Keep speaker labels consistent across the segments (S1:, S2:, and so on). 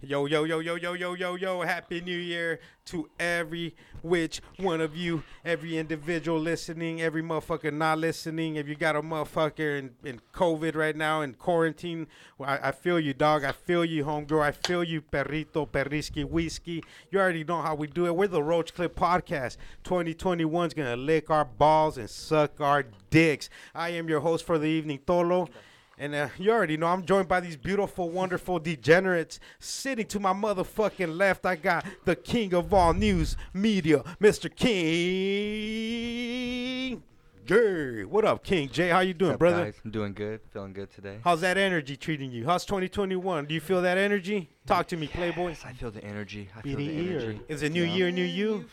S1: Yo, yo, yo, yo, yo, yo, yo, yo. Happy New Year to every which one of you, every individual listening, every motherfucker not listening. If you got a motherfucker in, in COVID right now, in quarantine, well, I, I feel you, dog. I feel you, homegirl. I feel you, perrito, perrisky, whiskey. You already know how we do it. We're the Roach Clip Podcast. 2021's going to lick our balls and suck our dicks. I am your host for the evening, Tolo. And uh, you already know I'm joined by these beautiful, wonderful degenerates. Sitting to my motherfucking left, I got the king of all news media, Mr. King. Jay. What up, King Jay? How you doing,
S2: What's up,
S1: brother?
S2: guys? I'm doing good. Feeling good today.
S1: How's that energy treating you? How's 2021? Do you feel that energy? Talk to me, Playboy.
S2: Yes, I feel the energy. I feel
S1: Beating
S2: the energy.
S1: Is it new
S2: Yeah.
S1: year, new you?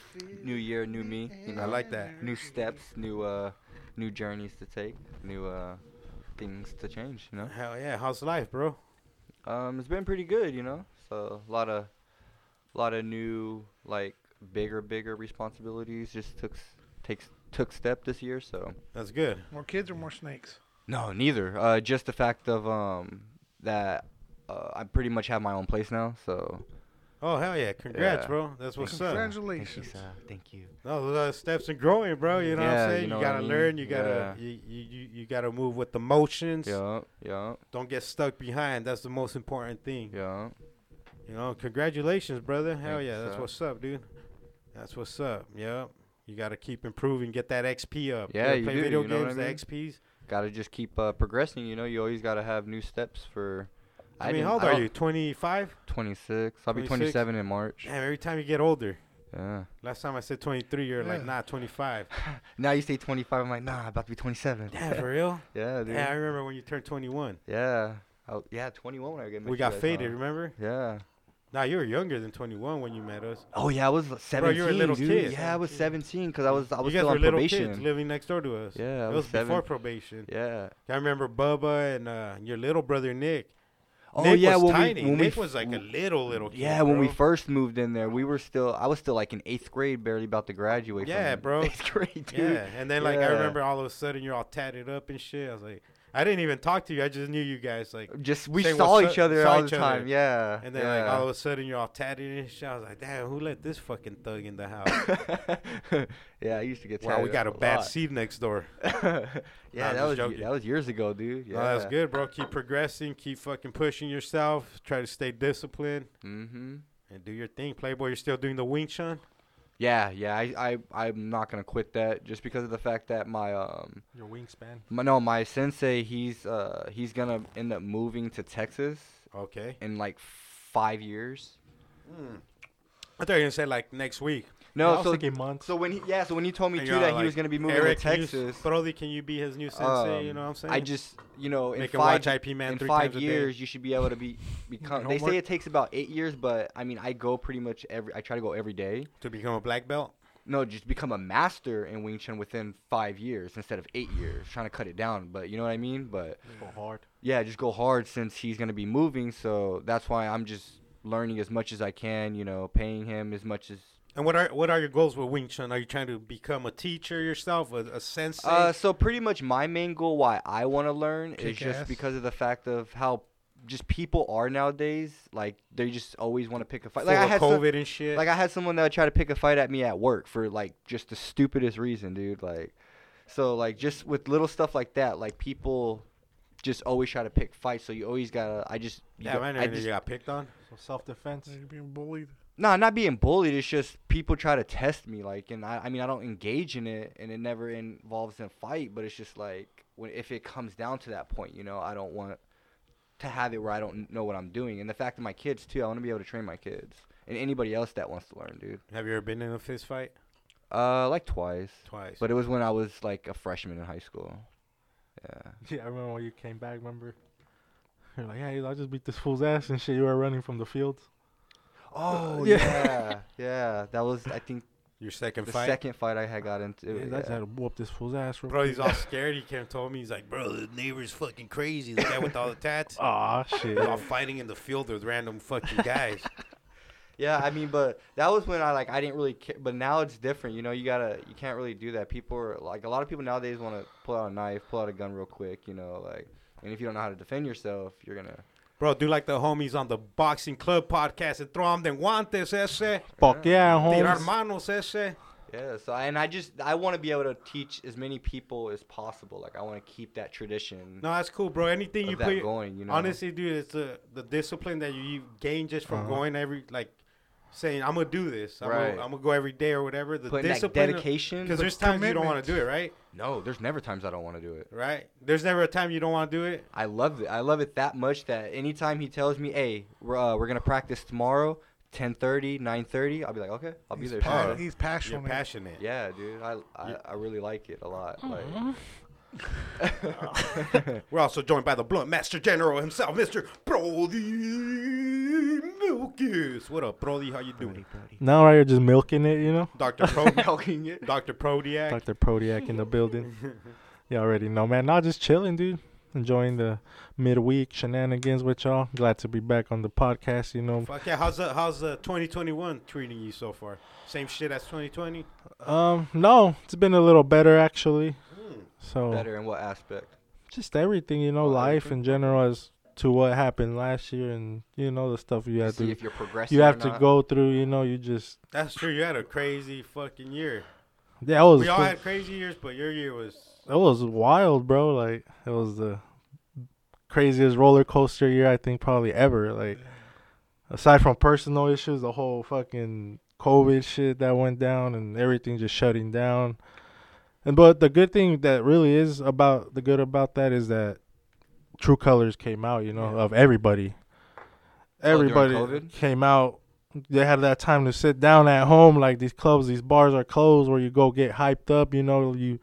S2: New year, new me. You know,
S1: I like that.
S2: new steps, new uh, new journeys to take, new uh, things to change. You know,
S1: Hell yeah. How's life, bro?
S2: um, it's been pretty good. You know, so a lot of, lot of new like bigger, bigger responsibilities. Just took s- takes took step this year. So
S1: That's good.
S3: More kids or more snakes?
S2: no, neither. Uh, just the fact of um that uh, I pretty much have my own place now. So
S1: Oh, hell yeah. Congrats,
S2: Yeah.
S1: bro. That's what's
S2: Thank you.
S1: up.
S2: thank you,
S3: Congratulations.
S2: sir. Thank you.
S1: No, the steps in growing, bro. You know what
S2: Yeah,
S1: I'm saying?
S2: you
S1: You,
S2: know what I
S1: gotta
S2: mean?
S1: learn. You gotta you, you, you, you gotta move with the motions.
S2: Yeah, yeah,
S1: Don't get stuck behind. That's the most important thing.
S2: yeah.
S1: You know, congratulations, brother. Hell
S2: Thank you,
S1: yeah, that's
S2: sir.
S1: what's up, dude. That's what's up. Yep. You gotta keep improving. Get that XP up.
S2: Yeah,
S1: ever
S2: you
S1: play
S2: do,
S1: video
S2: you know what I
S1: games,
S2: mean?
S1: the XPs.
S2: gotta just keep uh, progressing. You know, you always gotta have new steps for.
S1: I, mean,
S2: didn't-
S1: how old
S2: I
S1: are
S2: don't-
S1: you? Twenty five?
S2: 26. I'll be
S1: 26?
S2: 27 in March.
S1: Damn, every time you get older.
S2: Yeah.
S1: Last time I said twenty three, you're like,
S3: Yeah.
S1: nah, twenty five.
S2: Now you say 25. I'm like, nah, about to be 27.
S1: Damn, for real?
S2: yeah, dude.
S1: Yeah, I
S2: Yeah.
S1: remember when you turned twenty one.
S2: I w- yeah, 21 when I get.
S1: We got faded, remember?
S2: Yeah.
S1: Nah, you were younger than twenty one when you met us.
S2: Oh yeah, I was l- 17.
S1: you were a little
S2: dude.
S1: kid.
S2: Yeah, I was 17 because I was I was
S1: you guys
S2: still
S1: were
S2: on
S1: little
S2: probation.
S1: kids living next door to us.
S2: Yeah, I
S1: it was,
S2: was seven.
S1: before probation.
S2: Yeah.
S1: I remember Bubba and uh, your little brother Nick.
S2: Oh
S1: Nick
S2: yeah,
S1: was
S2: when
S1: tiny.
S2: we when
S1: Nick
S2: we
S1: was like a
S2: w-
S1: little little kid.
S2: yeah, when we
S1: bro.
S2: first moved in there, we were still I was still like in eighth grade, barely about to graduate.
S1: Yeah,
S2: from
S1: bro.
S2: Eighth grade, dude.
S1: yeah, and then like I
S2: Yeah.
S1: remember all of a sudden you're all tatted up and shit. I was like, I didn't even talk to you. I just knew you guys like.
S2: just we
S1: Saying
S2: saw
S1: what's
S2: each
S1: up-
S2: other
S1: saw
S2: all the
S1: each
S2: time.
S1: other.
S2: Yeah.
S1: And then like all of a sudden you're all tatted and shit. I was like, damn, who let this fucking thug in the house?
S2: yeah. yeah, I used to get.
S1: wow, we
S2: tatted
S1: got a
S2: up
S1: bad
S2: lot.
S1: seed next door.
S2: yeah,
S1: I'm
S2: that
S1: just
S2: was y-
S1: joking.
S2: that was years ago, dude. Yeah,
S1: No, that's good, bro. Keep progressing. Keep fucking pushing yourself. Try to stay disciplined
S2: Mm-hmm.
S1: and do your thing, Playboy. You're still doing the Wing Chun.
S2: Yeah, yeah. I, I I'm not gonna quit that just because of the fact that my um
S3: Your wingspan.
S2: my, no my sensei he's uh he's gonna end up moving to Texas
S1: Okay.
S2: in like five years.
S1: I thought you were gonna say like next week.
S2: No,
S4: I was
S2: so
S4: thinking months.
S2: so when he, yeah, so when he told me
S1: And
S2: too
S1: you're
S2: that
S1: all
S2: he was
S1: like,
S2: gonna be moving
S1: Eric,
S2: to
S1: can you-
S2: Texas,
S1: Brody, can you be his new sensei? you
S2: um,
S1: know what I'm saying?
S2: I just you know in
S1: Make him
S2: five
S1: watch IP Man
S2: in
S1: three
S2: five
S1: times a day.
S2: years you should be able to be become. they say
S3: homework?
S2: it takes about eight years, but I mean I go pretty much every. I try to go every day.
S1: to become a black belt.
S2: No, just become a master in Wing Chun within five years instead of eight years. Trying to cut it down, but you know what I mean. But
S4: go hard.
S2: yeah, just go hard since he's gonna be moving. So that's why I'm just learning as much as I can. You know, paying him as much as.
S1: And what are what are your goals with Wing Chun? Are you trying to become a teacher yourself, a, a sensei?
S2: Uh, so pretty much my main goal why I want to learn is
S3: Kick
S2: just
S3: ass.
S2: because of the fact of how just people are nowadays. Like they just always want to pick a fight.
S1: full
S2: Like I
S1: of
S2: had some-
S1: COVID and shit.
S2: Like I had someone that would try to pick a fight at me at work for like just the stupidest reason, dude. Like, so like just with little stuff like that, like people just always try to pick fights. So you always gotta. I just you
S1: yeah,
S2: got-
S1: man,
S2: I
S1: you
S2: just,
S1: got picked on.
S4: So self defense.
S3: You're being bullied.
S2: nah, not being bullied. It's just people try to test me. Like, and I I mean I don't engage in it, and it never involves in fight. But it's just like when if it comes down to that point, you know, I don't want to have it where I don't know what I'm doing. And the fact that my kids too, I want to be able to train my kids and anybody else that wants to learn, dude.
S1: Have you ever been in a fist fight?
S2: Uh, like twice.
S1: Twice.
S2: But it was when I was like a freshman in high school. Yeah.
S4: Yeah, I remember when you came back. Remember? You're like, hey, I just beat this fool's ass and shit. You were running from the field.
S2: Oh
S4: yeah.
S2: yeah, yeah. That was I think
S1: your second
S2: the
S1: fight.
S2: second fight I had got into.
S4: Yeah, I just had to whoop this fool's ass.
S1: Bro, he's all scared. He came and told me he's like, bro, the neighbor's fucking crazy. The guy with all the tats.
S4: Aw, shit.
S1: They're all fighting in the field with random fucking guys.
S2: Yeah, I mean, but that was when I like I didn't really care. But now it's different. You know, you gotta you can't really do that. People are like a lot of people nowadays want to pull out a knife, pull out a gun real quick. You know, like and if you don't know how to defend yourself, you're gonna
S1: Bro, do like the homies on the Boxing Club podcast and throw them the guantes ese.
S4: Fuck yeah,
S1: Tirar
S4: homes.
S1: manos ese.
S2: Yeah, so I, and I just I want to be able to teach as many people as possible. Like I want to keep that tradition
S1: No, that's cool, bro. Anything
S2: of
S1: you
S2: that
S1: put,
S2: going. You know,
S1: honestly, dude, it's the the discipline that you, you gain just from
S4: Uh-huh.
S1: going every like saying I'm gonna do this. I'm,
S2: Right.
S1: gonna, I'm gonna go every day or whatever. The
S2: putting that
S1: discipline
S2: dedication.
S1: because there's times you don't want to do it, right?
S2: no, there's never times I don't want to do it.
S1: Right? There's never a time you don't want to do it.
S2: I love it. I love it that much that anytime he tells me, "Hey, we're uh, we're gonna practice tomorrow, 10:30, 9:30," I'll be like, "Okay, I'll be
S3: he's,
S2: there."
S3: pa-
S1: Oh.
S3: he's
S1: You're
S3: passionate.
S1: passionate.
S2: Yeah, dude, I, I I really like it a lot. Like,
S1: We're also joined by the blunt master general himself, Mr. Brody Milkis. What up, Brody? How you doing,
S4: Now right here just milking it, you know.
S1: Doctor Pro-
S2: milking it.
S1: Doctor Prodiac?
S4: Dr. Prodiac in the building. You already know, man. Not just chilling, dude. Enjoying the midweek shenanigans with y'all. Glad to be back on the podcast, you know.
S1: Fuck yeah! How's the, how's the 2021 treating you so far? Same shit as 2020.
S4: Um, no, it's been a little better actually.
S1: Hmm.
S4: So
S2: Better in what aspect?
S4: just everything, you know,
S2: Oh,
S4: life
S2: everything?
S4: in general as to what happened last year and you know the stuff you have
S2: See
S4: to
S2: if you're progressing.
S4: you
S2: or
S4: have to
S2: not.
S4: go through, you know, you just
S1: That's true. You had a crazy fucking year.
S4: yeah, it was
S1: We all
S4: fu-
S1: had crazy years, but your year was.
S4: it was wild, bro. Like it was the craziest roller coaster year I think probably ever. Like aside from personal issues, the whole fucking COVID shit that went down and everything just shutting down. And but the good thing that really is about the good about that is that True Colors came out, you know,
S1: Yeah.
S4: of everybody.
S2: Oh, during
S4: Everybody
S2: COVID?
S4: came out. They had that time to sit down at home. Like these clubs, these bars are closed where you go get hyped up. You know, you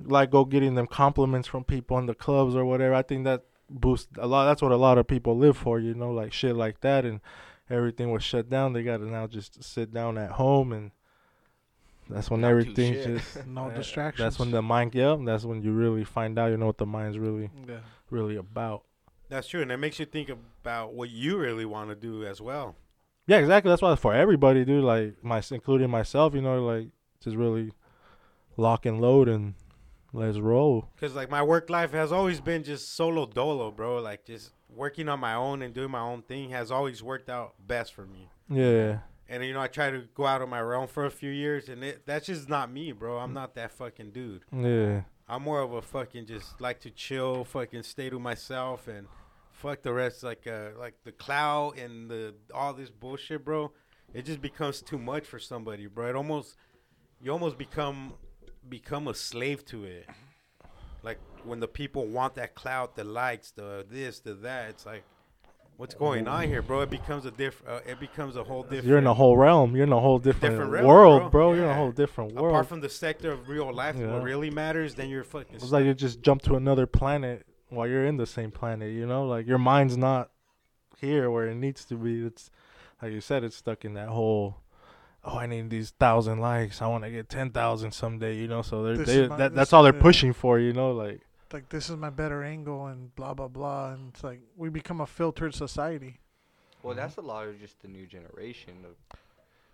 S4: like go getting them compliments from people in the clubs or whatever. I think that boosts a lot. That's what a lot of people live for, you know, like shit like that. And everything was shut down. They got to now just sit down at home, and that's when
S2: Not do
S4: everything
S2: shit.
S4: just
S3: No
S4: uh,
S3: distractions.
S4: That's when the mind, yeah, that's when you really find out, you know, what the mind's really,
S3: Yeah.
S4: really about.
S1: That's true, and it makes you think about what you really want to do as well.
S4: Yeah, exactly. That's why for everybody, dude, like my, including myself, you know, like just really lock and load and let's roll.
S1: Cause like my work life has always been just solo dolo, bro. Like just working on my own and doing my own thing has always worked out best for me.
S4: Yeah.
S1: And you know, I tried to go out on my own for a few years, and it, that's just not me, bro.
S4: Mm.
S1: I'm not that fucking dude.
S4: Yeah.
S1: I'm more of a fucking just like to chill, fucking stay to myself, and fuck the rest. Like uh, like the cloud and the all this bullshit, bro. It just becomes too much for somebody, bro. It almost you almost become become a slave to it. Like when the people want that clout, the likes, the this, the that. It's like, what's going on here, bro? It becomes a diff. Uh, it becomes a whole different.
S4: You're in a whole realm. You're in a whole different,
S1: Different realm,
S4: world,
S1: bro.
S4: bro. You're in a
S1: Yeah.
S4: whole different world.
S1: apart from the sector of real life,
S4: Yeah.
S1: what really matters. Then you're fucking.
S4: It's like you just jump to another planet while you're in the same planet, you know? Like your mind's not here where it needs to be. It's like you said, it's stuck in that whole oh, I need these thousand likes. I want to get ten thousand someday, you know. So they're,
S3: This
S4: they
S3: is my-
S4: that,
S3: this
S4: that's all they're
S3: is the-
S4: pushing for, you know. Like
S3: Like this is my better angle and blah blah blah and it's like we become a filtered society.
S2: Well, that's a lot of just the new generation of,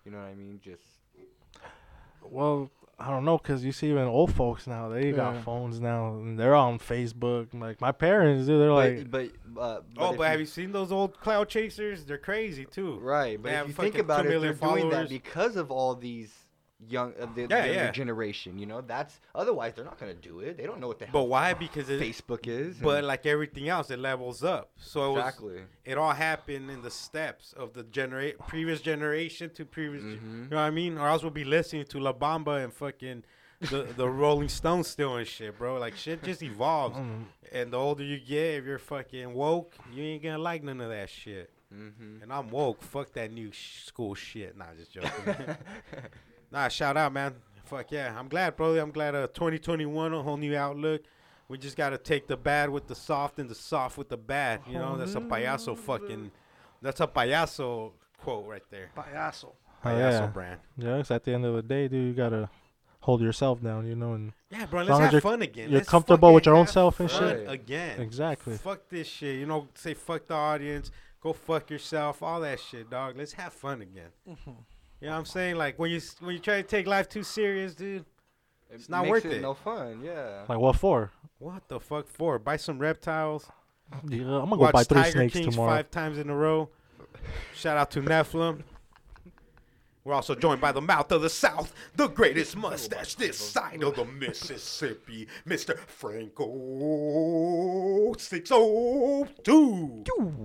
S2: you know what I mean? Just
S4: well, I don't know, cause you see even old folks now they
S3: Yeah.
S4: got phones now and they're on Facebook. Like my parents, dude, they're like
S2: but but, uh, but
S1: Oh,
S2: if
S1: but have you seen those old cloud chasers? They're crazy too.
S2: Right,
S1: They
S2: but if
S1: have
S2: you think
S1: fucking
S2: about
S1: two
S2: it, they're
S1: million
S2: doing that
S1: followers.
S2: because of all these young of the,
S1: Yeah,
S2: the- the
S1: yeah.
S2: generation. You know, that's otherwise they're not gonna do it. They don't know what the
S1: But
S2: hell
S1: why? Because it,
S2: Facebook is.
S1: but
S2: and-
S1: like everything else, it levels up. So it, was-
S2: exactly.
S1: it all happened in the steps of the generate previous generation to previous. ge-
S2: Mhm.
S1: You know what I mean? Or else we'll be listening to La Bamba and fucking the the Rolling Stones still and shit, bro. Like shit just evolves.
S2: Mm-hmm.
S4: mm,
S1: And the older you get, if you're fucking woke, you ain't gonna like none of that shit.
S2: Mm-hmm.
S1: And I'm woke. Fuck that new sh- school shit. Nah, just joking. Nah, shout out, man. Fuck yeah. I'm glad, bro. I'm glad uh 2021, a whole new outlook. We just gotta take the bad with the soft and the soft with the bad. You know, that's a payaso fucking that's a payaso quote right there.
S3: Payaso.
S4: oh,
S1: Payaso
S4: yeah,
S1: brand.
S4: yeah. 'cause at the end of the day, dude, you gotta hold yourself down, you know, and
S1: Yeah, bro,
S4: As
S1: let's
S4: long as
S1: have
S4: you're-
S1: fun again.
S4: you're
S1: Let's
S4: comfortable with
S1: fucking
S4: your own
S1: have
S4: self and
S1: fun
S2: shit.
S1: Again.
S4: exactly.
S1: Fuck this shit. You know, say fuck the audience, go fuck yourself, all that shit, dog. Let's have fun again. You know what I'm saying? Like when you s- when you try to take life too serious, dude. It's not
S2: makes
S1: worth it.
S2: No fun. Yeah.
S4: Like what for?
S1: What the fuck for? Buy some reptiles,
S4: Yeah, I'm gonna go
S1: Watch
S4: buy three
S1: Tiger
S4: snakes
S1: Kings
S4: tomorrow.
S1: five times in a row. Shout out to Nephilim. We're also joined by the mouth of the South, the greatest mustache this side of the Mississippi, Mr. Franco 602.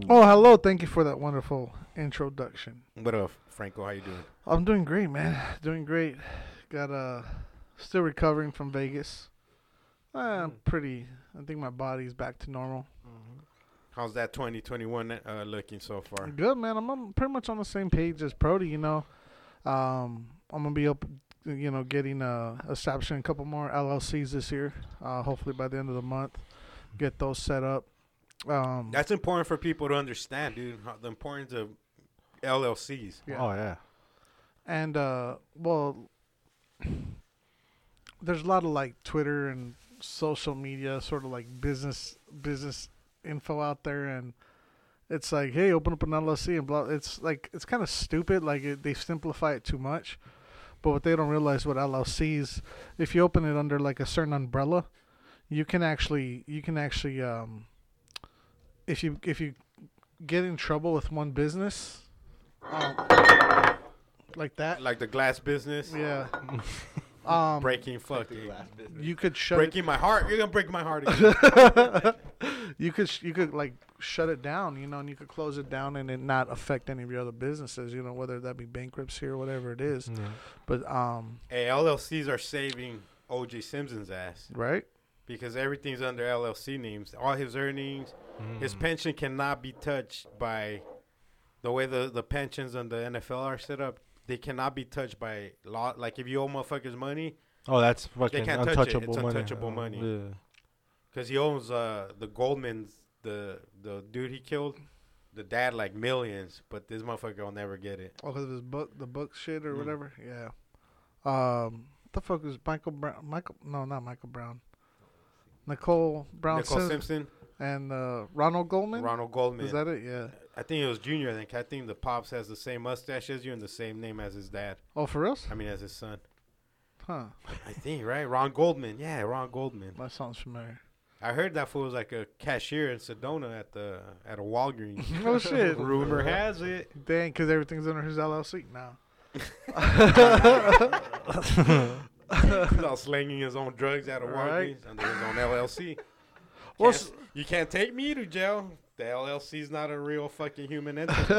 S3: Oh, hello. Thank you for that wonderful introduction.
S1: What up, Franco? How you doing?
S3: I'm doing great, man. Doing great. Got uh still recovering from Vegas. Uh, I'm pretty I think my body's back to normal.
S1: How's that 2021 uh, looking so far?
S3: Good, man. I'm on, pretty much on the same page as Prody, you know. Um I'm going to be up you know getting uh establishing a couple more LLCs this year. Uh hopefully by the end of the month get those set up. Um
S1: That's important for people to understand, dude. how- The importance of LLCs.
S3: Yeah.
S4: Oh yeah.
S3: and uh well there's a lot of like twitter and social media sort of like business business info out there and it's like hey open up an llc and blah it's like it's kind of stupid like it, they simplify it too much but what they don't realize what llcs if you open it under like a certain umbrella you can actually you can actually um if you if you get in trouble with one business um, like that
S1: Like the glass business,
S3: yeah. um,
S1: breaking fucking,
S3: you could shut it,
S1: breaking my heart. You're gonna break my heart again.
S3: you could sh- you could like shut it down, you know, and you could close it down and it not affect any of your other businesses, you know, whether that be bankruptcy or whatever it is. But um,
S1: hey, LLCs are saving OJ Simpson's ass
S3: right?
S1: because everything's under LLC names. All his earnings,
S4: Mm-hmm.
S3: Mm.
S1: his pension cannot be touched by the way the, the pensions on the NFL are set up. They cannot be touched by law. Like if you owe motherfuckers money,
S4: Oh, that's fucking
S1: can't touch it.
S4: untouchable
S1: It's
S4: money.
S1: untouchable
S4: Oh,
S1: money.
S4: Yeah.
S1: because he owns uh, the Goldman's, the the dude he killed, the dad like millions, but this motherfucker will never get it.
S3: Oh, because of his book, the book shit or
S1: Mm.
S3: whatever. Yeah. Um, the fuck was Michael Brown? Michael? No, not Michael Brown. Nicole Brown
S1: Nicole
S3: Sim-
S1: Simpson,
S3: and uh, Ronald Goldman.
S1: Ronald Goldman.
S3: Is that it? Yeah.
S1: I think it was Junior. I think I think the pops has the same mustache as you and the same name as his dad.
S3: Oh, for real?
S1: I mean, as his son.
S3: Huh.
S1: I think right, Ron Goldman. Yeah, Ron Goldman.
S3: That sounds familiar.
S1: I heard that fool was like a cashier in Sedona at the at a Walgreens.
S3: oh shit.
S1: Rumor has it.
S3: Dang, because everything's under his LLC now.
S1: He's out slinging his own drugs out of Walgreens
S3: Right.
S1: under his own LLC.
S3: Well,
S1: Can't-
S3: s-
S1: you can't take me to jail. The LLC's not a real fucking human entity.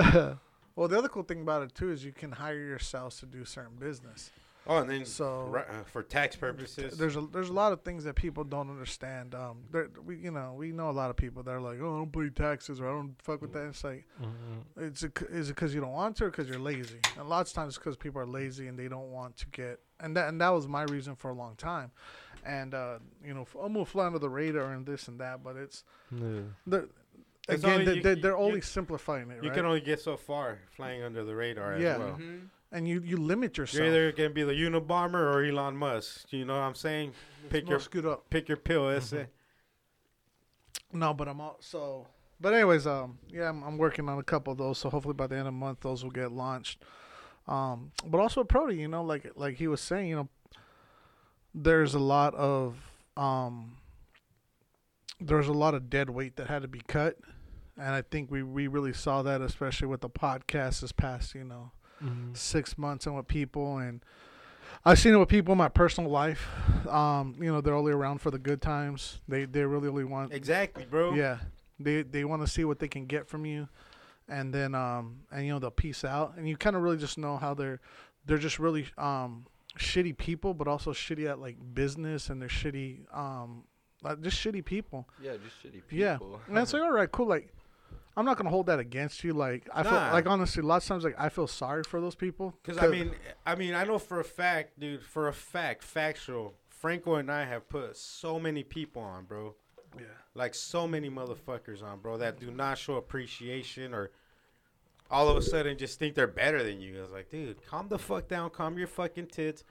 S3: Well, the other cool thing about it too is you can hire yourselves to do certain business.
S1: Oh, and then
S3: So-
S1: ri- uh, for tax purposes,
S3: There's a there's a lot of things that people don't understand. Um, there we you know we know a lot of people that are like, oh, I don't pay taxes or I don't fuck with that. It's like,
S4: Mm-hmm.
S3: it's a, is it because you don't want to or because you're lazy? And lots of times it's because people are lazy and they don't want to get and that and that was my reason for a long time. And uh, you know, f- I'm gonna fly under the radar and this and that, but it's
S4: Yeah.
S3: they're,
S1: It's
S3: again
S1: only-
S3: they
S1: you-
S3: they're,
S1: you-
S3: they're
S1: you-
S3: only simplifying it,
S1: you
S3: right?
S1: can only get so far flying under the radar
S3: Yeah. Mm-hmm.
S1: as well.
S2: Mm-hmm.
S3: and you you limit
S1: You're
S3: yourself.
S1: either gonna be the Unabomber or Elon Musk. You know what I'm saying? Pick your
S3: Most scoot up.
S1: pick your pill. That's it.
S3: No, but I'm also. But anyways, um, yeah, I'm, I'm working on a couple of those. So hopefully by the end of the month, those will get launched. Um, but also Prody, you know, like like he was saying, you know, there's a lot of um, there's a lot of dead weight that had to be cut, and I think we we really saw that, especially with the podcast this past, you know,
S4: Mm-hmm.
S3: six months and with people and I've seen it with people in my personal life. Um, you know, they're only around for the good times. They they really really want
S1: Exactly, bro.
S3: yeah, they they want to see what they can get from you, and then um and you know they'll peace out, and you kind of really just know how they're they're just really um shitty people, but also shitty at like business, and they're shitty um like, just shitty people.
S2: Yeah, just shitty people.
S3: Yeah, and that's like all right, cool. Like I'm not gonna hold that against you. Like I feel
S1: Nah.
S3: like honestly, lots of times like I feel sorry for those people
S1: Because I mean, I mean, I know for a fact, dude. For a fact, factual. Franco and I have put so many people on, bro.
S3: yeah.
S1: Like so many motherfuckers on, bro, that do not show appreciation or all of a sudden just think they're better than you. I was like, dude, calm the fuck down, calm your fucking tits.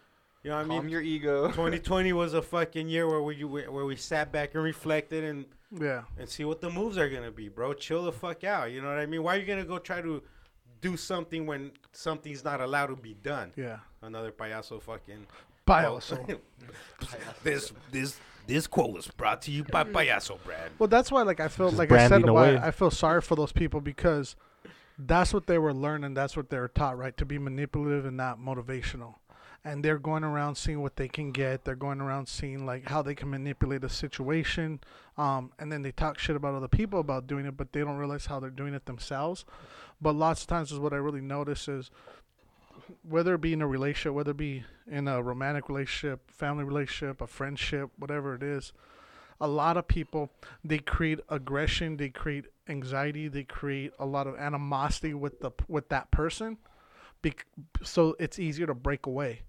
S1: You know what I mean?
S2: Calm your ego.
S1: 2020 was a fucking year where we where we sat back and reflected and
S3: Yeah,
S1: and see what the moves are gonna be, bro. Chill the fuck out. You know what I mean? Why are you gonna go try to do something when something's not allowed to be done?
S3: yeah.
S1: Another payaso fucking.
S3: Bye also.
S1: this this This quote was brought to you by Payaso Brand.
S3: Well, that's why, like, I feel
S4: Just
S3: like I said,
S4: branding
S3: why
S4: away.
S3: I feel sorry for those people because that's what they were learning. That's what they were taught, right? To be manipulative and not motivational. And they're going around seeing what they can get. They're going around seeing like how they can manipulate a situation. Um, and then they talk shit about other people about doing it, but they don't realize how they're doing it themselves. But lots of times is what I really notice is whether it be in a relationship, whether it be in a romantic relationship, family relationship, a friendship, whatever it is, a lot of people they create aggression they create anxiety they create a lot of animosity with the with that person bec- so it's easier to break away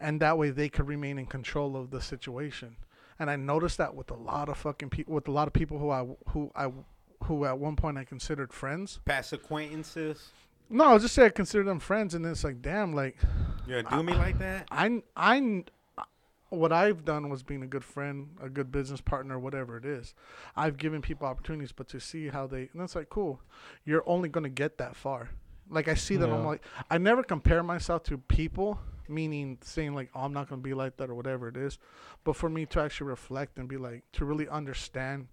S3: and that way they could remain in control of the situation and i noticed that with a lot of fucking people with a lot of people who i who i who at one point i considered friends
S1: Past acquaintances.
S3: no i'll just say i considered them friends and then it's like damn like
S1: You gonna do me like that?
S3: I I what I've done was being a good friend, a good business partner, whatever it is. I've given people opportunities, but to see how they and that's like cool. You're only gonna get that far. Like I see that I'm
S4: Yeah.
S3: like I never compare myself to people, meaning saying like oh, I'm not gonna be like that or whatever it is. But for me to actually reflect and be like to really understand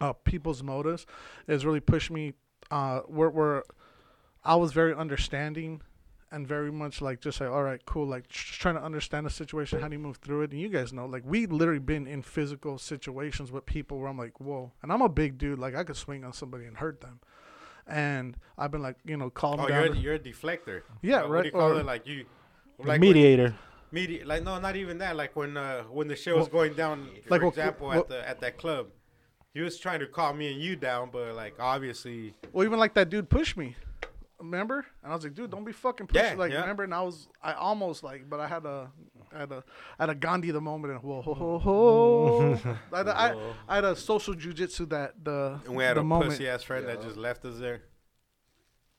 S3: uh, people's motives has really pushed me uh, where where I was very understanding and very much like just like all right cool like just trying to understand the situation how do you move through it and you guys know like we literally been in physical situations with people where i'm like whoa and i'm a big dude like i could swing on somebody and hurt them and i've been like you know calm
S1: Oh,
S3: down
S1: you're
S3: to-
S1: you're a deflector.
S3: Yeah,
S1: Uh, What do
S3: right,
S1: you call
S3: or-
S1: it? Like you.
S4: The
S1: Like media.
S4: mediator.
S1: media. Like no, not even that. Like when uh when the show was going down, for
S3: like what-
S1: example,
S3: what-
S1: at the at that club, he was trying to calm me and you down, but like obviously,
S3: well even like that dude pushed me remember and i was like dude don't be fucking pushy
S1: Yeah,
S3: like
S1: yeah.
S3: remember and i was i almost like but i had a I had a, I had a Gandhi the moment and whoa ho ho ho. I, had a, I, I had a social jujitsu that the
S1: and we had
S3: the
S1: a
S3: moment.
S1: pussy ass friend that just left us there.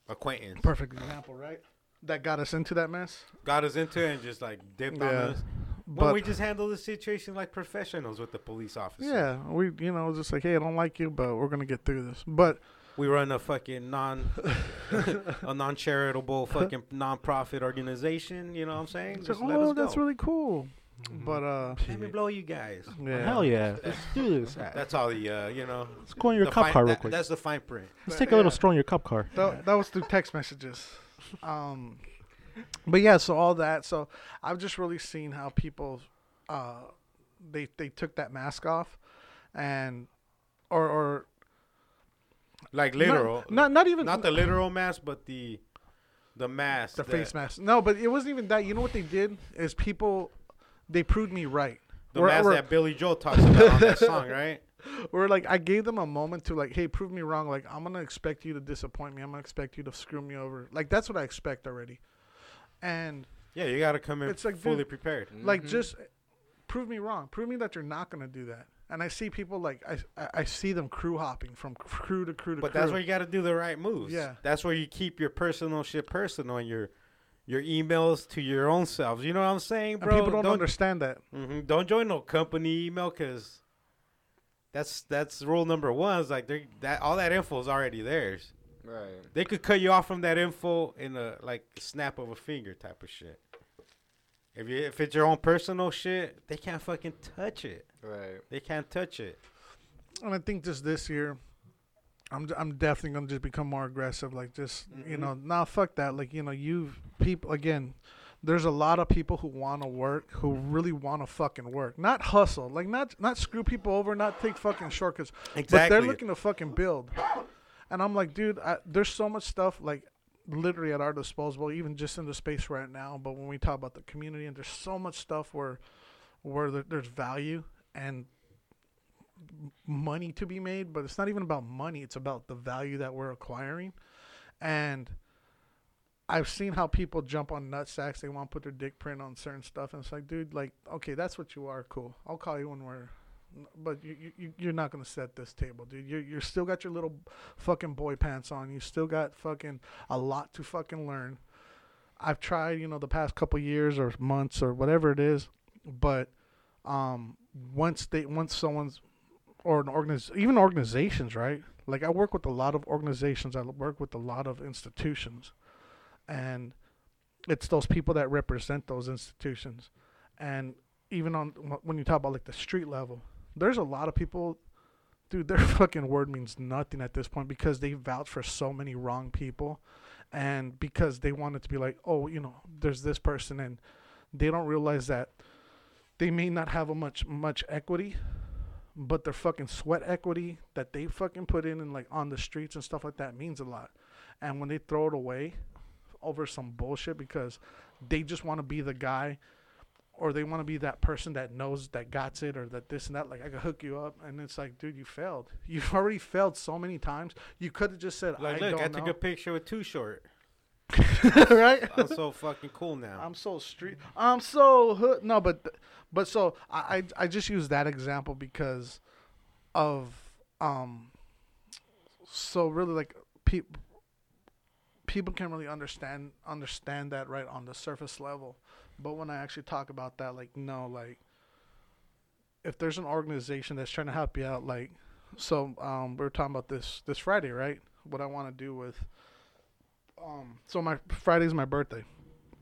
S1: Acquaintance
S3: perfect example, right? That got us into that mess.
S1: got us into it and just like dipped on
S3: Yeah.
S1: us. But
S3: But-
S1: we just handled the situation like professionals with the police officer.
S3: Yeah, we you know just like hey, I don't like you, but we're gonna get through this. But
S1: we run a fucking non a non charitable fucking non profit organization. You know what I'm saying?
S3: it's
S1: Just
S3: like,
S1: let
S3: oh,
S1: us
S3: that's
S1: go. Mm-hmm.
S3: really cool. But uh,
S1: let me blow you guys.
S3: yeah,
S4: Hell yeah. Let's do this.
S1: That's all the uh, you know.
S4: Let's go in your
S1: the
S4: cop
S1: fine-
S4: car real
S1: that-
S4: quick.
S1: That's the fine print.
S4: Let's take a little stroll in your cop car.
S3: that, that was through text messages. Um, but yeah, so all that. So I've just really seen how people, uh, they they took that mask off, and or or
S1: Like literal,
S3: Not not, not even
S1: not the literal mask, but the the mask.
S3: the
S1: that-
S3: face mask. No, but it wasn't even that. You know what they did is people, they proved me right.
S1: The
S3: We're-
S1: mask
S3: we're-
S1: that Billy Joel talks about on that song, right?
S3: where like I gave them a moment to like, hey, prove me wrong. Like I'm gonna expect you to disappoint me. I'm gonna expect you to screw me over. Like that's what I expect already. And
S1: Yeah, you gotta come in
S3: It's like,
S1: fully
S3: dude-
S1: prepared.
S3: like just prove me wrong. Prove me that you're not gonna do that. And I see people like I I- I see them crew hopping from crew to crew to crew.
S1: But that's where you got to do the right moves.
S3: Yeah.
S1: That's where you keep your personal shit personal and your your emails to your own selves. You know what I'm saying,
S3: and
S1: bro?
S3: people don't, understand that.
S1: hmm don't join no company email because that's that's rule number one. Is like they that all that info is already theirs.
S2: Right.
S1: They could cut you off from that info in a like snap of a finger type of shit. If you if it's your own personal shit, they can't fucking touch it.
S2: Right.
S1: They can't touch it.
S3: And I think just this year. I'm, I'm definitely gonna just become more aggressive, like just you know, nah, fuck that. Like you know, you've people again, there's a lot of people who want to work, who really want to fucking work, not hustle, like not not screw people over, not take fucking shortcuts. But
S1: Exactly.
S3: they're looking to fucking build, and I'm like, dude, I, there's so much stuff like literally at our disposal, even just in the space right now. But when we talk about the community, and there's so much stuff where where there, there's value and money to be made, but it's not even about money. It's about the value that we're acquiring, and I've seen how people jump on nut sacks. They want to put their dick print on certain stuff, and it's like, dude, like, okay, that's what you are. Cool. I'll call you when we're, but you, you- you you're not gonna set this table, dude. You you're still got your little fucking boy pants on. You still got fucking a lot to fucking learn. I've tried, you know, the past couple years or months or whatever it is, but um, once they once someone's or an organiz even organizations, right? Like I work with a lot of organizations. I work with a lot of institutions and it's those people that represent those institutions and even on wh- when you talk about like the street level there's a lot of people, dude. Their fucking word means nothing at this point because they vouch for so many wrong people, and because they want it to be like, oh, you know, there's this person, and they don't realize that they may not have a much much equity, but their fucking sweat equity that they fucking put in and like on the streets and stuff like that means a lot. And when they throw it away over some bullshit because they just want to be the guy or they want to be that person that knows that got it or that this and that like I could hook you up and it's like dude you failed. You've already failed so many times. You could have just said
S1: Like,
S3: I
S1: look, I
S3: don't
S1: took a picture with Too Short.
S3: know. right?
S1: I'm so fucking cool now.
S3: I'm so street. I'm so hood. No, but th- but so I, I I just use that example because of um. So really, like people people can really understand understand that right on the surface level, but when I actually talk about that, like no, like if there's an organization that's trying to help you out, like so um we were talking about this this Friday, right? What I want to do with um so my Friday's my birthday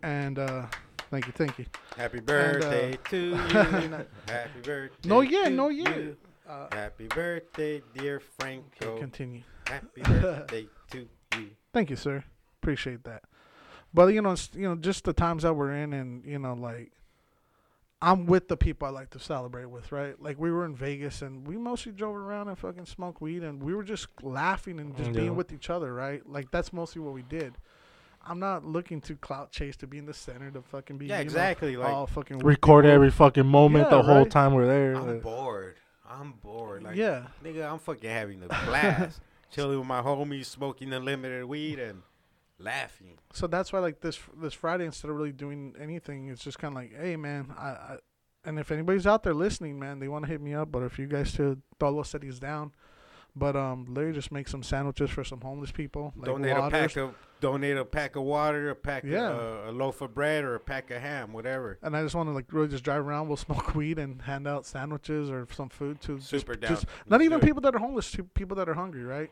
S3: and uh thank you thank you
S1: Happy
S3: uh,
S1: birthday to you. Happy birthday.
S3: no yeah
S1: to
S3: no
S1: you.
S3: yeah uh,
S1: Happy birthday, dear
S3: okay,
S1: Franco.
S3: continue
S1: Happy birthday to you.
S3: thank you sir appreciate that but you know it's, you know just the times that we're in and you know like i'm with the people i like to celebrate with right like we were in vegas and we mostly drove around and fucking smoked weed and we were just laughing and
S1: Mm,
S3: just
S4: Yeah.
S3: being with each other right like that's mostly what we did i'm not looking to clout chase to be in the center to fucking be
S1: Yeah,
S3: you know,
S1: exactly. Like,
S3: all fucking
S4: Record every fucking moment
S3: Yeah,
S4: the whole
S3: right.
S4: time we're there.
S1: I'm
S4: like,
S1: bored. I'm bored. Like,
S3: yeah
S1: nigga, I'm fucking having a blast. chilling with my homies, smoking unlimited weed, and laughing.
S3: so that's why like this this Friday instead of really doing anything, it's just kind of like, hey man, I, I and if anybody's out there listening, man, they want to hit me up. But if you guys too, Dolo said he's down. But um, literally just make some sandwiches for some homeless people. Like
S1: donate a
S3: waters.
S1: pack of donate a pack of water, a pack
S3: Yeah.
S1: of uh, a loaf of bread, or a pack of ham, whatever.
S3: And I just want to like really just drive around. We'll smoke weed and hand out sandwiches or some food to just-
S1: Super down.
S3: just-
S1: Let's
S3: not
S1: do
S3: even
S1: it.
S3: people that are homeless, to people that are hungry, right?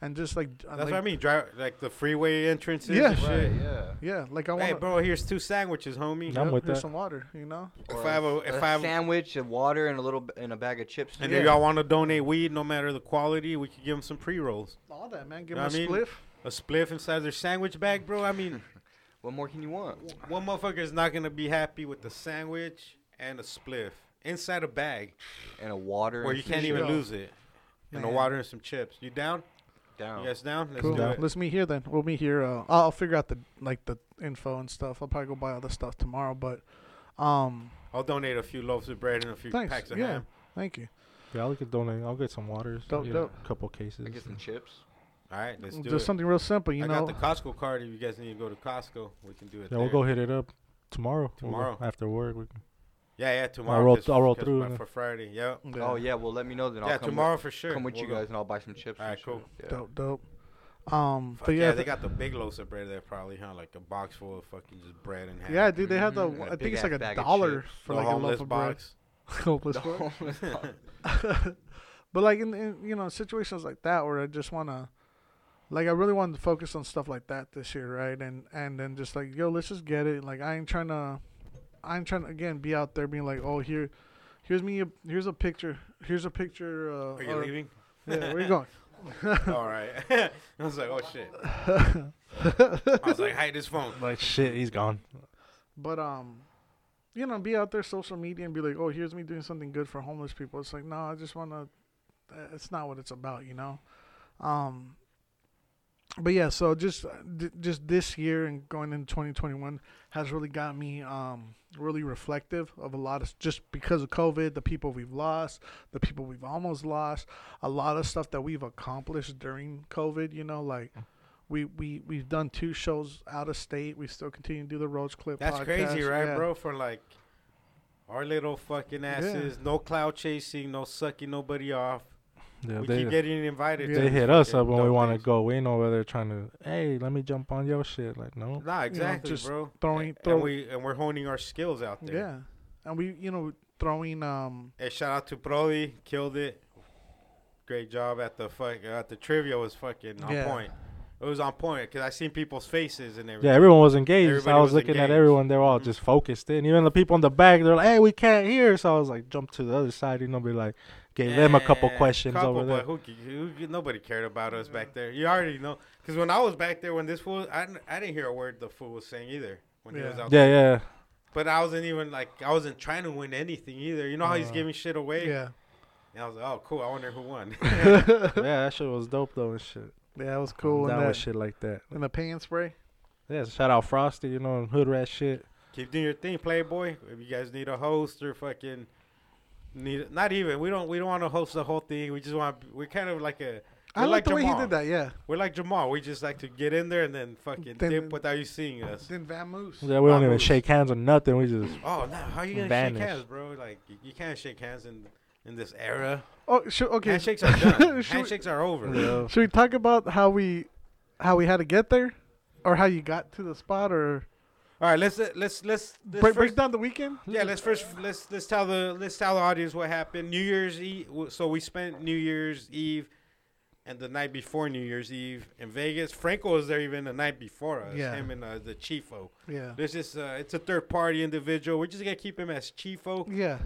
S3: And just like
S1: That's what I mean. Drive like the freeway entrances.
S3: Yeah.
S1: and shit.
S2: Right, yeah.
S3: Yeah, like I want
S1: Hey, bro, here's two sandwiches, homie.
S4: No. I'm with
S3: here's
S4: that.
S3: some water, you know.
S1: If
S2: Or
S1: I have a-
S2: s-
S1: if I have-
S2: sandwich, and water, and a little b- and a bag of chips.
S1: And
S2: too.
S1: if y'all want to donate weed, no matter the quality, we could give them some pre rolls.
S3: All that man, give
S1: Know
S3: them
S1: what I
S3: a
S1: mean?
S3: spliff.
S1: A spliff inside their sandwich bag, bro. I mean,
S2: what more can you want?
S1: one motherfucker is not gonna be happy with the sandwich and a spliff inside a bag
S2: And a water.
S1: where
S2: and
S1: you
S2: some
S1: can't
S2: shit.
S1: even lose it. And the
S3: Man.
S1: water and some chips. You down?
S2: down.
S1: You guys down? Let's
S3: Cool.
S1: do it.
S3: Let's meet here then. We'll meet here. Uh, I'll I'll figure out the like the info and stuff. I'll probably go buy all the stuff tomorrow. But um,
S1: I'll donate a few loaves of bread and a few
S3: Thanks,
S1: packs of
S3: yeah.
S1: ham.
S3: thank you.
S4: yeah, I'll get donate. I'll get some waters.
S3: Dope,
S4: get
S3: dope.
S4: A couple cases.
S2: I get some chips.
S1: All right, let's do
S3: Just
S1: it.
S3: something real simple, you
S1: I got
S3: know.
S1: the Costco card. If you guys need to go to Costco, we can do it.
S4: yeah,
S1: there.
S4: we'll go hit it up tomorrow. We'll go
S1: Tomorrow.
S4: after work. We can,
S1: Yeah, yeah, tomorrow.
S4: roll-
S1: 'cause-
S4: I'll roll
S1: 'cause
S4: through
S1: my-
S4: and-
S1: for Friday. Yeah,
S3: Yeah.
S2: Oh yeah, well let me know then. I'll
S1: yeah,
S2: come
S1: tomorrow for sure.
S2: With, come with
S1: We'll
S2: you
S1: go.
S2: guys and I'll buy some chips.
S1: All
S2: and
S1: right,
S2: shit.
S1: cool.
S2: Yeah.
S3: Dope, dope. Um,
S1: Fuck
S3: but
S1: yeah,
S3: yeah,
S1: they
S3: th-
S1: got the big loaves of bread there, probably, huh? Like a box full of fucking just bread and ham.
S3: yeah, dude. They have the.
S2: Mm, and a
S3: I think it's
S2: big-ass
S3: like a
S2: bag of
S3: dollar
S2: chips.
S3: for
S1: The
S3: like a
S1: homeless
S3: loaf of bread.
S1: box.
S2: The
S3: Homeless box.
S2: homeless box.
S3: but like in, in you know situations like that where I just want to like I really wanted to focus on stuff like that this year, right? And and then just like yo, let's just get it. Like I ain't trying to I ain't trying to again be out there being like, "Oh, here here's me a, here's a picture. Here's a picture uh
S1: Are you
S3: or-
S1: leaving?
S3: Yeah, where you going?
S1: All right. I was like, oh shit. I was like, hide this phone.
S4: like shit, he's gone.
S3: But um you know, be out there social media and be like, "Oh, here's me doing something good for homeless people." It's like, "No, I just want to it's not what it's about, you know." Um but yeah, so just d- just this year and going into 2021 has really got me um really reflective of a lot of just because of COVID, the people we've lost, the people we've almost lost, a lot of stuff that we've accomplished during COVID, you know, like
S1: Mm.
S3: we, we, we've done two shows out of state. We still continue to do the Roach Clip
S1: That's crazy,
S3: podcast.
S1: right,
S3: Yeah.
S1: bro? For like our little fucking asses, no cloud chasing, no sucking nobody off.
S4: Yeah,
S1: we
S4: they,
S1: keep getting invited. to
S4: they
S1: these
S4: hit us
S1: fucking
S4: up when we
S1: dope
S4: want to
S1: things.
S4: go. We ain't over there trying to. Hey, let me jump on your shit. Like no.
S1: Nah, exactly,
S3: just
S1: bro.
S3: throwing-
S1: A-
S3: throw-
S1: and we and we're honing our skills out there.
S3: Yeah. And we, you know, throwing um
S1: Hey, shout out to Brody, killed it. Great job at the fuck at the trivia was fucking on
S3: Yeah.
S1: point. It was on point because I seen people's faces and everything.
S4: Yeah, everyone was engaged.
S1: Everybody
S4: I was,
S1: was
S4: looking
S1: engaged.
S4: at everyone. They were all
S1: Mhm.
S4: just focused in. Even the people in the back, they're like, "Hey, we can't hear." So I was like, jump to the other side. You know, be like, gave them a couple
S1: Yeah,
S4: questions
S1: couple,
S4: over there.
S1: But who, ca- who, ca- nobody cared about us back there. You already know. Because when I was back there, when this fool, I, didn't- I didn't hear a word the fool was saying either. When he
S3: Yeah.
S1: was out
S4: Yeah,
S1: there.
S4: yeah.
S1: But I wasn't even like, I wasn't trying to win anything either. You know how he's
S4: Uh,
S1: giving shit away?
S3: Uh-huh. Yeah.
S1: And I was like, oh, cool. I wonder who won.
S3: yeah,
S4: yeah, that shit was dope though and shit.
S3: that was
S4: Cool
S1: Um,
S3: cool.
S4: down
S3: And,
S4: with
S3: that,
S4: shit like that.
S3: and the pan spray.
S4: Yeah, shout out Frosty, you know, and hood rat shit.
S1: Keep doing your thing, Playboy. If you guys need a host or fucking need, not even. We don't. We don't want to host the whole thing. We just want. We're kind of like a.
S3: I
S1: We're
S3: like
S1: like
S3: the way he
S1: Jamal.
S3: did that. Yeah.
S1: We're like Jamal. We just like to get in there and then fucking
S3: Then-
S1: dip without you seeing us.
S3: Then Van Moose.
S4: Yeah, we don't even
S1: Vamos.
S4: shake hands or nothing. We just
S1: Oh no! How you gonna
S4: Vanish.
S1: shake hands, bro? Like you, you can't shake hands in in this era.
S3: Oh, sure, okay.
S1: Handshakes are done.
S3: Should we-
S1: Handshakes are over.
S4: Yeah.
S3: Should we talk about how we, how we had to get there, or how you got to the spot, or
S1: All right, let's let's let's, let's
S3: break, break
S1: first,
S3: down the weekend?
S1: yeah. Let's first let's let's tell the let's tell the audience what happened. New Year's Eve. So we spent New Year's Eve and the night before New Year's Eve in Vegas. Franco was there even the night before us.
S3: Yeah.
S1: Him and uh, the Chifo.
S3: Yeah.
S1: This is uh, it's a third party individual. We're just gonna keep him as Chifo.
S3: Yeah.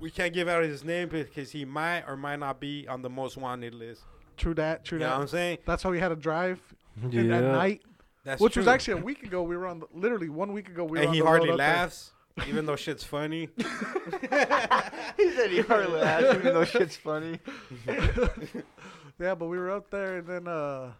S1: We can't give out his name because he might or might not be on the most wanted list.
S3: True that.
S1: You
S3: True
S1: know what I'm
S3: that.
S1: saying?
S3: That's how we had to drive
S4: yeah.
S3: in that night,
S1: That's
S3: which was
S1: true.
S3: actually a week ago. We were on the, literally one week ago. We were
S1: and
S3: on
S1: he
S3: the road
S1: hardly
S3: out there.
S1: laughs, even though shit's funny.
S2: he said he hardly laughs even though shit's funny.
S3: Yeah, but we were out there, and then uh,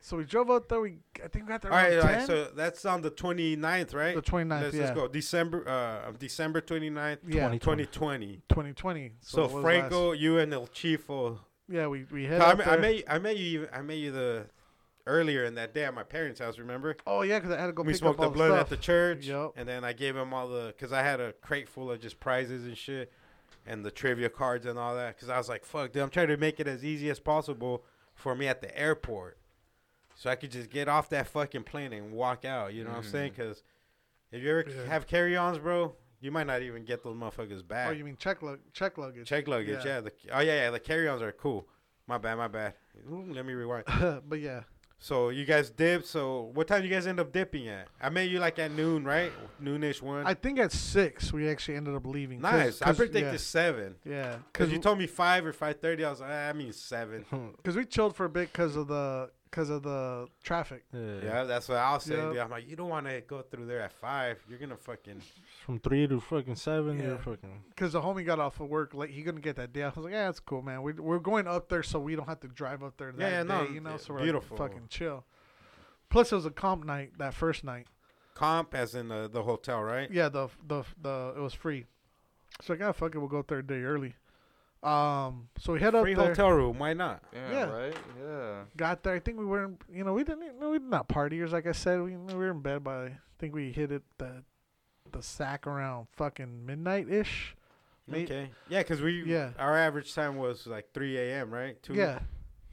S3: so we drove out there. We I think we got there
S1: all right,
S3: around
S1: all right.
S3: 10,
S1: So that's on the 29th, right?
S3: the 29th,
S1: let's,
S3: yeah,
S1: let's go. December, uh, December 29th,
S3: yeah,
S1: 2020.
S3: 2020.
S1: So,
S3: it was last-
S1: Franco, you and El Chifo.
S3: yeah, we
S1: I,
S3: we hit.
S1: met- I met, you- I met you, even- I met you the earlier in that day at my parents' house. Remember?
S3: Oh yeah, because I had to go
S1: we
S3: pick
S1: smoked
S3: up
S1: the
S3: all
S1: blood at
S3: stuff.
S1: the church,
S3: Yup.
S1: and then I gave him all the because I had a crate full of just prizes and shit, and the trivia cards and all that. Because I was like, "Fuck, dude, I'm trying to make it as easy as possible for me at the airport, so I could just get off that fucking plane and walk out." You know what I'm saying? Because if you ever
S3: Mm-hmm. Yeah.
S1: have carry-ons, bro, you might not even get those motherfuckers
S3: Oh,
S1: back.
S3: you mean check lug check luggage?
S1: Check luggage, yeah.
S3: Yeah.
S1: the, oh yeah, yeah. The carry-ons are cool. My bad, my bad. Ooh, let me rewind.
S3: but yeah,
S1: So you guys dipped. So what time you guys end up dipping at? I met you like at noon, right? Noonish one.
S3: I think at six we actually ended up leaving. 'cause-
S1: nice. I
S3: 'cause-
S1: predicted
S3: yeah,
S1: seven.
S3: Yeah,
S1: Cause
S3: because
S1: you told me five or five thirty. I was like, ah, I mean seven.
S3: we chilled for a bit because of the because of the traffic.
S4: yeah.
S1: yeah, that's what I was saying.
S3: Yep.
S1: dude. I'm like, you don't want to go through there at five. You're gonna fucking.
S4: From three to fucking seven,
S3: Yeah.
S4: you're fucking.
S3: Because the homie got off of work late, he couldn't get that day. off. I was like, yeah, that's cool, man. We, we're going up there so we don't have to drive up there that
S1: Yeah, yeah,
S3: day,
S1: no,
S3: you know.
S1: yeah,
S3: So we're
S1: beautiful.
S3: like, fucking chill. Plus, it was a comp night that first night.
S1: Comp as in the, the hotel, right?
S3: Yeah, the the the it was free. So I got fuck it, we'll go third day early. Um, so we head
S1: Free
S3: up there.
S1: hotel room. Why not?
S2: Yeah,
S3: Yeah.
S2: right. Yeah.
S3: Got there. I think we were, in, you know, we didn't, you know, we did not partiers. Like I said, we, we were in bed by. I think we hit it the the sack around fucking midnight ish. Me-
S1: Okay. Yeah, cause we.
S3: Yeah.
S1: Our average time was like three a.m. Right? Two.
S3: Yeah,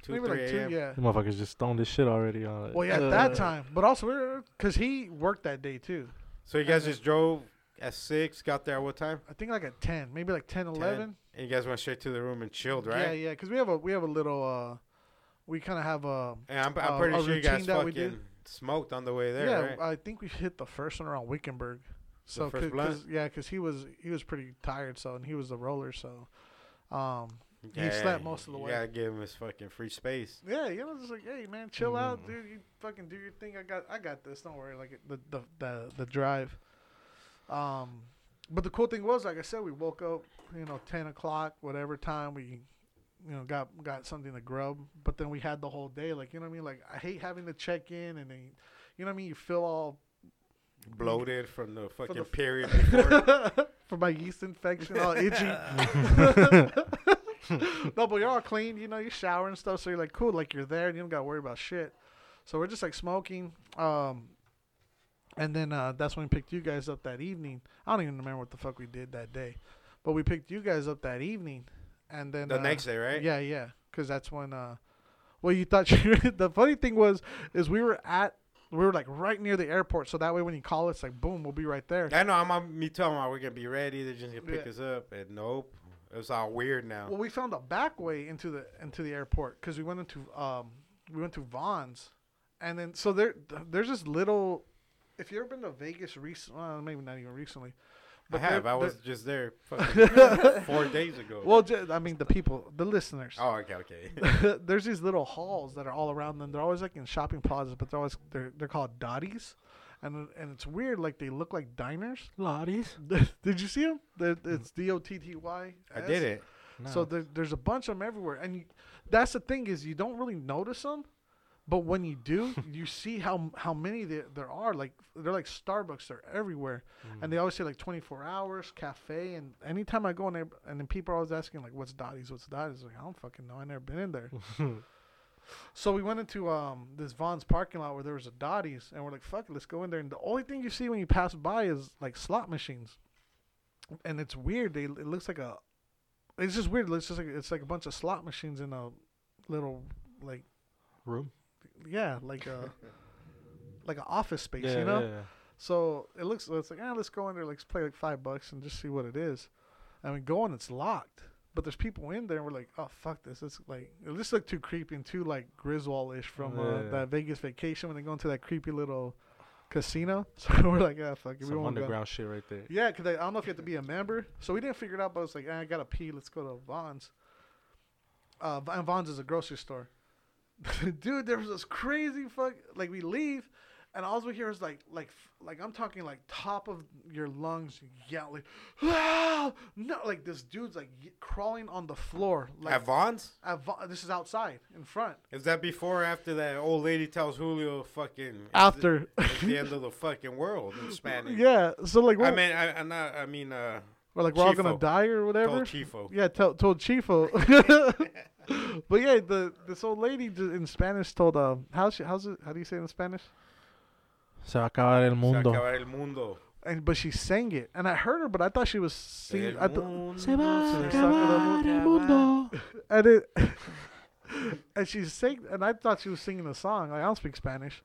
S1: Two
S3: maybe
S1: three
S3: like
S1: a.m.
S3: two. Yeah.
S4: You motherfuckers just stoned this shit already. On it.
S3: Well, yeah, at
S1: Uh,
S3: that time, but also we were because he worked that day too.
S1: So you guys
S3: And then-
S1: just drove at six. Got there at what time?
S3: I think like at ten, maybe like 10, 11.
S1: And you guys went straight to the room and chilled,
S3: Yeah,
S1: right?
S3: yeah, because we have a we have a little uh, we kind of have a
S1: And I'm, I'm
S3: Uh,
S1: pretty
S3: a
S1: sure you guys
S3: routine that we do.
S1: fucking smoked on the way there,
S3: yeah.
S1: right?
S3: I think we hit the first one around Wickenburg. So
S1: first
S3: cause,
S1: blunt?
S3: 'cause- yeah, because he was he was pretty tired, so and he was the roller, so um He
S1: Yeah,
S3: slept most of the
S1: you
S3: way.
S1: gotta give him his fucking free space.
S3: yeah, you know, just like hey man, chill out, dude. You fucking do your thing. I got I got this. Don't worry. Like it- the the the, the drive. Um, but the cool thing was, like I said, we woke up, you know, ten o'clock, whatever time we, you know, got got something to grub. But then we had the whole day. Like you know what I mean? Like I hate having to check in and then, you know what I mean? You feel all
S1: Bloated from the fucking
S3: Mm-hmm. the-
S1: period before.
S3: for my yeast infection, all itchy. no, but you're all clean, you know, you shower and stuff, so you're like cool, like you're there and you don't gotta worry about shit. So we're just like smoking. Um and then uh that's when we picked you guys up that evening. I don't even remember what the fuck we did that day. But we picked you guys up that evening and then
S1: the
S3: uh,
S1: next day, right?
S3: yeah, yeah, because that's when. Uh, well, you thought you. the funny thing was, is we were at, we were like right near the airport, so that way when you call, it's like boom, we'll be right there.
S1: I know. I'm, I'm me telling them we're gonna be ready. They're just gonna pick
S3: Yeah.
S1: us up, and nope, it was all weird now.
S3: Well, we found a back way into the into the airport because we went into um we went to Vaughn's, and then so there there's this little. If you ever been to Vegas recently, well, maybe not even recently,
S1: I
S3: but there-
S1: have. I
S3: there-
S1: was just there fucking four days ago.
S3: Well, ju- I mean the people, the listeners.
S1: oh, okay, okay.
S3: there's these little halls that are all around them. They're always like in shopping plazas, but they're always they're they're called dotties, and and it's weird. Like they look like diners.
S4: Lotties.
S3: Did you see them? It's D O T T Y.
S1: I did it.
S3: So there, there's a bunch of them everywhere, and you, that's the thing is you don't really notice them, but when you do, you see how how many there, there are. Like they're like Starbucks, they're everywhere, and they always say like 24 hours cafe. And anytime I go in there, and then people are always asking like, "What's Dottie's? What's Dottie's?" Like I don't fucking know. I never been in there. So we went into um, this Vaughn's parking lot where there was a Dottie's, and we're like, "Fuck, it, let's go in there." And the only thing you see when you pass by is like slot machines, and it's weird. They it looks like a, it's just weird. It's just like it's like a bunch of slot machines in a little like
S4: Room.
S3: yeah like a like an office space, you know. So it looks it's like ah, let's go in there, let's play like five bucks and just see what it is. And we go and it's locked, but there's people in there. and We're like, oh fuck this, it's like it just looked too creepy and too like Griswold-ish from uh,
S4: Yeah.
S3: that Vegas vacation when they go into that creepy little casino. So we're like, ah fuck, it, we
S4: Some
S3: won't go.
S4: underground shit right there.
S3: Yeah, because I don't know if you have to be a member. So we didn't figure it out, but I was like, ah, I gotta pee. Let's go to Vaughn's. Uh, Va- and Vaughn's is a grocery store. Dude, there was this crazy fuck. Like we leave, and all we hear is like, like, f- like I'm talking like top of your lungs yelling, ah! no, like this dude's like y- crawling on the floor. Like
S1: At Vaughn's?
S3: at Va- this is outside in front.
S1: Is that before or after that old lady tells Julio fucking it's the-
S3: After.
S1: it's the end of the fucking world in Spanish?
S3: Yeah, so like we're,
S1: I mean, I, I'm not. I mean, uh,
S3: we're like we're all
S1: Chifo.
S3: gonna die or
S1: told
S3: whatever.
S1: Chifo.
S3: Yeah, told, told Chifo. but yeah, the this old lady d- in Spanish told um how's she, how's it how do you say it in Spanish?
S4: Se va a acabar el
S1: Se va a
S4: mundo.
S1: acabar el mundo.
S3: And but she sang it, and I heard her, but I thought she was singing.
S1: El
S3: I th-
S1: mundo
S4: Se va a
S1: se
S4: acabar el mundo.
S3: and it, and she sang, and I thought she was singing a song. Like I don't speak Spanish,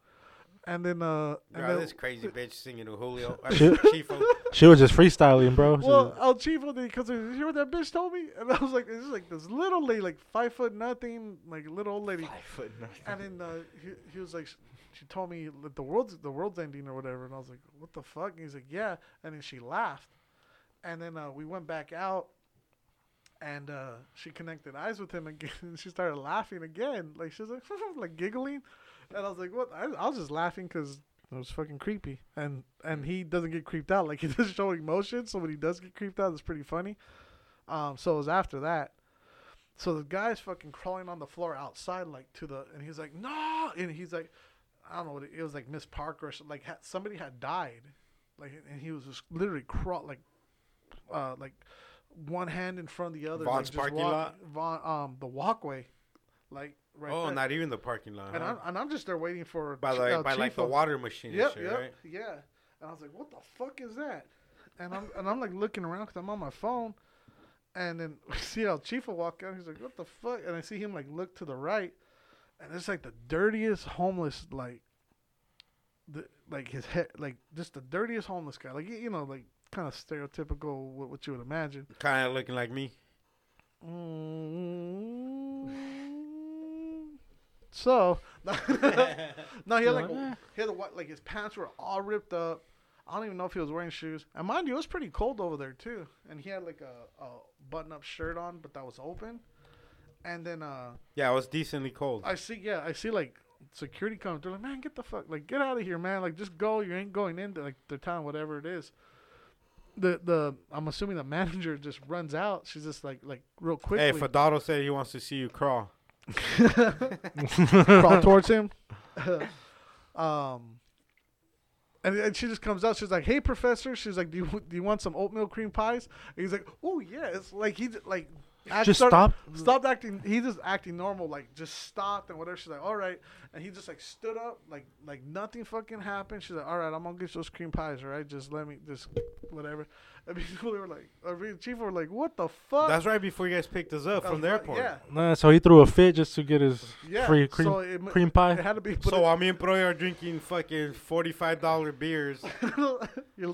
S3: and then uh, and
S1: Bro,
S3: then,
S1: this crazy bitch singing to Julio. I
S4: Shit.
S1: mean, Chifo.
S4: She was just freestyling, bro. She
S3: Well,
S4: was-
S3: El Chivo did because you hear what that bitch told me, and I was like, "This is like this little lady, like five foot nothing, like little old lady." Five foot nothing. And then uh, he, he was like, sh- "She told me that the world's the world's ending or whatever," and I was like, "What the fuck?" And he's like, "Yeah," and then she laughed, and then uh, we went back out, and uh, she connected eyes with him again, and she started laughing again, like she was like, like giggling, and I was like, "What?" I, I was just laughing because it was fucking creepy, and and
S1: Hmm.
S3: he doesn't get creeped out. Like he doesn't show emotion, so when he does get creeped out, it's pretty funny. Um, so it was after that. So the guy's fucking crawling on the floor outside, like to the, and he's like, no, and he's like, I don't know what it, it was like Miss Parker, or something, like had, somebody had died, like, and he was just literally crawl like, uh, like one hand in front of the other,
S1: Vaughn's
S3: like, just
S1: parking
S3: walk- Vaugh- um, the walkway, like right.
S1: Oh,
S3: there.
S1: not even the parking lot.
S3: And
S1: huh?
S3: I'm, and I'm just there waiting for
S1: by
S3: Ch-
S1: like
S3: uh,
S1: by like the
S3: Chifo.
S1: water machine
S3: Yep,
S1: and shit,
S3: yep,
S1: right?
S3: yeah. And I was like, "What the fuck is that?" And I'm and I'm like looking around because I'm on my phone, and then we see El Chifo walk out. He's like, "What the fuck?" And I see him like look to the right, and it's like the dirtiest homeless like, the like his head like just the dirtiest homeless guy like you you know like kind of stereotypical what, what you would imagine.
S1: Kind of looking like me.
S3: Mm. So no, he had like a- he had a, whi- like his pants were all ripped up. I don't even know if he was wearing shoes. And mind you, it was pretty cold over there too. And he had like a, a button-up shirt on, but that was open. And then uh,
S1: Yeah, I was decently cold.
S3: I see, yeah, I see like security coming through. Like, man, get the fuck, like, get out of here, man. Like, just go. You ain't going in. Like, the town, whatever it is. The the I'm assuming the manager just runs out. She's just like like real quickly.
S1: hey, Fadado said he wants to see you crawl.
S3: crawl towards him. um, and, and she just comes out. She's like, "Hey, professor." She's like, "Do you do you want some oatmeal cream pies?" And he's like, "Oh yeah." It's like he j- like act-
S4: Just
S3: started-
S4: stop.
S3: Stopped acting. He just acting normal. Like just stopped and whatever. She's like, "All right." And he just like stood up. Like like nothing fucking happened. She's like, "All right, I'm gonna get those cream pies. All right, just let me just whatever." And people were like, I mean, chief were like, "What the fuck?"
S1: That's right before you guys picked us up
S3: That
S1: from
S3: was
S1: the
S3: fu-
S1: airport.
S3: Uh, Yeah.
S4: Nah, so he threw a fit just to get his
S3: Yeah,
S4: free cream
S3: so it mu-
S4: cream
S3: It
S4: pie.
S3: had to be put
S1: So I mean, Proy are drinking fucking forty-five dollar beers,
S3: Your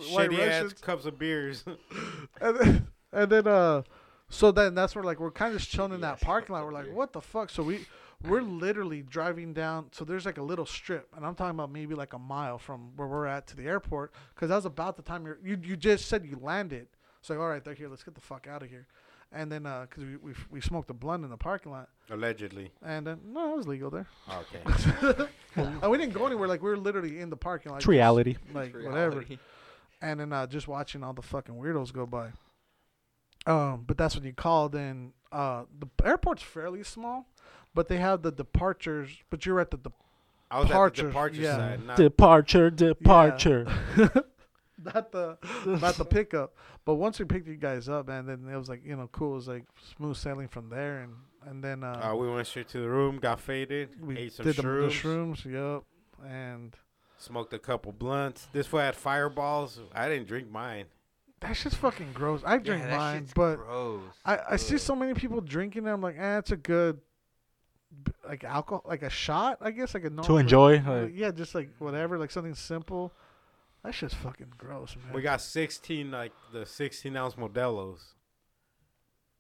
S3: white
S1: shitty ass
S3: Russians.
S1: cups of beers.
S3: And then, and then uh so then that's where like we're kind of just chilling in that parking lot. We're like, what the fuck? So we We're literally driving down. So there's like a little strip, and I'm talking about maybe like a mile from where we're at to the airport, because that was about the time you're, you you just said you landed. So like, all right, they're here. Let's get the fuck out of here. And then, uh 'cause we, we we smoked a blunt in the parking lot,
S1: Allegedly.
S3: and then no, it was legal there.
S1: Okay.
S3: and we didn't go anywhere. Like we were literally in the parking lot.
S4: It's reality.
S3: Like
S2: It's
S3: whatever.
S2: reality.
S3: and then uh, just watching all the fucking weirdos go by. Um, but that's when you called in. Uh, the airport's fairly small, but they have the departures. But you're at the de-
S1: I was at the
S3: Departure,
S1: departure
S3: yeah.
S1: side. Not,
S4: Departure, departure.
S3: not the not the pickup. But once we picked you guys up, man, then it was like you know cool. It was like smooth sailing from there, and and then uh,
S1: uh, we went straight to the room, got faded,
S3: we
S1: ate some
S3: did the, the
S1: shrooms,
S3: shrooms. Yep, and
S1: smoked a couple blunts. This fool had fireballs. I didn't drink mine.
S3: that's just fucking gross. I
S2: Yeah,
S3: drink
S2: that
S3: mine,
S2: shit's
S3: but
S2: gross.
S3: I, I see
S2: Ugh.
S3: so many people drinking. And I'm like, eh, it's a good, b- like alcohol, like a shot, I guess, like a normal
S4: To enjoy.
S3: Like,
S4: Like,
S3: yeah, just like whatever, like something simple. That shit's fucking gross, man.
S1: We got 16, like the 16 ounce Modelos.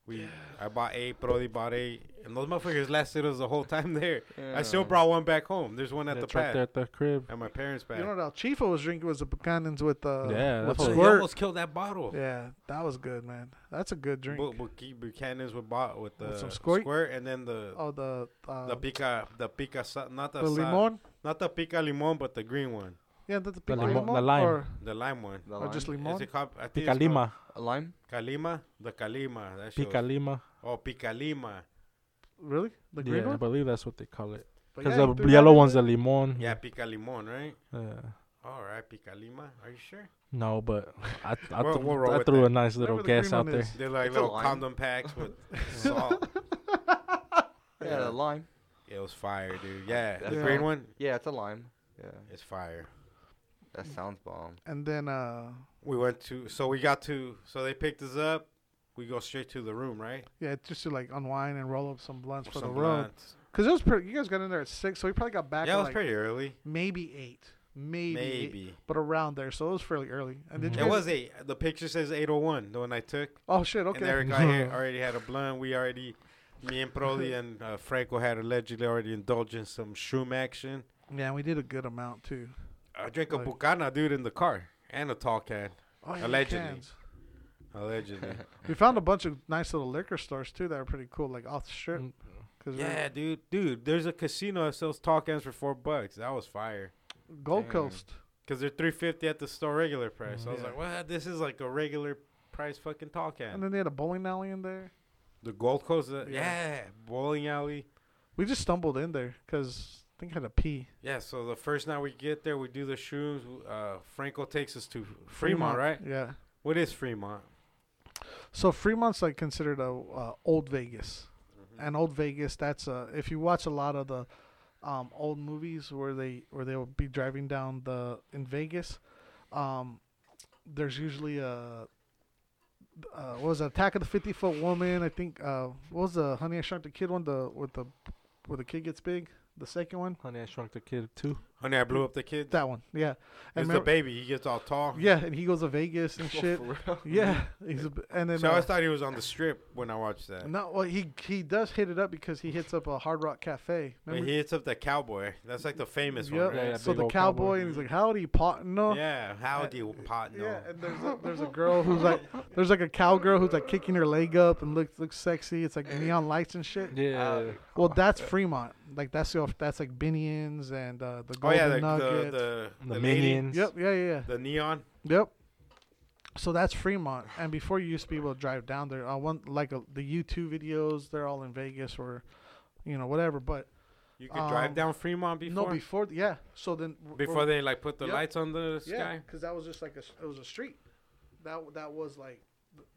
S1: We, I bought eight, Brody bought eight, and those motherfuckers lasted us the whole time there. I still
S2: Yeah.
S1: brought one back home. There's one at
S4: that's
S1: the
S4: right
S1: pad,
S4: there at the crib.
S1: at my parents' pad.
S3: you know what El Chifo was drinking was the Buchanan's with uh
S4: Yeah,
S3: with
S4: that's what-
S1: He
S3: squirt.
S1: almost killed that bottle.
S3: Yeah, that was good, man. That's a good drink.
S1: Bu- Bu- Buchanan's with bought with the
S3: With some
S1: squirt?
S3: squirt?
S1: and then the
S3: oh, the uh,
S1: the pica the pica sa- not the,
S3: the
S1: sa-
S3: limon.
S1: not the pica limon but the green one
S3: Yeah, the, the, pica
S4: limo-
S3: limon
S4: the lime.
S3: or,
S1: the lime one.
S2: The
S3: or just
S2: lime?
S1: Is
S3: limon.
S1: it called, I think
S4: Pica
S1: it's
S4: Lima.
S2: A lime?
S1: called Calima the Calima that shit
S4: Pica
S1: was-
S4: Lima.
S1: oh pica lima
S3: Really, the green
S4: Yeah, I
S3: one.
S4: believe that's what they call it.
S3: But
S4: Because
S3: yeah, you
S4: the
S3: threw that
S4: yellow
S3: in
S4: one's the
S3: there.
S4: limon.
S1: yeah pica limon right
S4: Yeah.
S1: all right pica lima are you sure
S4: No, but I, I,
S1: We'll-
S4: th-
S1: we'll roll
S4: I
S1: with
S4: threw
S1: that.
S4: a nice little
S3: Whatever the
S4: guess
S3: green
S4: out
S3: one
S4: there.
S3: is.
S1: they're like
S2: It's a
S1: little
S2: lime.
S1: condom packs with salt
S2: Yeah,
S1: Yeah.
S2: the lime.
S1: it was fire dude yeah the
S2: Yeah.
S1: green one
S2: Yeah, it's a lime. Yeah,
S1: it's fire
S2: that sounds bomb.
S3: And then uh,
S1: we went to so we got to so they picked us up we go straight to the room right
S3: yeah, just to like unwind and roll up some blunts for
S1: Some
S3: the road.
S1: blunts.
S3: Cause it was pretty. You guys got in there at six, so we probably got back.
S1: yeah
S3: at
S1: it was
S3: like
S1: pretty early
S3: maybe eight, maybe, eight,
S1: maybe
S3: but around there. So it was fairly early. And did
S4: Mhm.
S3: you
S1: It
S3: guys-
S1: was eight. The picture says 801, the one I took.
S3: Oh shit!
S1: And
S3: Okay.
S1: Eric I had- already had a blunt. We already, me and Prodi and uh, Franco had allegedly already indulged in some shroom action.
S3: Yeah, and we did a good amount too.
S1: I drank a
S3: Like-
S1: Bucana, dude, in the car and a tall can.
S3: Oh, yeah, the
S1: Allegedly.
S3: cans.
S1: Allegedly.
S3: We found a bunch of nice little liquor stores too that were pretty cool, like off the strip.
S4: Mm.
S3: 'Cause we-
S1: yeah, dude. Dude, there's a casino that sells tall cans for four bucks. That was fire.
S3: Gold
S2: Damn.
S3: Coast.
S1: Because they're 350 at the store regular price. I was
S3: Mm, Yeah.
S1: like, what? This is like a regular price fucking tall
S3: And
S1: can.
S3: then they had a bowling alley in there.
S1: The Gold Coast, uh, yeah.
S3: Yeah.
S1: Bowling alley.
S3: We just stumbled in there because I think I had a pee.
S1: Yeah, so the first night we get there, we do the shrooms. Uh, Franco takes us to Fremont, right?
S3: Yeah.
S1: What is Fremont?
S3: So Fremont's like considered a uh, old Vegas,
S1: Mm-hmm.
S3: and old Vegas. That's uh, if you watch a lot of the um, old movies where they where they will be driving down the in Vegas. Um, there's usually a uh, what was it, Attack of the Fifty Foot Woman? I think uh, what was the Honey I Shrunk the Kid one? The with the where the kid gets big, the second one.
S4: Honey, I shrunk the kid too.
S1: Honey, I blew up the kid.
S3: That one, yeah.
S1: It's
S3: And
S1: the
S3: remember-
S1: baby. He gets all tall.
S3: yeah, and he goes to Vegas and shit. Yeah, he's a, b- and then
S1: So I
S3: uh,
S1: always thought he was on the strip when I watched that.
S3: No, well, he he does hit it up because he hits up a Hard Rock Cafe.
S1: But he hits up the cowboy. That's like the famous
S3: Yep.
S1: one, right?
S4: Yeah,
S3: so
S4: big
S3: the
S4: old
S3: cowboy,
S4: cowboy.
S3: and he's like, "Howdy, partner."
S1: Yeah, howdy, pot. No.
S3: Yeah, and there's a, there's a girl who's like there's like a cowgirl who's like kicking her leg up and looks looks sexy. It's like neon lights and shit.
S4: Yeah.
S3: Well, that's Fremont. Like that's the off- that's like Binions and uh, the
S1: Oh
S3: Golden
S1: yeah, the the
S3: Nugget.
S1: the,
S4: the,
S1: lady,
S4: minions.
S3: yep, yeah, yeah, yeah.
S1: the neon.
S3: Yep. So that's Fremont, and before you used to be able to drive down there, I want like a, the U two videos. They're all in Vegas or, you know, whatever. But
S1: You could drive
S3: Um,
S1: down Fremont before
S3: no, before yeah. So then w-
S1: before they like put the
S3: Yep.
S1: lights on the
S3: Yeah,
S1: sky.
S3: because that was just like a s- it was a street. That w- that was like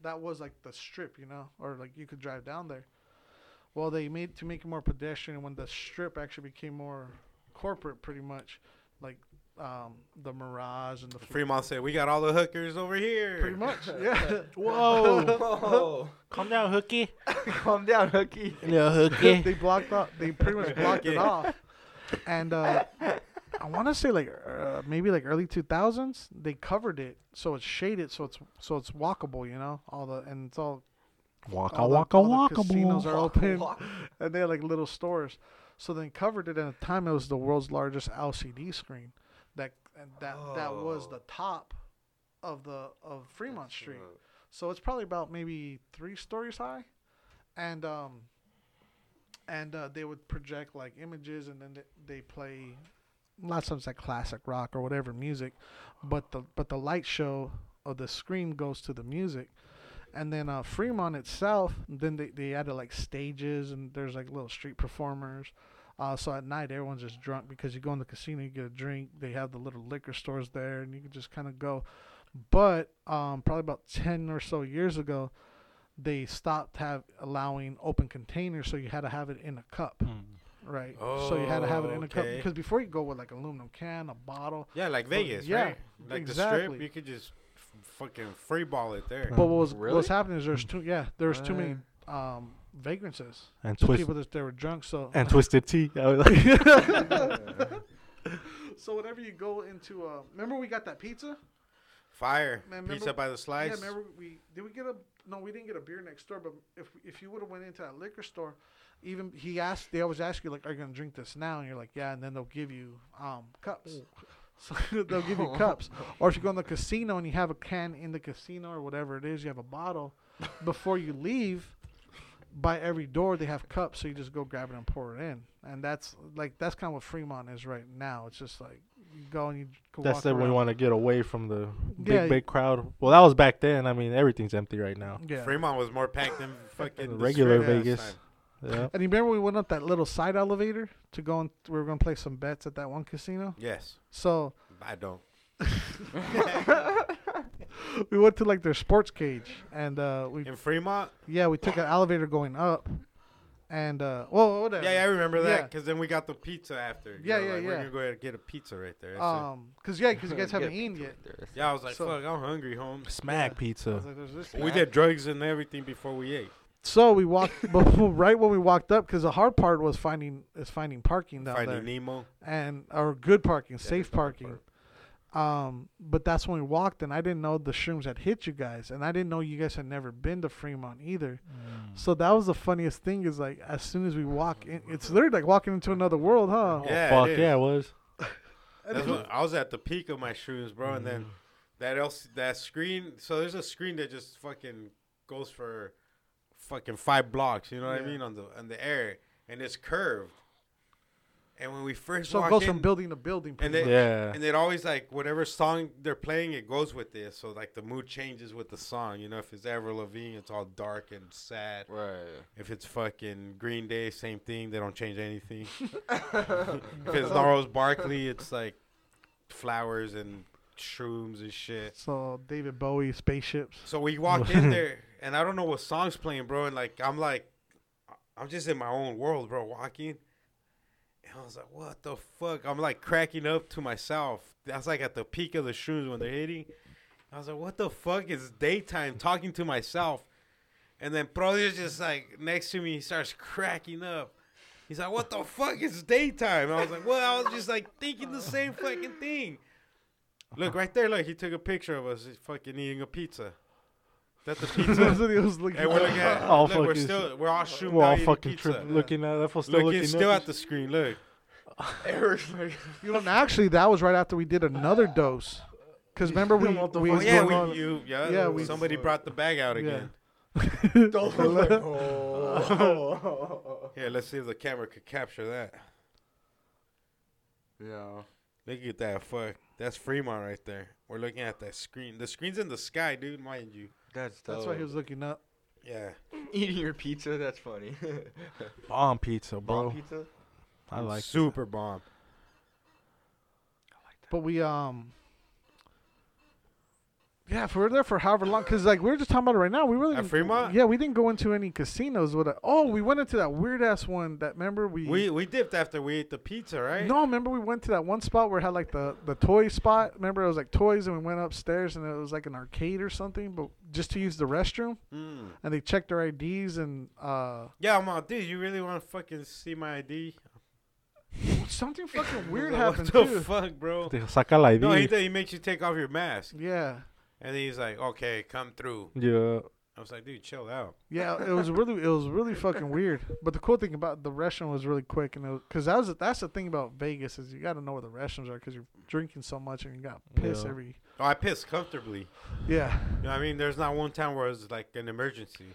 S3: that was like the strip, you know, or like you could drive down there. Well, they made to make it more pedestrian when the strip actually became more corporate, pretty much, like um, the Mirage and the
S1: Fremont said, "We got all the hookers over here."
S3: Pretty much, yeah.
S4: Whoa.
S2: Whoa!
S4: Calm down, Hookie.
S2: Calm down, Hookie.
S4: Little
S3: they
S4: Hookie.
S3: blocked off. They pretty much blocked it off. And uh, I want to say like uh, maybe like early two thousands, they covered it so it's shaded, so it's so it's walkable, you know, all the and it's all
S4: Waka
S3: all the-
S4: waka
S3: all the
S4: waka
S3: casinos
S4: boy.
S3: are open, and they had like little stores. So then covered it at a time. It was the world's largest LCD screen. That and that that was
S2: Oh.
S3: the top of the of Fremont
S2: That's,
S3: Street.
S2: uh,
S3: So it's probably about maybe three stories high, and um, and uh, they would project like images, and then th- they play lots of times like classic rock or whatever music, but the but the light show of the screen goes to the music, and then uh, Fremont itself, then they they added like stages and there's like little street performers. Uh, so at night everyone's just drunk because you go in the casino, you get a drink. They have the little liquor stores there, and you can just kind of go but um, probably about 10 or so years ago they stopped have allowing open containers so you had to have it in a cup
S4: Hmm.
S3: right so you had to have it in a cup
S1: Okay.
S3: because before you go with like aluminum can a bottle
S1: Yeah, like Vegas,
S3: yeah,
S1: right? Like the
S3: exactly. Uh,
S1: strip, you could just f- fucking free ball it there.
S3: but what was
S2: Really?
S3: what was happening is there's too yeah there's too many um vagrances
S4: and
S3: so
S4: twist
S3: people that they were drunk so
S4: and twisted tea. I was like,
S3: so whenever you go into uh remember we got that pizza
S1: Fire.
S3: Man,
S1: Pizza
S3: remember-
S1: by the
S3: Yeah,
S1: slice.
S3: remember we did we get a no, we didn't get a beer next door, but if if you would have went into that liquor store, even he asked they always ask you like, Are you gonna drink this now? And you're like, Yeah, and then they'll give you um cups. So they'll give you cups. Or if you go in the casino and you have a can in the casino or whatever it is, you have a bottle, before you leave by every door they have cups, so you just go grab it and pour it in. And that's like that's kinda what Fremont is right now. It's just like you go and you go
S4: that's
S3: walk
S4: that when
S3: around.
S4: you want to get away from the big
S3: Yeah.
S4: big crowd. Well, that was back then. I mean, everything's empty right now.
S3: yeah.
S1: Fremont was more packed than fucking the
S4: Regular
S1: strip last
S4: Vegas.
S1: time.
S4: Yeah.
S3: And you remember we went up that little side elevator to go and we were gonna play some bets at that one casino.
S1: Yes,
S3: So
S1: I don't.
S3: we went to like their sports cage, and uh, we
S1: In Fremont,
S3: yeah we took an elevator going up, and uh, whoa whatever.
S1: yeah, yeah, I remember that
S3: Yeah.
S1: because then we got the pizza after.
S3: Yeah,
S1: know,
S3: yeah,
S1: like, We're
S3: yeah.
S1: gonna go ahead and get a pizza right there. That's it.
S3: Um, cause yeah, cause you guys
S2: Get a
S3: haven't eaten
S2: pizza
S3: yet.
S2: right there. That's-
S1: yeah, I was like,
S3: so-
S1: fuck, I'm hungry, homes.
S4: Smack
S3: I
S4: pizza.
S3: was like, there's this
S1: We
S3: guy.
S1: did drugs and everything before we ate.
S3: So we walked, but right when we walked up, cause the hard part was finding is finding parking down
S1: Finding
S3: there.
S1: Nemo.
S3: and or good parking,
S2: that's not
S3: safe
S2: the
S3: parking. Um, but that's when we walked, and I didn't know the shrooms had hit you guys, and I didn't know you guys had never been to Fremont either. So that was the funniest thing is like as soon as we walk in, it's literally like walking into another world, huh?
S4: Oh,
S1: Yeah, it
S4: fuck
S1: is.
S4: yeah, it was.
S1: That's when I was at the peak of my shrooms, bro. And
S3: Mm.
S1: then that else that screen. So there's a screen that just fucking goes for fucking five blocks. You know what
S3: Yeah.
S1: I mean on the on the air, and it's curved. And when we first
S3: So it
S1: walk
S3: goes
S1: in,
S3: from building to building.
S1: and
S3: pretty
S1: they
S3: much.
S4: Yeah.
S1: and it always like whatever song they're playing, it goes with this. So like the mood changes with the song. You know, if it's Avril Lavigne, it's all dark and sad.
S2: Right.
S1: If it's fucking Green Day, same thing. They don't change anything. if it's Norris Barkley, it's like flowers and shrooms and shit.
S3: so David Bowie spaceships.
S1: So we walked in there, and I don't know what song's playing, bro. And like, I'm like, I'm just in my own world, bro, walking. And I was like, what the fuck? I'm like cracking up to myself. That's like at the peak of the shrooms when they're hitting. I was like, what the fuck is daytime talking to myself? And then Prodigy just like next to me, he starts cracking up. He's like, what the fuck is daytime? I was like, well, I was just like thinking the same fucking thing. Look right there, look, he took a picture of us fucking eating a pizza. That's the
S3: That's
S1: pizza.
S3: what he was looking
S1: and we're looking at
S4: All
S1: look, we're
S4: fucking-
S1: still we're all shooting.
S4: We're all
S1: out eating
S4: fucking
S1: pizza.
S4: tripping, looking at that. fool's Still
S1: Look,
S4: looking
S1: it's still
S4: up.
S1: at the screen. Look,
S2: Eric's like,
S3: You know, and actually, that was right after we did another dose. Cause remember we,
S4: What the
S3: we
S1: oh
S4: fuck?
S3: was
S1: yeah,
S3: going
S1: we,
S3: on-
S1: you, yeah,
S3: yeah, we-
S1: somebody brought the bag out again.
S2: don't look like, oh.
S1: Yeah, let's see if the camera could capture that.
S2: yeah.
S1: Look at that, fuck, that's Fremont right there. We're looking at that screen. The screen's in the sky, dude, mind you.
S2: That's dope.
S3: That's why he was looking up.
S1: Yeah,
S2: eating your pizza. That's funny.
S4: bomb pizza, bro.
S2: Bomb pizza.
S4: I like.
S1: super bomb.
S3: But we um. Yeah, if we were there for however long, because like we were just talking about it right now, we really
S1: At
S3: didn't-
S1: Fremont?
S3: Yeah, we didn't go into any casinos with it. Oh, we went into that weird ass one. That remember we,
S1: We we dipped after we ate the pizza, right?
S3: no remember we went to that one spot where it had like the the toy spot. Remember it was like toys, and we went upstairs and it was like an arcade or something, but just to use the restroom.
S1: Mm.
S3: And they checked our IDs and uh
S1: Yeah, I'm out, dude. You really want to fucking see my ID?
S3: something fucking weird
S1: Like,
S3: happened
S1: What
S3: too.
S1: the fuck, bro?
S4: They Saca la ID.
S1: No, he, he makes you take off your mask,
S3: yeah,
S1: and then he's like, "Okay, come through."
S4: yeah.
S1: I was like, dude, chill out.
S3: Yeah, it was really it was really fucking weird. But the cool thing about the restaurant was really quick, and because that was that's the thing about Vegas is you got to know where the restaurants are because you're drinking so much and you got piss
S4: Yeah.
S3: every
S1: Oh, I pissed comfortably.
S3: yeah
S1: You know what I mean? There's not one time where it was like an emergency.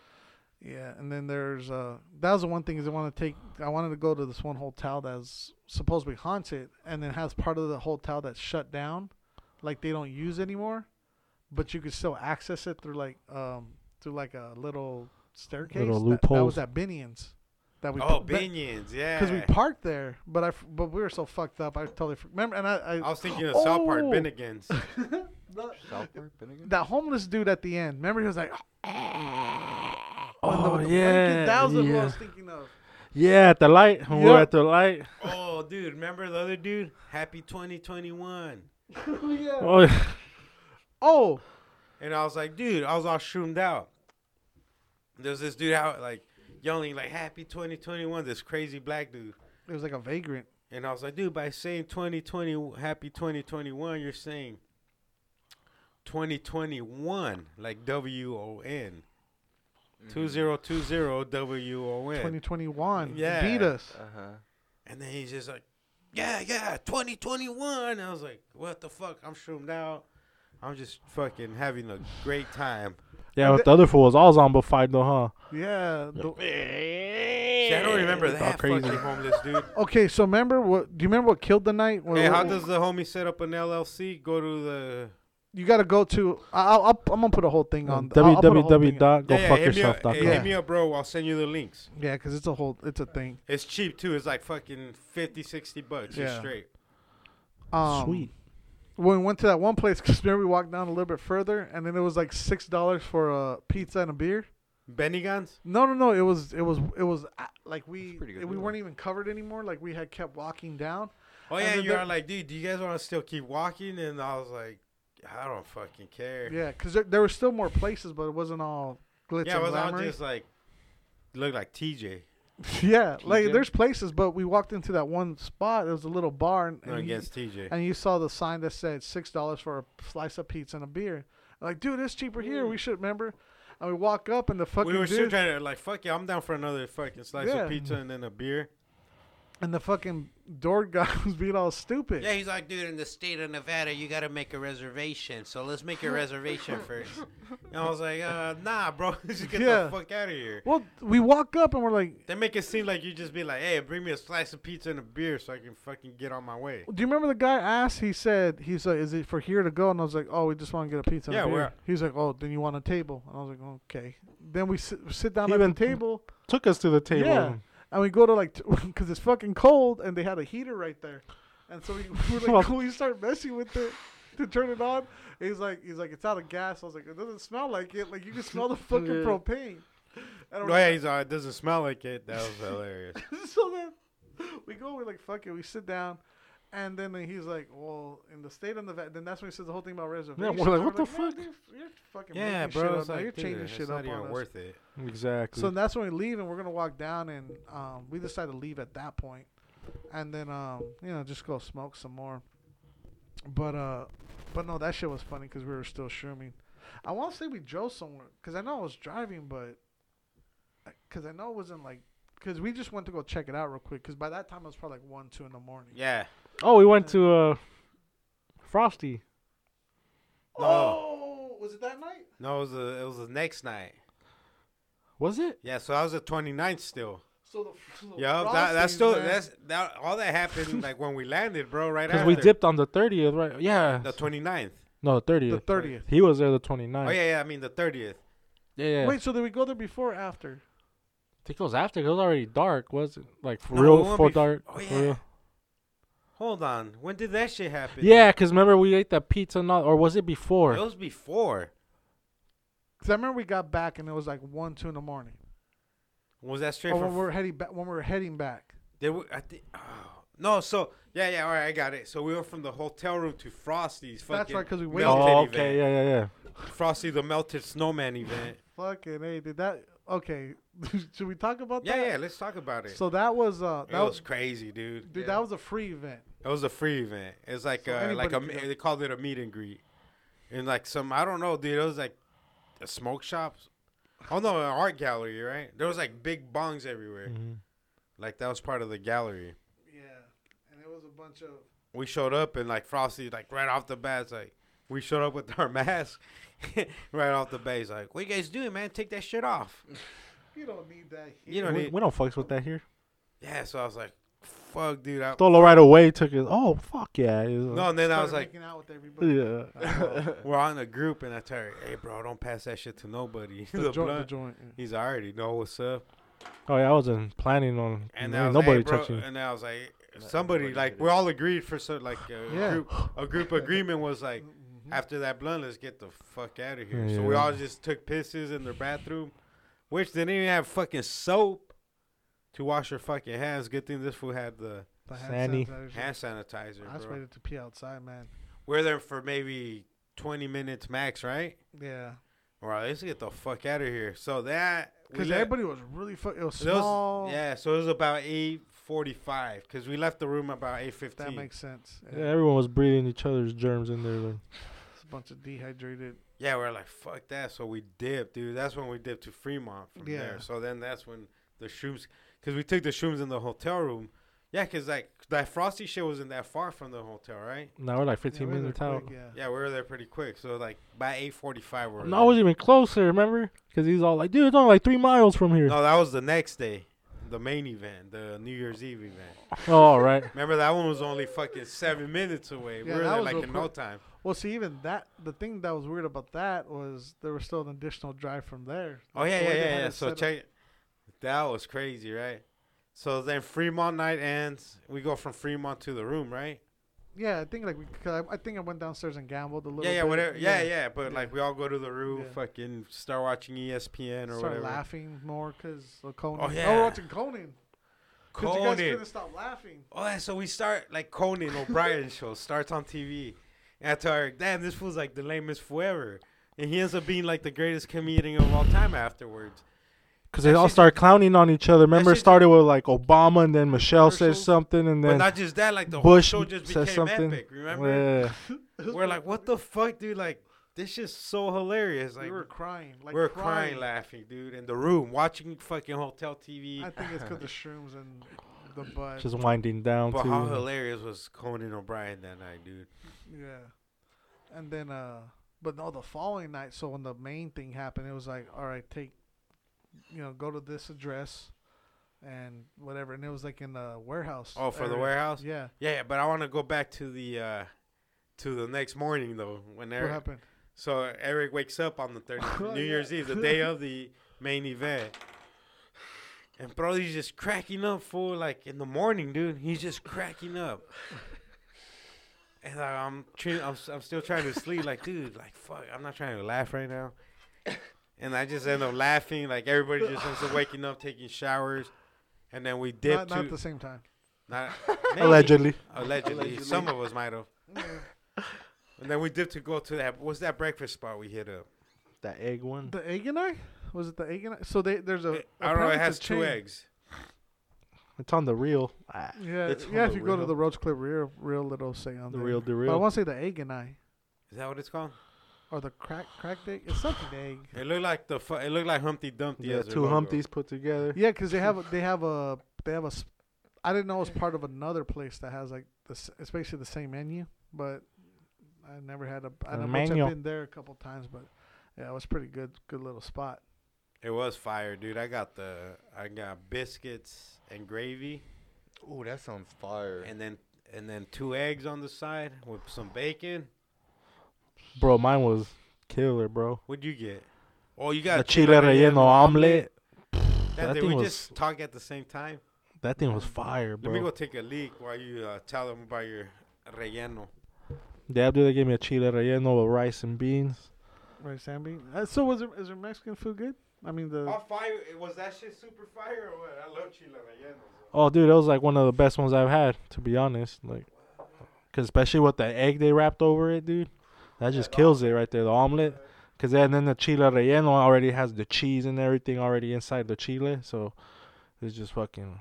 S3: yeah. And then there's uh that was the one thing is I want to take I wanted to go to this one hotel that's supposed to be haunted, and then has part of the hotel that's shut down, like they don't use anymore, but you could still access it through like um through like a little staircase. That- That
S4: loopholes.
S3: was at Binion's. That we
S1: oh,
S3: that-
S1: Binions, yeah.
S3: because we parked there, but I f- but we were so fucked up. I totally f- remember, and I, I,
S1: I was thinking of South Park
S3: Oh!
S1: Bennigan's.
S2: Southport, Finnegan?
S3: that homeless dude at the end. Remember, he was like,
S4: Oh,
S3: the
S4: yeah,
S3: blanket? that was who I
S4: yeah.
S3: was thinking of.
S4: Yeah, at the light. When we were
S3: Yep.
S4: at the light.
S1: oh, dude, remember the other dude? Happy 2021.
S3: yeah.
S4: Oh,
S3: Oh,
S1: And I was like, dude, I was all shroomed out. There's this dude out like yelling like Happy 2021. This crazy black dude.
S3: it was like a vagrant.
S1: And I was like, dude, by saying 2020, happy 2021, you're saying 2021, like W O N. 2020 W O N.
S3: 2021.
S1: Yeah.
S3: Yeah. Beat us.
S2: Uh huh.
S1: And then he's just like, yeah, yeah, 2021. I was like, what the fuck? I'm shroomed out. I'm just fucking having a great time.
S4: yeah, with the other fools. I was on fight though, huh?
S3: Yeah. the-
S1: See, I don't remember that
S4: crazy.
S1: fucking homeless dude.
S3: okay, so remember what? Do you remember what killed the night? What-
S1: Hey, how
S3: what-
S1: does the homie set up an LLC? Go to the
S3: you got to go to? I- I'll, I'll, I'm gonna put a whole thing on. I'll- I'll put a whole thing on-
S4: www.gofuckyourself.com.
S1: yeah, yeah, hit me up- hey, hit me up, bro. I'll send you the links.
S3: Yeah, because it's a whole. It's a thing.
S1: It's cheap too. It's like fucking 50, 60 bucks. You're
S3: Yeah.
S1: straight.
S3: Um,
S4: Sweet.
S3: when we went to that one place because remember we walked down a little bit further and then it was like six dollars for a pizza and a beer
S1: Bennigan's?
S3: no no no it was it was it was uh, like we
S2: pretty good
S3: we
S2: deal.
S3: weren't even covered anymore like we had kept walking down
S1: Oh
S3: And
S1: yeah,
S3: then
S1: you're
S3: there-
S1: like, dude, do you guys want to still keep walking? And I was like, I don't fucking care. Yeah,
S3: yeah because there, there were still more places but it wasn't all glitz
S1: it
S3: and
S1: was all
S3: glamour
S1: just like, look like TJ.
S3: yeah like
S2: TJ.
S3: there's places but we walked into that one spot it was a little bar and,
S1: No
S3: and you-
S1: against TJ.
S3: and you saw the sign that said six dollars for a slice of pizza and a beer like dude it's cheaper here we should remember and we walk up and the fucking
S1: We were still
S3: dude-
S1: trying to like, fuck yeah, I'm down for another fucking slice
S3: Yeah.
S1: of pizza and then a beer.
S3: And the fucking door guy was being all stupid.
S1: he's like, dude, in the state of Nevada, you gotta make a reservation. So let's make a reservation first. And I was like, uh, nah, bro, just get
S3: Yeah.
S1: the fuck out of here.
S3: Well, we walk up and we're like,
S1: They make it seem like you just be like, hey, bring me a slice of pizza and a beer so I can fucking get on my way.
S3: "Do you remember the guy asked?" He said, "He's like, is it for here to go?" And I was like, "Oh, we just want to get a pizza." And
S1: Yeah,
S3: a beer.
S1: we're-
S3: He's like, "Oh, then you want a table?" And I was like, "Okay." Then we sit, sit down
S4: He
S3: at the
S4: went-
S3: table.
S4: Took us to the table.
S3: Yeah, and we go to like because it's fucking cold, and they had a heater right there, and so we we're like, we start messing with it to turn it on. And he's like, he's like, it's out of gas. I was like, it doesn't smell like it. Like you can smell the fucking
S4: Yeah.
S3: propane. And
S1: No, yeah, he's all, it doesn't smell like it. That was hilarious.
S3: so then we go, we like fuck it, we sit down, and then he's like, well, in the state of Nevada, then that's when he says the whole thing about reservations.
S4: we're like,
S3: And
S4: what the
S3: "Man,
S4: fuck?"
S3: You're, you're fucking
S1: yeah,
S3: making
S1: bro,
S3: shit
S1: it's
S3: up now.
S1: like,
S3: you're
S1: dude,
S3: changing shit
S1: it's
S3: up
S1: not
S3: on
S1: even
S3: us.
S1: worth it.
S4: Exactly.
S3: So that's when we leave, and we're gonna walk down, and um, we decide to leave at that point, and then um, you know just go smoke some more. But uh, but no, that shit was funny because we were still shrooming. I want to say we drove somewhere because I know I was driving, but because I know it wasn't like because we just went to go check it out real quick because by that time it was probably like one two in the morning.
S1: Yeah.
S4: oh, we went to uh, Frosty.
S1: No.
S3: Oh, was it that night?
S1: No, it was the it was the next night.
S4: Was it?
S1: Yeah, so I was at 29th still.
S3: So the, the
S1: Yeah, that, that's
S3: Frosties,
S1: still
S3: man.
S1: that's that all that happened like when we landed, bro. Right
S4: Because
S1: after
S4: we dipped on the 30th, right? Yeah.
S1: the 29th.
S4: no, the 30th.
S3: the thirtieth.
S4: he was there the 29th.
S1: Oh yeah, yeah. I mean the 30th.
S4: yeah. yeah.
S3: Wait, so did we go there before or after?
S4: I think it was after. 'cause It was already dark, was it? Like, for
S1: No, it
S4: real,
S1: won't
S4: for
S1: be-
S4: dark.
S1: oh,
S4: for
S1: yeah.
S4: real.
S1: Hold on, when did that shit happen?
S4: Yeah, because remember we ate that pizza, and all, or was it before?
S1: it was before.
S3: Because I remember we got back and it was like one, two in the morning.
S1: Was that straight
S4: Oh,
S3: Or
S1: from
S3: when we were heading back, when we were heading back.
S1: They were, I think. Oh, no, so yeah, yeah. All right, I got it. So we went from the hotel room to Frosty's. Fucking
S3: That's right, 'cause we waited.
S1: melted
S4: oh,
S1: event.
S4: okay. Yeah, yeah, yeah.
S1: Frosty the melted snowman event.
S3: Fucking hey, did that? Okay, should we talk about
S1: yeah,
S3: that?
S1: yeah. Let's talk about it.
S3: So that was uh,
S1: it
S3: that
S1: was
S3: was,
S1: crazy, dude.
S3: dude,
S2: yeah.
S3: that was a free event.
S1: It was a free event. It's like
S3: So
S1: uh, like a
S3: anybody could go.
S1: they called it a meet and greet, and like some I don't know, dude. It was like a smoke shop Oh no, an art gallery, right? There was like big bongs everywhere.
S3: Mm.
S4: Mhm.
S1: Like that was part of the gallery.
S3: Yeah, and it was a bunch of.
S1: We showed up and like Frosty, like right off the bat, it's like we showed up with our mask right off the bat. He's like, "What you guys doing, man? Take that shit off."
S3: You don't need that.
S1: You know,
S4: We,
S1: need
S4: we don't fucks with that here.
S1: yeah. So I was like, "Fuck, dude." I,
S4: Tholo right away took it. Oh fuck yeah! It was
S1: no, and then I was
S3: Started
S1: like,
S3: making out with everybody.
S4: yeah.
S1: "We're on a group," and I tell her, "Hey, bro, don't pass that shit to nobody." the
S3: joint-
S1: blunt.
S3: joint, yeah.
S1: He's already know what's up.
S4: Oh yeah, I wasn't planning on
S1: And then I
S4: ain't
S1: was
S4: nobody
S1: like, hey, bro, uh,
S4: touching. it.
S1: and then I was like, somebody
S2: everybody
S1: like
S2: did
S1: we all agreed for so like a
S3: Yeah. Mm-hmm.
S1: group a group agreement was like after that blunt, let's get the fuck out of here. So we
S4: Yeah.
S1: all just took pisses in their bathroom, which didn't even have fucking soap to wash your fucking hands. Good thing this fool had the
S3: The
S4: Sandy.
S3: sanitizer.
S1: hand sanitizer.
S3: I just
S1: Bro.
S3: waited to pee outside, man.
S1: We are there for maybe twenty minutes max, right?
S3: Yeah,
S1: All right, let's get the fuck out of here. So that we
S3: because
S1: let-
S3: everybody was really fuck. It was
S1: so it was-
S3: small.
S1: yeah, so it was about eight forty-five because we left the room about eight
S3: that
S1: fifteen.
S3: makes sense. Yeah.
S4: Yeah, everyone was breathing each other's germs in there. Like,
S3: It's a bunch of dehydrated.
S1: Yeah, we're like, fuck that. So we dipped, dude. That's when we dipped to Fremont from
S3: Yeah.
S1: there. So then that's when the shrooms, because we took the shrooms in the hotel room. Yeah, because like that frosty shit wasn't that far from the hotel, right?
S4: now we're like
S3: Yeah,
S4: 15
S3: we were
S4: minutes
S3: quick,
S4: out.
S3: Yeah.
S1: Yeah, we were there pretty quick. So like by eight forty-five, we're.
S4: No, I was even closer. Remember? Because he's all like, dude, it's only like three miles from here.
S1: no, that was the next day, the main event, the New Year's Eve event.
S4: Oh, all right.
S1: Remember that one was only fucking seven minutes away. we
S3: Yeah,
S1: were
S3: that
S1: there
S3: was
S1: like in
S3: real
S1: no
S3: quick.
S1: time.
S3: Well, see, even that the thing that was weird about that was there was still an additional drive from there.
S1: Oh yeah,
S3: The
S1: yeah,
S3: way they
S1: yeah,
S3: had
S1: yeah.
S3: it
S1: So
S3: set up-
S1: check, that was crazy, right? So then Fremont night ends. We go from Fremont to the room, right?
S3: Yeah, I think like we, cause I, I think I went downstairs and gambled a little.
S1: Yeah, yeah,
S3: bit.
S1: whatever. Yeah, yeah. But
S3: yeah.
S1: like we all go to the room,
S3: Yeah.
S1: fucking start watching E ESPN or
S3: Start
S1: whatever.
S3: laughing more because of Conan.
S1: Oh,
S3: Oh yeah,
S1: yeah.
S3: we're watching Conan. 'Cause You guys couldn't
S1: Conan.
S3: stop laughing.
S1: Oh, yeah, so we start like Conan O'Brien show starts on TV. And I tell Eric, damn, this fool's like the lamest forever. And he ends up being like the greatest comedian of all time afterwards.
S4: Because
S1: That
S4: they all
S1: shit-
S4: started clowning on each other. Remember, it
S1: shit-
S4: started with like Obama, and then Michelle said
S1: Commercials.
S4: something, and
S1: but
S4: then
S1: not just that, like the
S4: Bush
S1: whole show just
S4: said
S1: became
S4: something.
S1: epic. Remember?
S4: Yeah.
S1: We're like, what the fuck, dude? Like, this is so hilarious. Like,
S3: we were crying. Like
S1: we were crying laughing, dude, in the room watching fucking hotel TV.
S3: I think it's because the shrooms and the butt.
S4: just winding down
S1: But how
S4: too.
S1: hilarious was Conan O'Brien that night, dude?
S3: Yeah. And then uh but no the following night, so when the main thing happened, it was like, All right, take you know, go to this address and whatever and it was like in the warehouse.
S1: Oh, for the
S3: area.
S1: warehouse?
S3: Er, Yeah.
S1: Yeah, but I want to go back to the uh to the next morning though. When
S3: What
S1: Eric,
S3: happened?
S1: so Eric wakes up on the 30th,
S3: Oh,
S1: New
S3: yeah.
S1: Year's Eve, the day of the main event, and bro, he's just cracking up for like in the morning, dude. He's just cracking up. And I- I'm, tre- I'm s- I'm still trying to sleep, like dude, like fuck, I'm not trying to laugh right now. And I just end up laughing, like everybody just ends up waking up, taking showers, and then we dip
S3: Not,
S1: to
S3: not at the same time.
S1: Not,
S4: Allegedly,
S1: Allegedly.
S2: Allegedly.
S1: Some of us might have.
S3: Yeah.
S1: And then we did to go to that. What's that breakfast spot we hit up?
S4: that egg one.
S3: The egg and I? Was it the egg and I? So they there's a
S1: I don't know. It
S3: apparently it's a
S1: has two
S3: chain.
S1: eggs.
S4: It's on the reel. Ah,
S3: Yeah,
S2: It's
S3: yeah.
S2: on
S3: If
S2: the
S3: you go to
S2: real.
S3: the Roach Clip Real, real it'll say on
S4: the
S3: there.
S4: reel, the
S3: But I
S4: reel.
S3: want to say the egg and I
S1: Is that what it's called?
S3: or the crack cracked egg. It's something egg.
S1: It looked like the. Fu- it looked like Humpty Dumpty.
S4: Yeah,
S1: as their
S4: two
S1: logo.
S4: Humpties put together.
S3: Yeah, because they have a- they have a they have a. s- I didn't know it was part of another place that has like this. It's basically the same menu, but I never had a. I
S4: A
S3: know which I've
S4: menu.
S3: been there a couple times, but yeah, it was pretty good. Good little spot.
S1: It was fire, dude. I got the. I got biscuits and gravy,
S2: Ooh, that sounds fire.
S1: and then and then two eggs on the side with some bacon.
S4: Bro, mine was killer, bro.
S1: What'd you get? Oh, you got
S4: The chile relleno omelet.
S1: Damn,
S4: That
S1: did
S4: thing
S1: we
S4: was-
S1: just talk at the same time?
S4: That thing was fire, bro.
S1: Let me go take a leak while you uh, tell them about your relleno.
S4: Yeah, after they gave me a chile relleno with rice and beans.
S3: Right, Sammy. Uh, so was there is there Mexican food good? I mean the.
S1: How fire was that shit super fire or what? I love chile rellenos.
S4: Oh, dude, that was like one of the best ones I've had, to be honest. Like, cause especially with the egg they wrapped over it, dude, that just kills it right there. The omelet, cause then then the chile relleno already has the cheese and everything already inside the chile, so it's just fucking,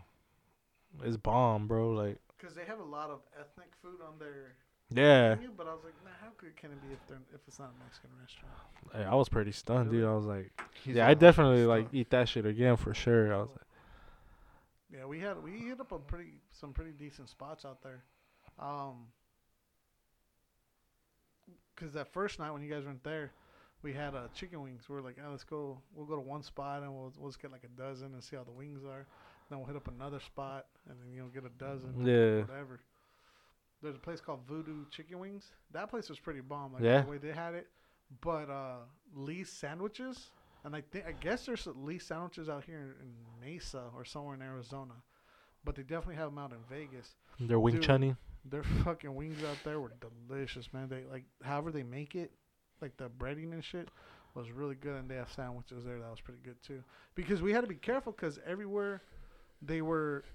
S4: it's bomb, bro. Like,
S3: Because they have a lot of ethnic food on their
S4: Yeah,
S3: menu, but I was like, nah, how good can it be if they're if it's not a Mexican restaurant?
S4: Hey, I was pretty stunned, dude. I was like,
S2: He's
S4: yeah,
S2: like,
S4: I definitely
S3: stunned.
S4: like eat that shit again for sure. I was like,
S3: Yeah, we had we hit up a pretty some pretty decent spots out there. Um 'cause that first night when you guys weren't there, we had uh, chicken wings. We were like, oh, let's go. We'll go to one spot and we'll, we'll just get like a dozen and see how the wings are. Then we'll hit up another spot and then you know get a dozen.
S4: Yeah.
S3: Whatever. There's a place called Voodoo Chicken Wings. That place was pretty bomb. Like
S4: Yeah.
S3: the way they had it. But uh, Lee's sandwiches, and I think I guess there's at least sandwiches out here in Mesa or somewhere in Arizona, but they definitely have them out in Vegas.
S4: they're wing
S3: Dude.
S4: chunny.
S3: Their fucking wings out there were delicious, man. They like however they make it, like the breading and shit was really good, and they have sandwiches there that was pretty good too. Because we had to be careful because everywhere they were,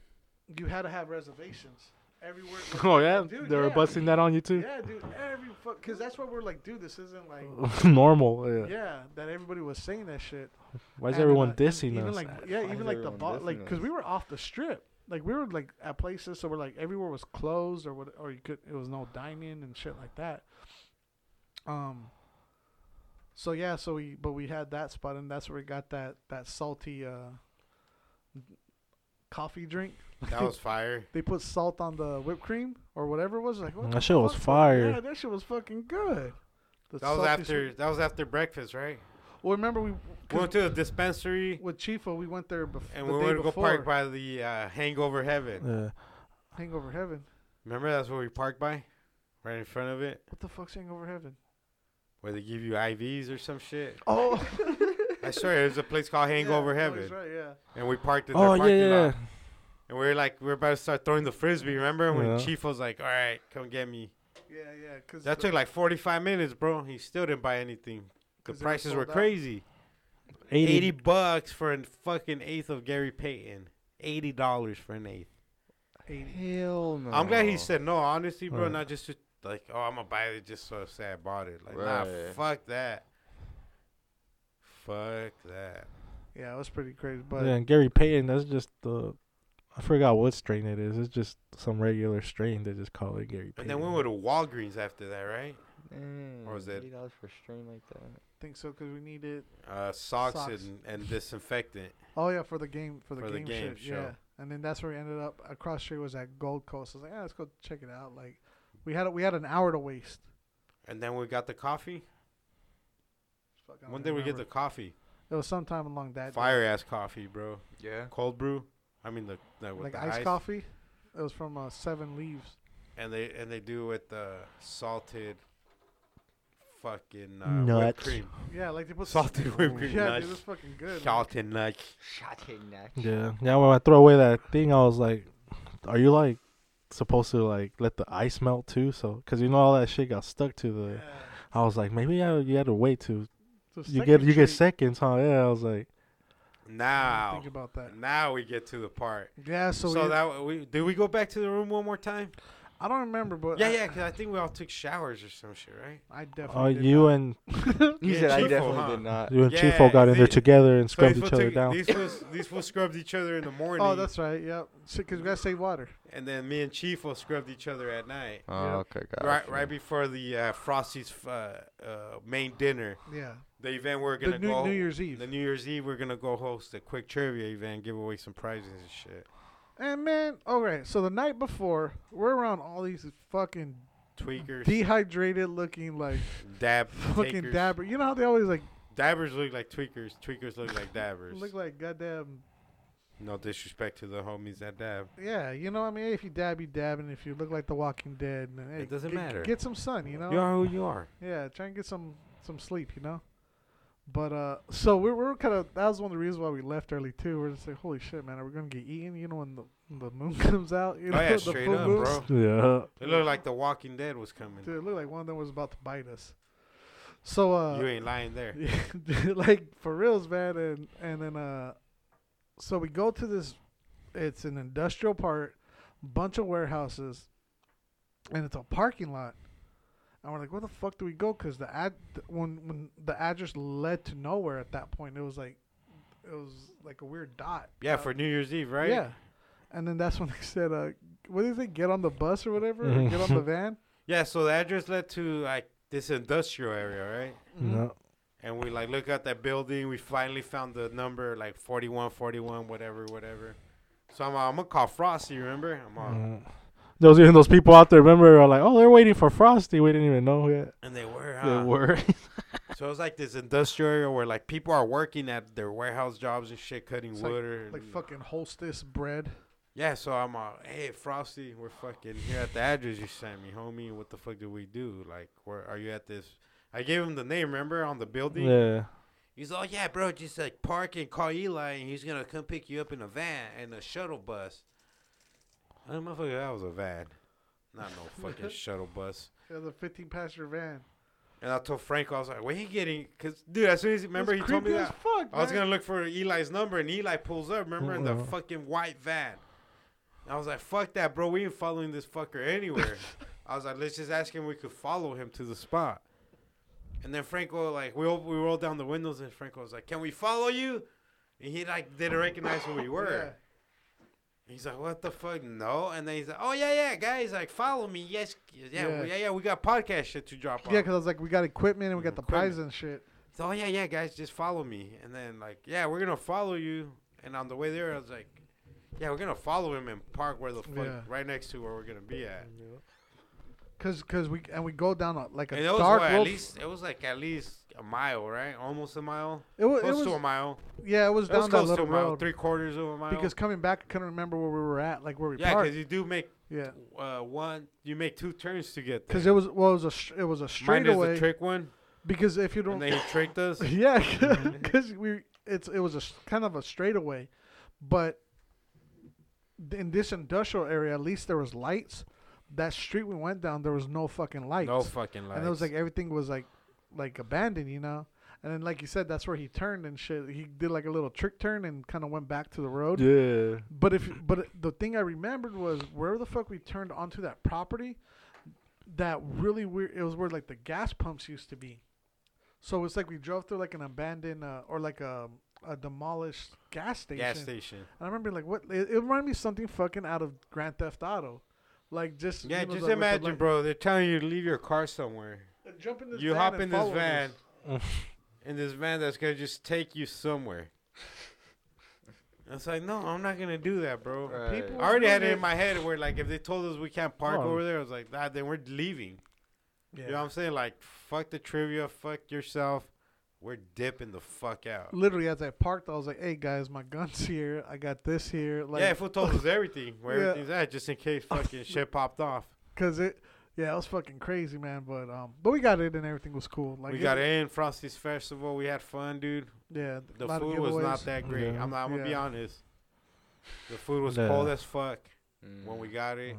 S3: you had to have reservations. Everywhere.
S4: Oh yeah,
S3: Dude,
S4: they were
S3: yeah.
S4: busting that on you too.
S3: Yeah, dude. Every fuck, because that's what we're like, dude. This isn't like.
S4: Normal. Yeah.
S3: Yeah, that everybody was saying that shit.
S4: Why is
S3: And,
S4: everyone
S3: uh, and
S4: dissing
S3: even
S4: us?
S3: Like, yeah,
S2: Why
S3: even
S2: is
S3: like the
S2: everyone
S3: bo- like
S2: dissing
S3: because
S2: us?
S3: we were off the strip. Like we were like at places, so we're like everywhere was closed or what, or you could it was no dining and shit like that. Um. So yeah, so we but we had that spot and that's where we got that that salty uh coffee drink.
S1: That was fire.
S3: They put salt on the whipped cream or whatever it was. Like what
S4: Mm, That
S3: the
S4: shit was
S3: fuck?
S4: fire.
S3: Yeah, that shit was fucking good. The
S1: That was
S3: salty
S1: after.
S3: sweet-
S1: That was after breakfast, right?
S3: Well, remember we 'cause
S1: We went to the dispensary
S3: with Chifo, we went there bef-
S1: and
S3: the
S1: we
S3: day
S1: went to go
S3: before.
S1: park by the uh, Hangover Heaven.
S4: Yeah.
S3: Hangover Heaven.
S1: Remember that's where we parked by, right in front of it,
S3: What the fuck's Hangover Heaven?
S1: where they give you IVs or some shit.
S3: Oh,
S1: I swear, there's a place called Hangover Heaven,
S3: right, yeah.
S1: and we parked in their
S4: Oh yeah,
S1: parking
S4: yeah.
S1: lot. And we are like, we are about to start throwing the frisbee. Remember when
S4: Yeah.
S1: Chief was like, "All right, come get me."
S3: Yeah, yeah. Cause
S1: That took like 45 minutes, bro. He still didn't buy anything. The
S3: 'Cause they were
S1: prices were
S3: sold out?
S1: crazy.
S4: 80.
S1: 80 bucks for a fucking eighth of Gary Payton. Eighty dollars for an eighth.
S2: Hell no.
S1: I'm glad he said no. Honestly, bro,
S4: Oh. Right.
S1: not just to, like, oh, I'm gonna buy it just so sad I bought it. Like, nah,
S2: Right.
S1: fuck that. Fuck that.
S3: yeah, it was pretty crazy. But
S4: yeah, and Gary Payton. That's just the. I forgot what strain it is. It's just some regular strain. They just call it Gary
S1: And
S4: Payton.
S1: then we went to Walgreens after that, right?
S2: Dang,
S1: Or was it-
S2: $80 for a stream like that.
S3: I think so because we needed.
S1: Uh, socks,
S3: Socks.
S1: And, and disinfectant.
S3: Oh yeah, for the game, for the,
S1: For the
S3: game,
S1: game
S3: shit,
S1: show.
S3: yeah. And then that's where we ended up. Across the street was at Gold Coast. I was like, yeah, let's go check it out. Like, we had we had an hour to waste.
S1: And then we got the coffee.
S3: Fuck, I don't
S1: When did we get the
S3: remember.
S1: coffee?
S3: It was sometime along that. day.
S1: Fire ass coffee, bro.
S2: Yeah.
S1: Cold brew. I mean the, the with
S3: like
S1: the
S3: iced
S1: ice.
S3: coffee. It was from uh, Seven Leaves.
S1: and they and they do it with the salted fucking uh, whipped
S4: Nuts.
S1: cream.
S3: Yeah, like they put
S1: Salted whipped cream
S3: Yeah, dude,
S1: nuts.
S3: it was fucking good.
S1: Salted nuts.
S2: Shot hitting that.
S4: Yeah. Yeah. When I throw away that thing, I was like, "Are you like supposed to like let the ice melt too?" So, cause you know all that shit got stuck to the.
S3: Yeah.
S4: I was like, maybe I, you had to wait to
S3: So
S4: you
S3: second
S4: get you get
S3: treat,
S4: seconds, huh? Yeah. I was like,
S3: I
S1: Now,
S3: didn't Think about that.
S1: now we get to the part.
S3: Yeah, so,
S1: So,
S3: we,
S1: that we did we go back to the room one more time?
S3: I don't remember, but
S1: Yeah,
S3: I,
S1: yeah, because I think we all took showers or some shit, right?
S3: I definitely.
S4: oh,
S3: did
S4: you
S3: not.
S4: and
S2: You
S1: Yeah,
S2: said I
S1: Chifo,
S2: definitely
S1: huh?
S2: did not.
S4: you and
S1: Yeah,
S4: Chifo got in there
S1: see-
S4: together and
S1: So these
S4: scrubbed each
S1: fools
S4: other
S1: took-
S4: down.
S1: These fools, these fools scrubbed each other in the morning.
S3: Oh, that's right. Yep. Because we gotta save water.
S1: and then me and Chief scrubbed each other at night.
S2: Oh,
S3: Yeah.
S2: okay, got
S1: Right, right before the uh, Frosty's uh, uh, main dinner,
S3: Yeah.
S1: the event we're
S3: The
S1: gonna
S3: new,
S1: go.
S3: new Year's Eve.
S1: The New Year's Eve, we're gonna go host a quick trivia event, give away some prizes and shit.
S3: and man, all right. So the night before, we're around all these fucking
S1: Tweakers,
S3: dehydrated looking like
S1: dab,
S3: fucking
S1: takers.
S3: dabber. You know how they always like
S1: Dabbers look like tweakers. Tweakers look like dabbers.
S3: look like goddamn.
S1: no disrespect to the homies that dab.
S3: Yeah, you know. what I mean, if you dab, you dab, and if you look like The Walking Dead, and, hey,
S1: It doesn't
S3: get-
S1: matter.
S3: Get some sun, you know.
S1: You are who you are.
S3: Yeah, try and get some some sleep, you know. But uh, so we were kind of that was one of the reasons why we left early too. We're just like, holy shit, man, are we gonna get eaten? You know, when the the moon comes out, you
S1: Oh
S3: know,
S1: yeah,
S3: the
S1: straight
S3: full
S1: up,
S3: moon.
S1: bro.
S4: Yeah.
S1: It looked like The Walking Dead was coming.
S3: Dude, it looked like one of them was about to bite us. So uh,
S1: you ain't lying there.
S3: yeah, dude, like for reals, man. And and then uh, so we go to this. It's an industrial park, bunch of warehouses, and it's a parking lot. And we're like, where the fuck do we go? Because the ad when when the address led to nowhere at that point, it was like it was like a weird dot.
S1: Yeah, for New Year's Eve, right?
S3: Yeah. And then that's when they said, uh, what did they get on the bus or whatever? Or get on the van?
S1: Yeah, so the address led to like this industrial area, right?
S3: Mhm.
S4: No.
S1: And we like look at that building. We finally found the number like 41, 41, whatever, whatever. So I'm, I'm gonna call Frosty. Remember? I'm on.
S4: Uh, those even those people out there remember are like, oh, they're waiting for Frosty. We didn't even know yet.
S1: And they were.
S4: They
S1: Huh?
S4: were.
S1: So it's like this industrial area where like people are working at their warehouse jobs and shit, cutting
S3: It's like-
S1: wood or
S3: Like fucking Hostess bread.
S1: Yeah, so I'm uh, hey Frosty, we're fucking here at the address you sent me, homie. What the fuck do we do? Like, where are you at this? I gave him the name, remember, on the building.
S4: yeah.
S1: He's all, yeah, bro, just like park and call Eli, and he's gonna come pick you up in a van and a shuttle bus. I don't motherfucker, that was a van, not no fucking shuttle bus.
S3: Yeah, the 15 passenger van. And
S1: And I told Frank, I was like, where he getting? Cause dude, as soon as remember
S3: it's
S1: he told me
S3: creepy as
S1: that,
S3: Fuck,
S1: I was
S3: man.
S1: gonna look for Eli's number, and Eli pulls up. Remember in the
S4: Mhm.
S1: fucking white van. And I was like, "Fuck that, bro. We ain't following this fucker anywhere." I was like, "Let's just ask him if we could follow him to the spot." And then Franco, like, we all, we rolled down the windows, and Franco was like, "Can we follow you?" And he like didn't recognize who we were.
S3: Yeah.
S1: He's like, "What the fuck? No!" And then he's like, "Oh yeah, yeah, guys, like, follow me. Yes, yeah, yeah,
S3: Yeah.
S1: yeah. We got podcast shit to drop
S3: Yeah,
S1: off."
S3: because I was like, we got equipment and we got the
S1: Equipment.
S3: prize and shit.
S1: So, oh yeah, yeah, guys, just follow me. And then like, yeah, we're gonna follow you. And on the way there, I was like, yeah, we're gonna follow him and park where the fuck,
S3: Yeah.
S1: right next to where we're gonna be at.
S3: Cause, cause we and we go down a, like a
S1: And it was
S3: dark
S1: what, at
S3: road.
S1: least it was like at least a mile, right? Almost a mile,
S3: It, wa- it
S1: close
S3: was
S1: to a mile.
S3: yeah, it was
S1: It was
S3: down that
S1: close to
S3: little
S1: a mile,
S3: road.
S1: three quarters of a mile.
S3: Because coming back, I couldn't remember where we were at, like where we
S1: yeah, because
S3: parked.
S1: you do make
S3: Yeah,
S1: uh, one, you make two turns to get there.
S3: because it was well, it was a str- it was a
S1: Mine is the
S3: straightaway.
S1: trick one,
S3: Because if you
S1: and
S3: don't,
S1: then he tricked us.
S3: yeah, because we it's it was a s- kind of a straightaway, but in this industrial area, at least there was lights. That street we went down, there was no fucking lights.
S1: No fucking lights.
S3: and it was like everything was like like abandoned, you know. And then like you said, that's where he turned and shit. He did like a little trick turn and kind of went back to the road.
S4: Yeah.
S3: But if but the thing I remembered was where the fuck we turned onto that property, that really weird. It was where like the gas pumps used to be. So it's like we drove through like an abandoned uh, or like a, a demolished gas station.
S1: gas station.
S3: And I remember like what it, it reminded me of something fucking out of Grand Theft Auto, like just
S1: Yeah,
S3: you know,
S1: just
S3: the- with the
S1: imagine,
S3: light-
S1: bro. They're telling you to leave your car somewhere.
S3: Jump in this
S1: you
S3: van
S1: hop
S3: and
S1: in this
S3: follow
S1: van,
S4: Mm.
S1: in this van that's gonna just take you somewhere. And It's like, no, I'm not gonna do that, bro.
S2: Right.
S1: I
S3: People
S1: already had it in
S3: really-
S1: my head where, like, if they told us we can't park
S4: Oh.
S1: over there, I was like, nah, then we're leaving.
S3: Yeah.
S1: You know what I'm saying? Like, fuck the trivia, fuck yourself. We're dipping the fuck out.
S3: literally as I parked, I was like, "Hey guys, my gun's here. I got this here." Like,
S1: yeah, if we told us everything, where
S3: Yeah.
S1: everything's at, just in case fucking shit popped off.
S3: cause it, yeah, it was fucking crazy, man. But um, but we got it and everything was cool. Like
S1: we got in Frosty's festival. We had fun, dude.
S3: Yeah,
S1: The
S3: lot of
S1: food was not
S3: giveaways.
S1: that great.
S4: Yeah.
S1: I'm, not, I'm gonna be
S3: Yeah.
S1: honest. The food was
S4: Yeah.
S1: cold as fuck
S2: Mm.
S1: when we got it,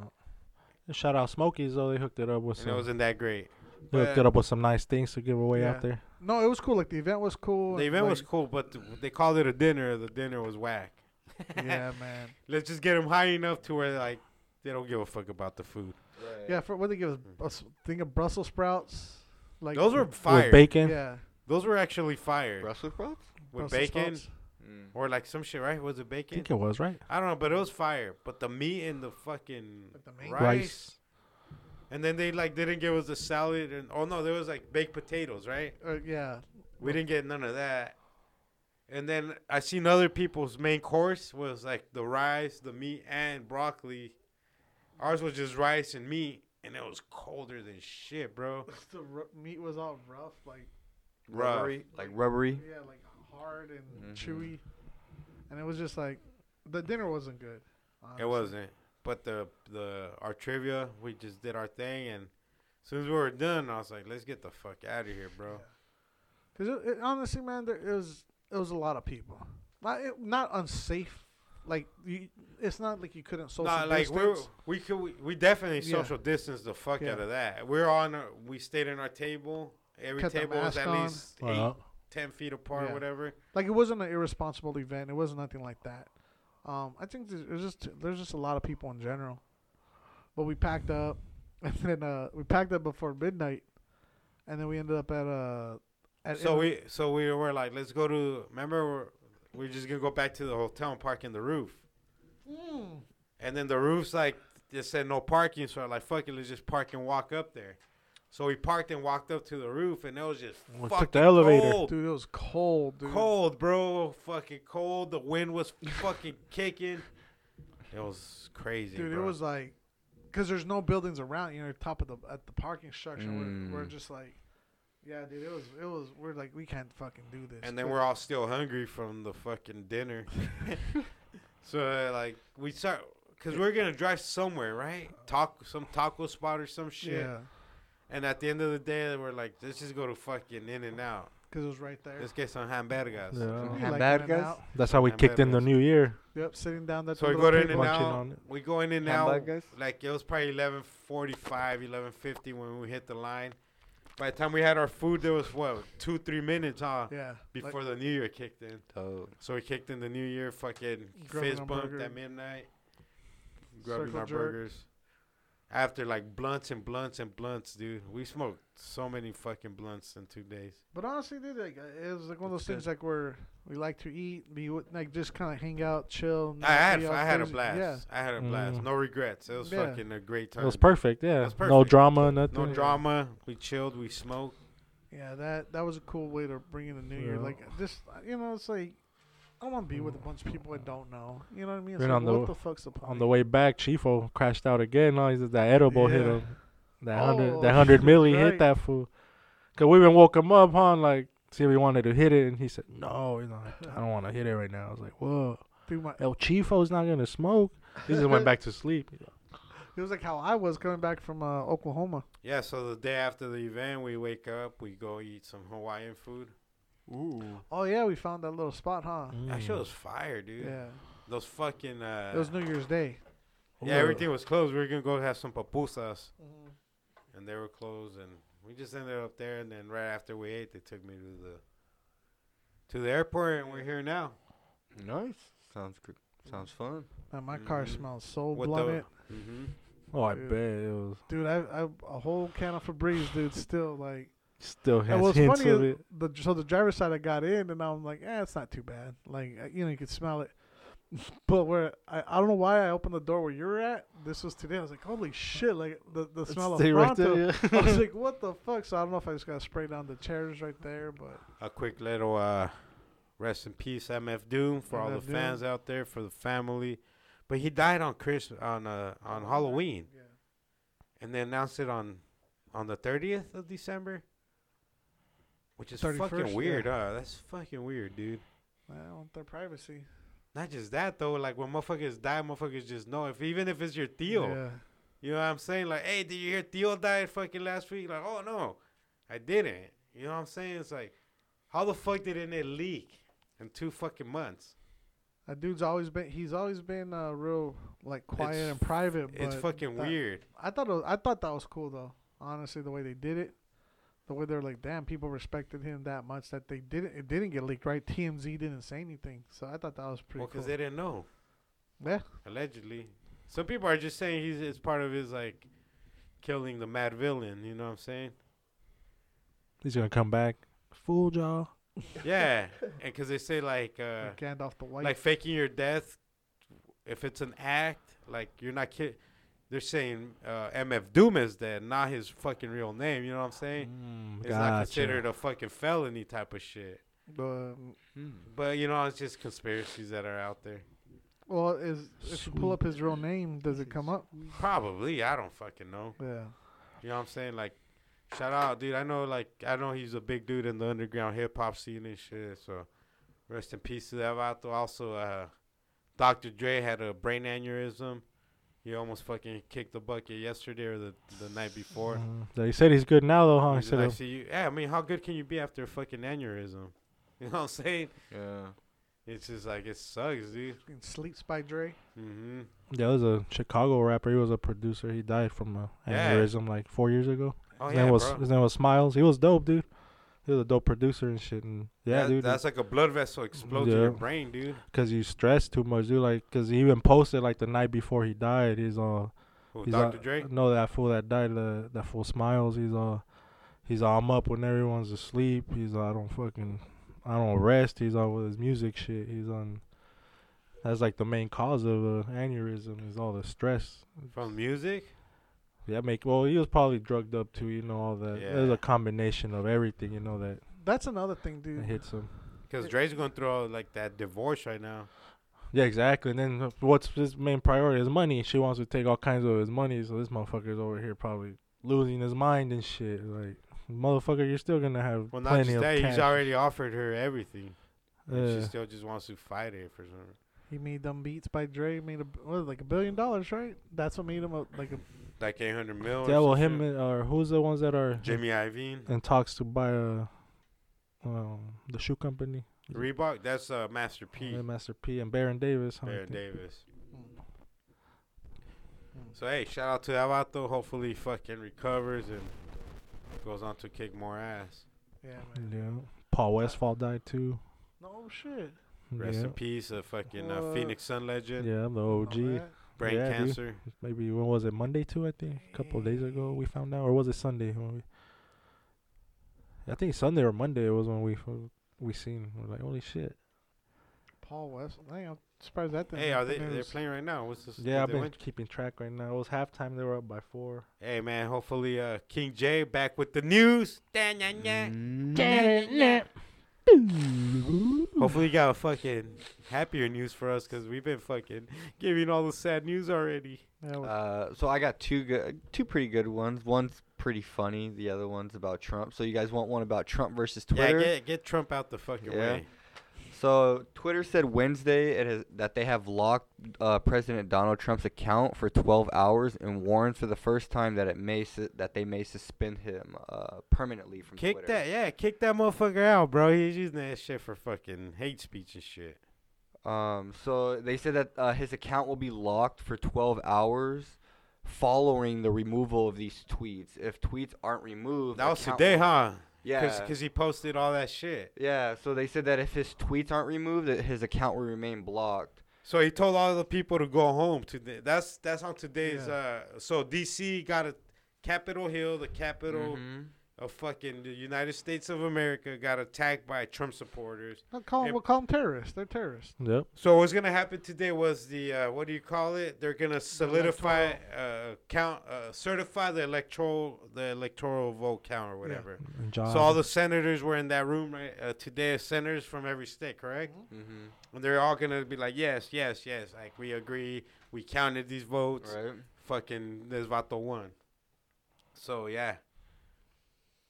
S4: Shout out Smokies though. They hooked it up with
S1: and it
S4: some.
S1: wasn't that great.
S4: they hooked
S1: but-
S4: it up with some nice things to give away
S3: Yeah.
S4: out there.
S3: No, it was cool. Like the event was cool.
S1: The
S3: and,
S1: event was
S3: like-
S1: cool, but th- they called it a dinner. The dinner was whack.
S3: yeah, man.
S1: Let's just get them high enough to where like they don't give a fuck about the food.
S2: Right.
S3: Yeah, for what they give us a s- thing of Brussels sprouts. Like
S1: Mm. Those were fire.
S4: With bacon.
S3: yeah
S1: Those were actually fire
S2: Brussels sprouts.
S1: with
S3: Brussels
S1: bacon
S3: sprouts.
S2: Mm.
S1: or like some shit, right? Was it
S4: I
S1: bacon?
S4: think it was right.
S1: I don't know, but it was fire. But the meat and the fucking
S3: Like the main
S1: rice.
S4: Rice.
S1: And then they like didn't give us a salad and oh no, there was like baked potatoes, right?
S3: Uh, yeah,
S1: We didn't get none of that. And then I seen other people's main course was like the rice, the meat, and broccoli. Ours was just rice and meat, and it was colder than shit, bro.
S3: the ru- meat was all rough, like
S1: Rough.
S2: Rubbery, like rubbery.
S3: yeah, like hard and
S1: Mm-hmm.
S2: Mhm.
S3: chewy, and it was just like the dinner wasn't good.
S1: It
S3: honestly.
S1: wasn't. But the the our trivia, we just did our thing, and as soon as we were done, I was like, "Let's get the fuck out of here, bro."
S3: Cause it, it, honestly, man, there, it was it was a lot of people. Not it, not unsafe. Like you, it's not like you couldn't social
S1: Nah, like we
S3: distance.
S1: we could we, we definitely
S3: Yeah.
S1: social distance the fuck
S3: Yeah.
S1: out of that. We're on. A, we stayed in our table. Every
S3: Kept the
S1: table was
S3: mask
S1: at
S3: on.
S1: least eight,
S4: Well,
S1: ten feet apart,
S3: Yeah.
S1: whatever.
S3: Like it wasn't an irresponsible event. It was nothing like that. Um, I think there's, there's just there's just a lot of people in general. But we packed up, and then uh, we packed up before midnight, and then we ended up at uh, at
S1: So
S3: Inter-
S1: we so we were like, let's go to. Remember, we're, we're just gonna go back to the hotel and park in the roof.
S3: Mm.
S1: And then the roof's like it said no parking, so I like fuck it, let's just park and walk up there. So we parked and walked up to the roof, and it was just
S4: Well,
S1: fucking
S4: took the elevator.
S1: cold,
S3: Dude, it was cold, dude.
S1: oh. cold, bro, fucking cold. The wind was fucking kicking. It was crazy,
S3: Dude,
S1: bro.
S3: it was like, because there's no buildings around. You know, top of the at the parking structure. We're, we're
S2: Mm.
S3: just like, yeah, dude. It was it was. We're like, we can't fucking do this.
S1: and then
S3: But-
S1: we're all still hungry from the fucking dinner. so uh, like we start because we're gonna drive somewhere, right? Talk some taco spot or some shit.
S3: yeah,
S1: And at the end of the day, we're like, let's just go to fucking In and Out.
S3: because it was right there.
S1: Let's get some hamburgers.
S4: Yeah.
S3: We like
S2: Hamburgers?
S3: In-N-Out.
S4: That's how we
S1: I'm
S4: kicked in the
S1: badass.
S4: new year.
S3: Yep, sitting down that.
S1: So we go
S3: little
S1: to In
S3: table.
S1: and
S4: Munching
S1: Out.
S4: on it.
S1: We go in and out.
S2: Hamburgers?
S1: Like it was probably 11:45, 11:50 when we hit the line. By the time we had our food, there was what two, three minutes, huh?
S3: Yeah. like-
S1: Before the new year kicked in.
S2: Dope.
S1: So we kicked in the new year, fucking
S3: Grubbing
S1: fist
S3: our
S1: bumped
S3: burger.
S1: at midnight, grubbing
S3: Circle
S1: our
S3: jerk.
S1: burgers. After like blunts and blunts and blunts, dude. We smoked so many fucking blunts in two days.
S3: But honestly, dude, like, uh, it was like one of
S1: It's
S3: those things like where we like to eat, be with, like just kind of hang out, chill. not
S1: I had
S3: be all
S1: I had a
S3: crazy.
S1: blast.
S3: Yeah,
S1: I had a blast.
S4: Mm.
S1: No regrets. It was
S3: Yeah.
S1: fucking a great time.
S4: It was perfect. Yeah.
S1: was
S4: No
S1: perfect.
S4: drama, nothing.
S1: No drama. We chilled. We smoked.
S3: yeah, that that was a cool way to bring in the new year.
S4: Yeah.
S3: Like just you know, it's like I don't want to be with a bunch of people I don't know. You know what I mean? It's
S4: Then
S3: like,
S4: on the-
S3: what the fuck's the point?
S4: On the way back, Chifo crashed out again. No, he's that edible hit
S3: Yeah.
S4: him. That hundred,
S3: Oh,
S4: that hundred milli
S3: right.
S4: hit that fool. Cause we even woke him up, huh? and, Like, see if he wanted to hit it, and he said, "No, you know, I don't want to hit it right now." I was like, "Whoa,
S3: Dude, my,
S4: El Chifo's not gonna smoke." He just went back to sleep.
S3: it was like how I was coming back from uh, Oklahoma.
S1: Yeah. So the day after the event, we wake up. We go eat some Hawaiian food.
S2: Ooh.
S3: Oh yeah, we found that little spot,
S4: Mm.
S3: huh?
S1: That shit was fire, dude.
S3: Yeah,
S1: Those fucking. Uh,
S3: it was New Year's Day.
S1: yeah, everything was closed. We were gonna go have some papusas,
S3: Mhm.
S1: and they were closed, and we just ended up there. And then right after we ate, they took me to the to the airport, and we're here now.
S2: Nice. Sounds good. Sounds fun.
S3: Man, my car
S1: Mhm.
S3: smells so
S1: What
S3: blunted,
S1: hmm
S4: Oh, I
S3: Dude.
S4: bet it was
S3: dude. I, I a whole can of Febreze, dude. Still like.
S4: still has
S3: And what's
S4: hints
S3: funny
S4: of
S3: is
S4: it.
S3: the so the driver's side I got in and I'm like, eh, it's not too bad. Like uh, you know, you could smell it. But where I, I don't know why I opened the door where you were at. This was today. I was like, holy shit! Like the, the smell of
S4: Stay right there,
S3: Pronto.
S4: yeah.
S3: I was like, what the fuck? So I don't know if I just got sprayed down the chairs right there, but
S1: A quick little uh, rest in peace, MF Doom, for all the
S3: MF Doom.
S1: fans out there, for the family. But he died on Chris on uh, on Halloween,
S3: yeah.
S1: and they announced it on on the thirtieth of December, which is
S3: 31st,
S1: fucking
S3: yeah.
S1: weird. Huh? That's fucking weird, dude.
S3: I want their privacy.
S1: Not just that though, like when motherfuckers die, motherfuckers just know. If even if it's your Theo,
S3: Yeah.
S1: you know what I'm saying? Like, hey, did you hear Theo died fucking last week? Like, oh no, I didn't. You know what I'm saying? It's like, how the fuck didn't it leak in two fucking months?
S3: That dude's always been. He's always been uh, real like quiet
S1: It's-
S3: and private. But
S1: It's fucking
S3: that-
S1: weird.
S3: I thought it was, I thought that was cool though. Honestly, the way they did it, the way they're like, damn, people respected him that much that they didn't. It didn't get leaked, right? TMZ didn't say anything, so I thought that was pretty
S1: Well,
S3: cool.
S1: because they didn't know.
S3: yeah,
S1: Allegedly, some people are just saying he's it's part of his like killing the mad villain. You know what I'm saying?
S4: He's gonna come back. Fooled y'all.
S1: yeah, and because they say like. uh
S3: like Gandalf the White.
S1: like faking your death if it's an act like you're not kidding they're saying uh, mf doom is dead not his fucking real name you know what i'm saying
S4: Mm,
S1: it's not considered a fucking felony type of shit
S3: Um,
S2: Hmm,
S1: but you know it's just conspiracies that are out there
S3: well, is if you pull up his real name, does it come up?
S1: probably i don't fucking know
S3: Yeah,
S1: you know what i'm saying like shout out dude i know like i know he's a big dude in the underground hip-hop scene and shit so rest in peace to that vato also uh, dr dre had a brain aneurysm he almost fucking kicked the bucket yesterday or the, the night before.
S4: Mm, They said he's good now though, huh?
S1: He's
S4: Instead
S1: like,
S4: of
S1: "See you- Yeah, I mean, how good can you be after a fucking aneurysm? You know what I'm saying?
S2: Yeah.
S1: It's just like, it sucks, dude.
S3: Fucking Sleeps by Dre.
S1: hmm
S4: There was a Chicago rapper. He was a producer. He died from a
S1: Yeah.
S4: aneurysm like four years ago.
S1: Oh,
S4: his
S1: yeah,
S4: name was
S1: bro.
S4: his name was Smiles. He was dope, dude. He was a dope producer and shit. And yeah,
S1: That-
S4: dude,
S1: That's like a blood vessel explodes in
S4: Yeah.
S1: your brain, dude.
S4: because you stress too much, dude. Like, cause he even posted like the night before he died. He's all
S1: Who,
S4: he's
S1: Dr.
S4: all-
S1: Dre?
S4: No, that fool that died. The that fool Smiles. He's all he's all I'm up when everyone's asleep. uh, He's all, I don't fucking I don't rest. He's all with his music shit. He's on. That's like the main cause of uh, aneurysm is all the stress.
S1: From music?
S4: Yeah, make well, he was probably drugged up too. You know all that.
S1: Yeah.
S4: There's a combination of everything. You know that,
S3: That's another thing,
S4: that
S3: dude.
S4: hits him.
S1: Because Dre's going through all, like that divorce right now.
S4: Yeah, exactly. And then uh, what's his main priority is money. She wants to take all kinds of his money, so this motherfucker's over here probably losing his mind and shit. Like, motherfucker, you're still gonna have
S1: Well, not
S4: plenty
S1: just
S4: of
S1: that.
S4: cash.
S1: He's already offered her everything. and
S4: Yeah.
S1: She still just wants to fight it for some.
S3: He made them beats by Dre. Made a what, like a billion dollars, right? That's what made him a, like a.
S1: Like 800 mil. or
S4: yeah, well,
S1: some
S4: him
S1: shit.
S4: and, or who's the ones that are
S1: Jimmy Iovine.
S4: in talks to buy uh um, the shoe company,
S1: Reebok. That's uh, Master P.
S4: and Master P and Baron Davis. huh, I
S1: Baron
S4: think.
S1: Davis. So hey, shout out to Avato. Hopefully, fucking recovers and goes on to kick more ass.
S3: Yeah, man.
S4: Yeah, Paul Westfall died too.
S3: No shit.
S1: Rest
S4: yeah.
S1: in peace, a fucking uh,
S3: What?
S1: Phoenix Sun legend,
S4: Yeah, the OG.
S3: Alright.
S1: brain
S4: Yeah, dude.
S1: cancer.
S4: Maybe when was it Monday too? I think a couple days ago we found out, or was it Sunday? When we, I think Sunday or Monday it was when we fo- we seen. We're like, holy shit!
S3: Paul West. Dang, I'm surprised that didn't.
S1: Hey, are
S3: make the
S1: they? They're
S3: news.
S1: playing right now. What's this?
S4: Yeah, I've
S1: they
S4: been
S1: win?
S4: keeping track right now. It was halftime. They were up by four.
S1: Hey man, hopefully uh, King J back with the news. Da, nya, nya. Hopefully you got a fucking happier news for us because we've been fucking giving all the sad news already.
S3: Yeah, well,
S2: Uh, so I got two good, two pretty good ones. One's pretty funny. The other one's about Trump. So you guys want one about Trump versus Twitter?
S1: Yeah, get get Trump out the fucking
S2: Yeah.
S1: way.
S2: So Twitter said Wednesday it has, that they have locked uh, President Donald Trump's account for 12 hours and warned for the first time that it may su- that they may suspend him uh, permanently from
S1: Kick
S2: Twitter.
S1: that, yeah, kick that motherfucker out, bro. He's using that shit for fucking hate speech and shit.
S2: Um, so they said that uh, his account will be locked for 12 hours following the removal of these tweets. If tweets aren't removed,
S1: That
S2: the
S1: was
S2: account
S1: today,
S2: will-
S1: huh?
S2: Yeah.
S1: because he posted all that shit.
S2: yeah, so they said that if his tweets aren't removed, that his account will remain blocked.
S1: So he told all the people to go home today. That's that's on today's. Uh, so DC got a Capitol Hill, the capital
S2: Mhm.
S1: of fucking the United States of America, got attacked by Trump supporters.
S3: I'll call 'em-
S1: if-
S3: we'll call them terrorists. They're terrorists.
S4: Yep.
S1: So what's gonna happen today was the uh, what do you call it? They're gonna solidify, uh, count, uh, certify the electoral the electoral vote count or whatever.
S4: And John.
S1: So all the senators were in that room right, uh, today. Senators from every state, correct?
S2: Mhm.
S1: And they're all gonna be like, yes, yes, yes. Like we agree. We counted these votes.
S2: Right.
S1: Fucking this Vato won. So yeah.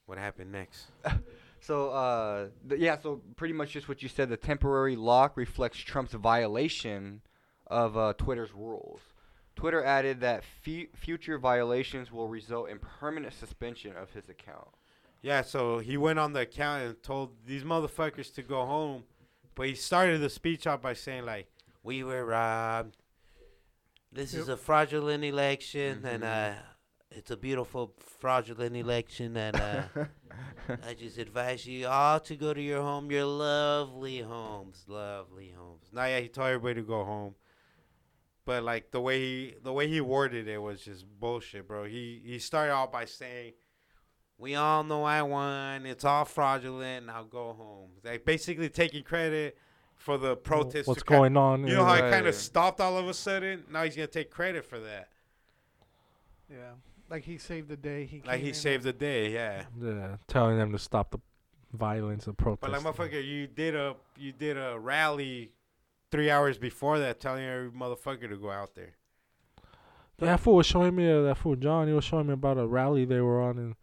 S1: What happened next?
S2: So, uh, th- yeah, so pretty much just what you said. The temporary lock reflects Trump's violation of uh, Twitter's rules. Twitter added that fe- future violations will result in permanent suspension of his account.
S1: Yeah. So he went on the account and told these motherfuckers to go home, but he started the speech out by saying like, "We were robbed.
S5: This is a fraudulent election, and uh, it's a beautiful fraudulent election. And uh, I just advise you all to go to your home, your lovely homes, lovely homes.
S1: Now yeah, he told everybody to go home. But like the way he the way he worded it was just bullshit, bro. He he started out by saying, "We all know I won. It's all fraudulent. Now go home." Like basically taking credit for the protest.
S4: What's going on?
S1: You know how it
S2: Right.
S1: kind of stopped all of a sudden. Now he's gonna take credit for that.
S3: Yeah, like he saved the day. He
S1: Like
S3: came
S1: he
S3: in.
S1: saved the day, yeah.
S4: yeah, telling them to stop the violence and protest.
S1: But like motherfucker, you did a you did a rally three hours before that, telling every motherfucker to go out there.
S4: Yeah, that fool was showing me uh, that fool John. He was showing me about a rally they were on, and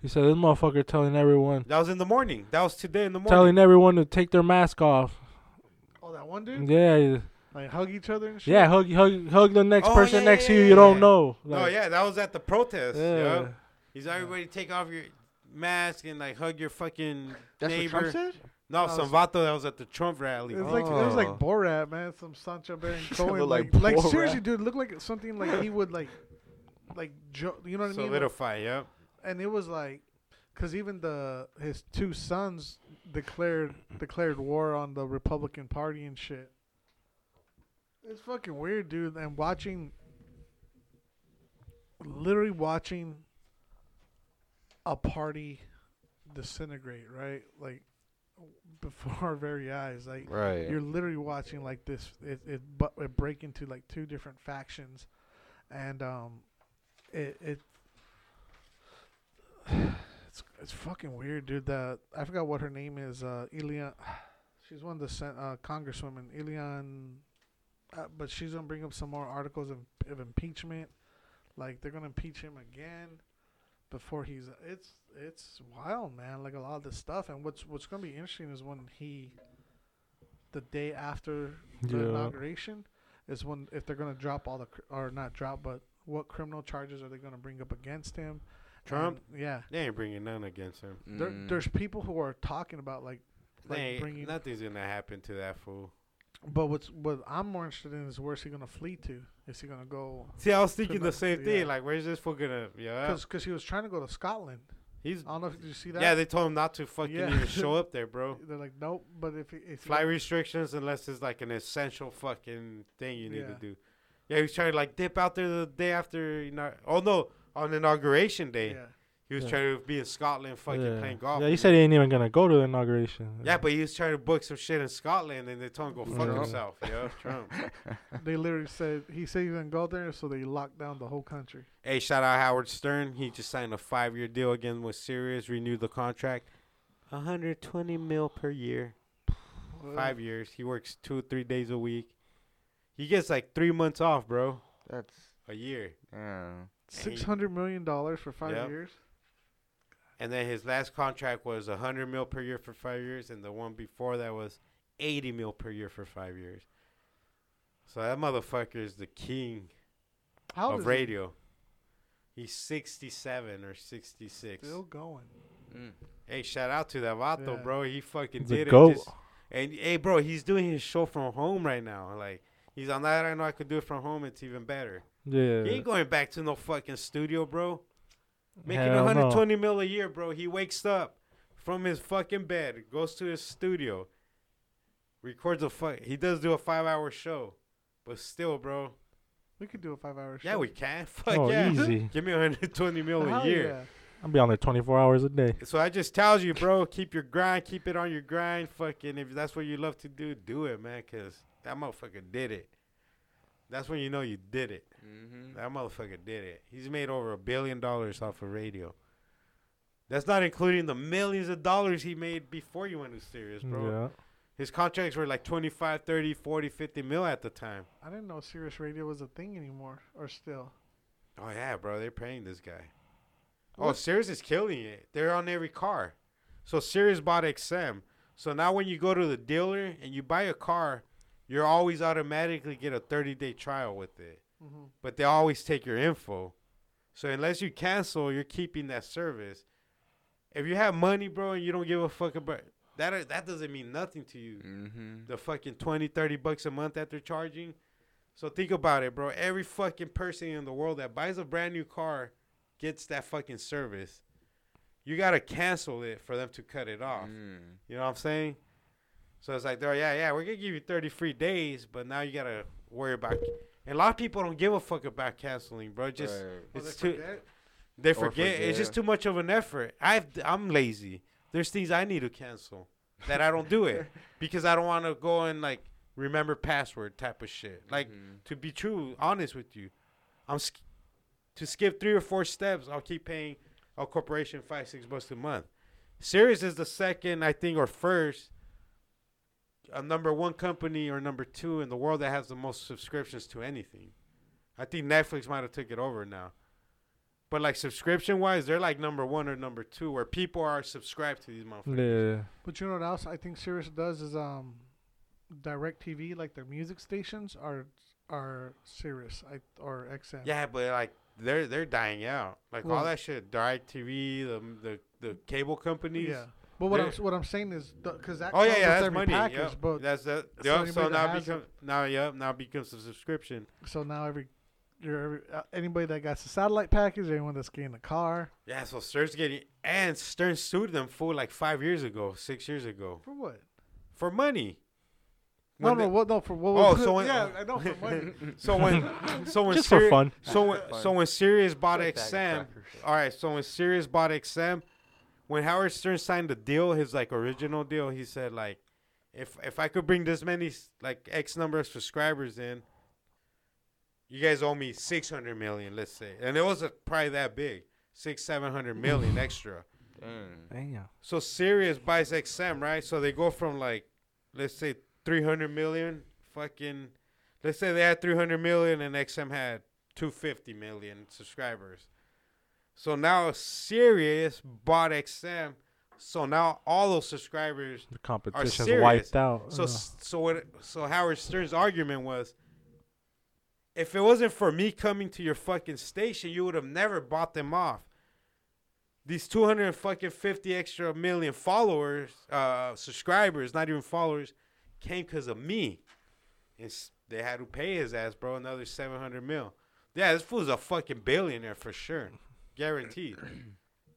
S4: he said this motherfucker telling everyone,
S1: That was in the morning. That was today in the morning.
S4: telling everyone to take their mask off.
S3: Oh, that one
S1: Hmm?
S3: dude.
S4: Yeah, he-
S3: Like hug each other and shit.
S4: yeah, hug, hug, hug the next
S1: Oh,
S4: person
S1: yeah,
S4: next
S1: yeah,
S4: to you.
S1: yeah,
S4: You
S1: yeah.
S4: don't know.
S1: no,
S4: Like,
S1: Oh, yeah, that was at the protest.
S4: yeah.
S1: Yeah. He's everybody take off your mask and like hug your fucking
S2: That's
S1: neighbor.
S2: what Trump said?
S1: No,
S3: No,
S1: some vato that was at the Trump rally.
S3: It's like it was like
S2: Oh.
S3: Borat, man. Some Sancho Baron
S2: He said
S3: Cohen,
S2: look like
S3: like like,
S2: Borat.
S3: seriously, dude, look like something like he would like, like jo- you know what I mean?
S1: Solidify, yep.
S3: and it was like, cause even the his two sons declared declared war on the Republican Party and shit. It's fucking weird, dude. And watching, literally watching a party disintegrate, right? Like before our very eyes. Like
S2: Right.
S3: you're literally watching like this it it, bu- it break into like two different factions and um it it it's it's fucking weird dude that i forgot what her name is uh Elian she's one of the sen- uh congresswomen Elian uh, but she's gonna bring up some more articles of, of impeachment like they're gonna impeach him again before he's it's it's wild man like a lot of this stuff and what's what's gonna be interesting is when he the day after the
S4: Yeah.
S3: inauguration is when if they're gonna drop all the cr- or not drop but what criminal charges are they gonna bring up against him
S1: Trump?
S3: And, yeah
S1: They ain't bringing none against him.
S3: there,
S2: Mm.
S3: there's people who are talking about like
S1: They
S3: like
S1: ain't-
S3: bringing
S1: nothing's gonna happen to that fool.
S3: but what's what i'm more interested in is where's he gonna flee to is he gonna go
S1: See, I was thinking the
S3: much,
S1: same thing.
S3: yeah.
S1: Like, where's this fool gonna? Yeah,
S3: because he was trying to go to scotland
S1: he's.
S3: i don't know if you see that
S1: Yeah, they told him not to fucking
S3: Yeah.
S1: even show up there, bro.
S3: they're like nope but if he- if he-
S1: Flight restrictions unless it's like an essential fucking thing you need to
S3: Yeah.
S1: do. Yeah, he was trying to like dip out there the day after. Inaug- oh no, on inauguration day,
S3: yeah
S1: he was
S4: Yeah.
S1: trying to be in Scotland, fucking
S4: yeah.
S1: playing golf.
S4: Yeah, you said he ain't even gonna go to the inauguration.
S1: Yeah, but he was trying to book some shit in Scotland, and they told him go fuck
S4: Yeah.
S1: himself, yo, Trump.
S3: They literally said he said he didn't go there, so they locked down the whole country.
S1: Hey, shout out Howard Stern. He just signed a five-year deal again with Sirius, renewed the contract, 120 mil per year.
S3: Uh,
S1: five years. He works two, three days a week. He gets like three months off, bro.
S2: That's
S1: A year.
S2: yeah.
S3: Six hundred million dollars for five
S1: Yep.
S3: years.
S1: And then his last contract was a hundred mil per year for five years, and the one before that was eighty mil per year for five years. So that motherfucker is the king
S3: How old
S1: of
S3: is
S1: radio. He's sixty-seven or
S3: he?
S1: sixty-six.
S3: Still going.
S2: Mm.
S1: Hey, shout out to that Vato,
S3: Yeah.
S1: bro. He fucking
S4: The
S1: did
S4: goat.
S1: it. Just, and hey, bro, he's doing his show from home right now. Like he's on that. I know I could do it from home. It's even better.
S4: Yeah.
S1: He ain't going back to no fucking studio, bro. Making
S4: Hell no.
S1: 120 mil a year, bro. He wakes up from his fucking bed, goes to his studio, records a fuck. He does do a five hour show, but still, bro.
S3: We could do a five-hour show.
S1: Yeah, we can. Fuck
S4: Oh,
S1: yeah.
S4: easy.
S1: Give me 120 mil
S3: Hell
S1: a year.
S3: yeah.
S4: I'll be on there 24 hours a day.
S1: So I just tells you, bro, keep your grind, keep it on your grind. Fucking, if that's what you love to do, do it, man. Cause that motherfucker did it. That's when you know you did it.
S2: Mm-hmm.
S1: That motherfucker did it. He's made over a billion dollars off of radio. That's not including the millions of dollars he made before you went to Sirius, bro. His contracts were like 25, 30, 40, 50 mil at the time.
S3: I didn't know Sirius Radio was a thing anymore, or still.
S1: Oh, yeah, bro. They're paying this guy. Oh,
S3: What?
S1: Sirius is killing it. They're on every car. So Sirius bought XM. So now when you go to the dealer and you buy a car, you're always automatically get a 30 day trial with it.
S3: hmm
S1: but they always take your info. So unless you cancel, you're keeping that service. If you have money, bro, and you don't give a fuck about that, that doesn't mean nothing to you.
S2: Mm-hmm.
S1: The fucking 20, 30 bucks a month that they're charging. So think about it, bro. Every fucking person in the world that buys a brand new car gets that fucking service. You gotta cancel it for them to cut it off.
S2: Mm.
S1: You know what I'm saying? So it's like, they're, yeah, yeah, we're gonna give you 30 free days, but now you gotta worry about. And a lot of people don't give a fuck about canceling, bro. Just
S2: Right.
S1: it's
S3: they
S1: too.
S3: forget.
S1: They
S2: Or
S1: forget. It's just too
S2: forget.
S1: much of an effort. I've I'm lazy. There's things I need to cancel that I don't do it because I don't want to go and like remember password type of shit. Like
S2: Mhm.
S1: to be true, honest with you, I'm sk- to skip three or four steps. I'll keep paying a corporation five six bucks a month. Sirius is the second, I think, or first, a number one company or number two in the world that has the most subscriptions to anything. I think Netflix might have took it over now. But like subscription wise, they're like number one or number two, where people are subscribed to these motherfuckers.
S4: Yeah.
S3: But you know what else I think Sirius does is um, Direct TV, like their music stations are are Sirius, I or XM.
S1: Yeah, but like they're they're dying out. Like all
S3: Well-
S1: that shit, Direct TV, the the the cable companies.
S3: Yeah. But what I'm
S1: They're-
S3: what I'm saying is because that
S1: Oh yeah,
S3: comes
S1: yeah,
S3: with
S1: that's
S3: every
S1: money.
S3: package,
S1: Yep.
S3: but
S1: that's that.
S3: so
S1: Yep. So
S3: anybody that
S1: now
S3: has
S1: become now yep now becomes a subscription.
S3: So now every, you're every uh, anybody that got the satellite package, anyone that's getting the car
S1: Yeah, so Stern's getting and Stern sued them for like five years ago, six years ago
S3: for what?
S1: for money.
S3: No,
S1: When
S3: no,
S1: they-
S3: what? No, for what?
S1: Oh,
S3: what-
S1: so when-
S3: yeah, I know for money.
S1: so when so when
S4: Just for
S1: Siri-
S4: fun.
S1: So when,
S2: Fun.
S1: so when Sirius bought
S2: Like bag of
S1: XM,
S2: crackers.
S1: all right. So when Sirius bought XM, when Howard Stern signed the deal, his like original deal, he said like, if if I could bring this many s- like X number of subscribers in, you guys owe me six hundred million, let's say, and it was a, probably that big, six seven hundred million extra.
S2: Dang.
S4: Damn.
S1: So Sirius buys XM, right? So they go from like, let's say, three hundred million. Fucking, let's say they had three hundred million and XM had two fifty million subscribers. So now Sirius bought XM. So now all those subscribers.
S4: The competition's
S1: serious.
S4: wiped out.
S1: So
S4: Uh,
S1: so what? So Howard Stern's argument was. If it wasn't for me coming to your fucking station, you would have never bought them off these 200 fucking 50 extra million followers uh subscribers not even followers came because of me it's they had to pay his ass bro another 700 mil yeah this fool's a fucking billionaire for sure guaranteed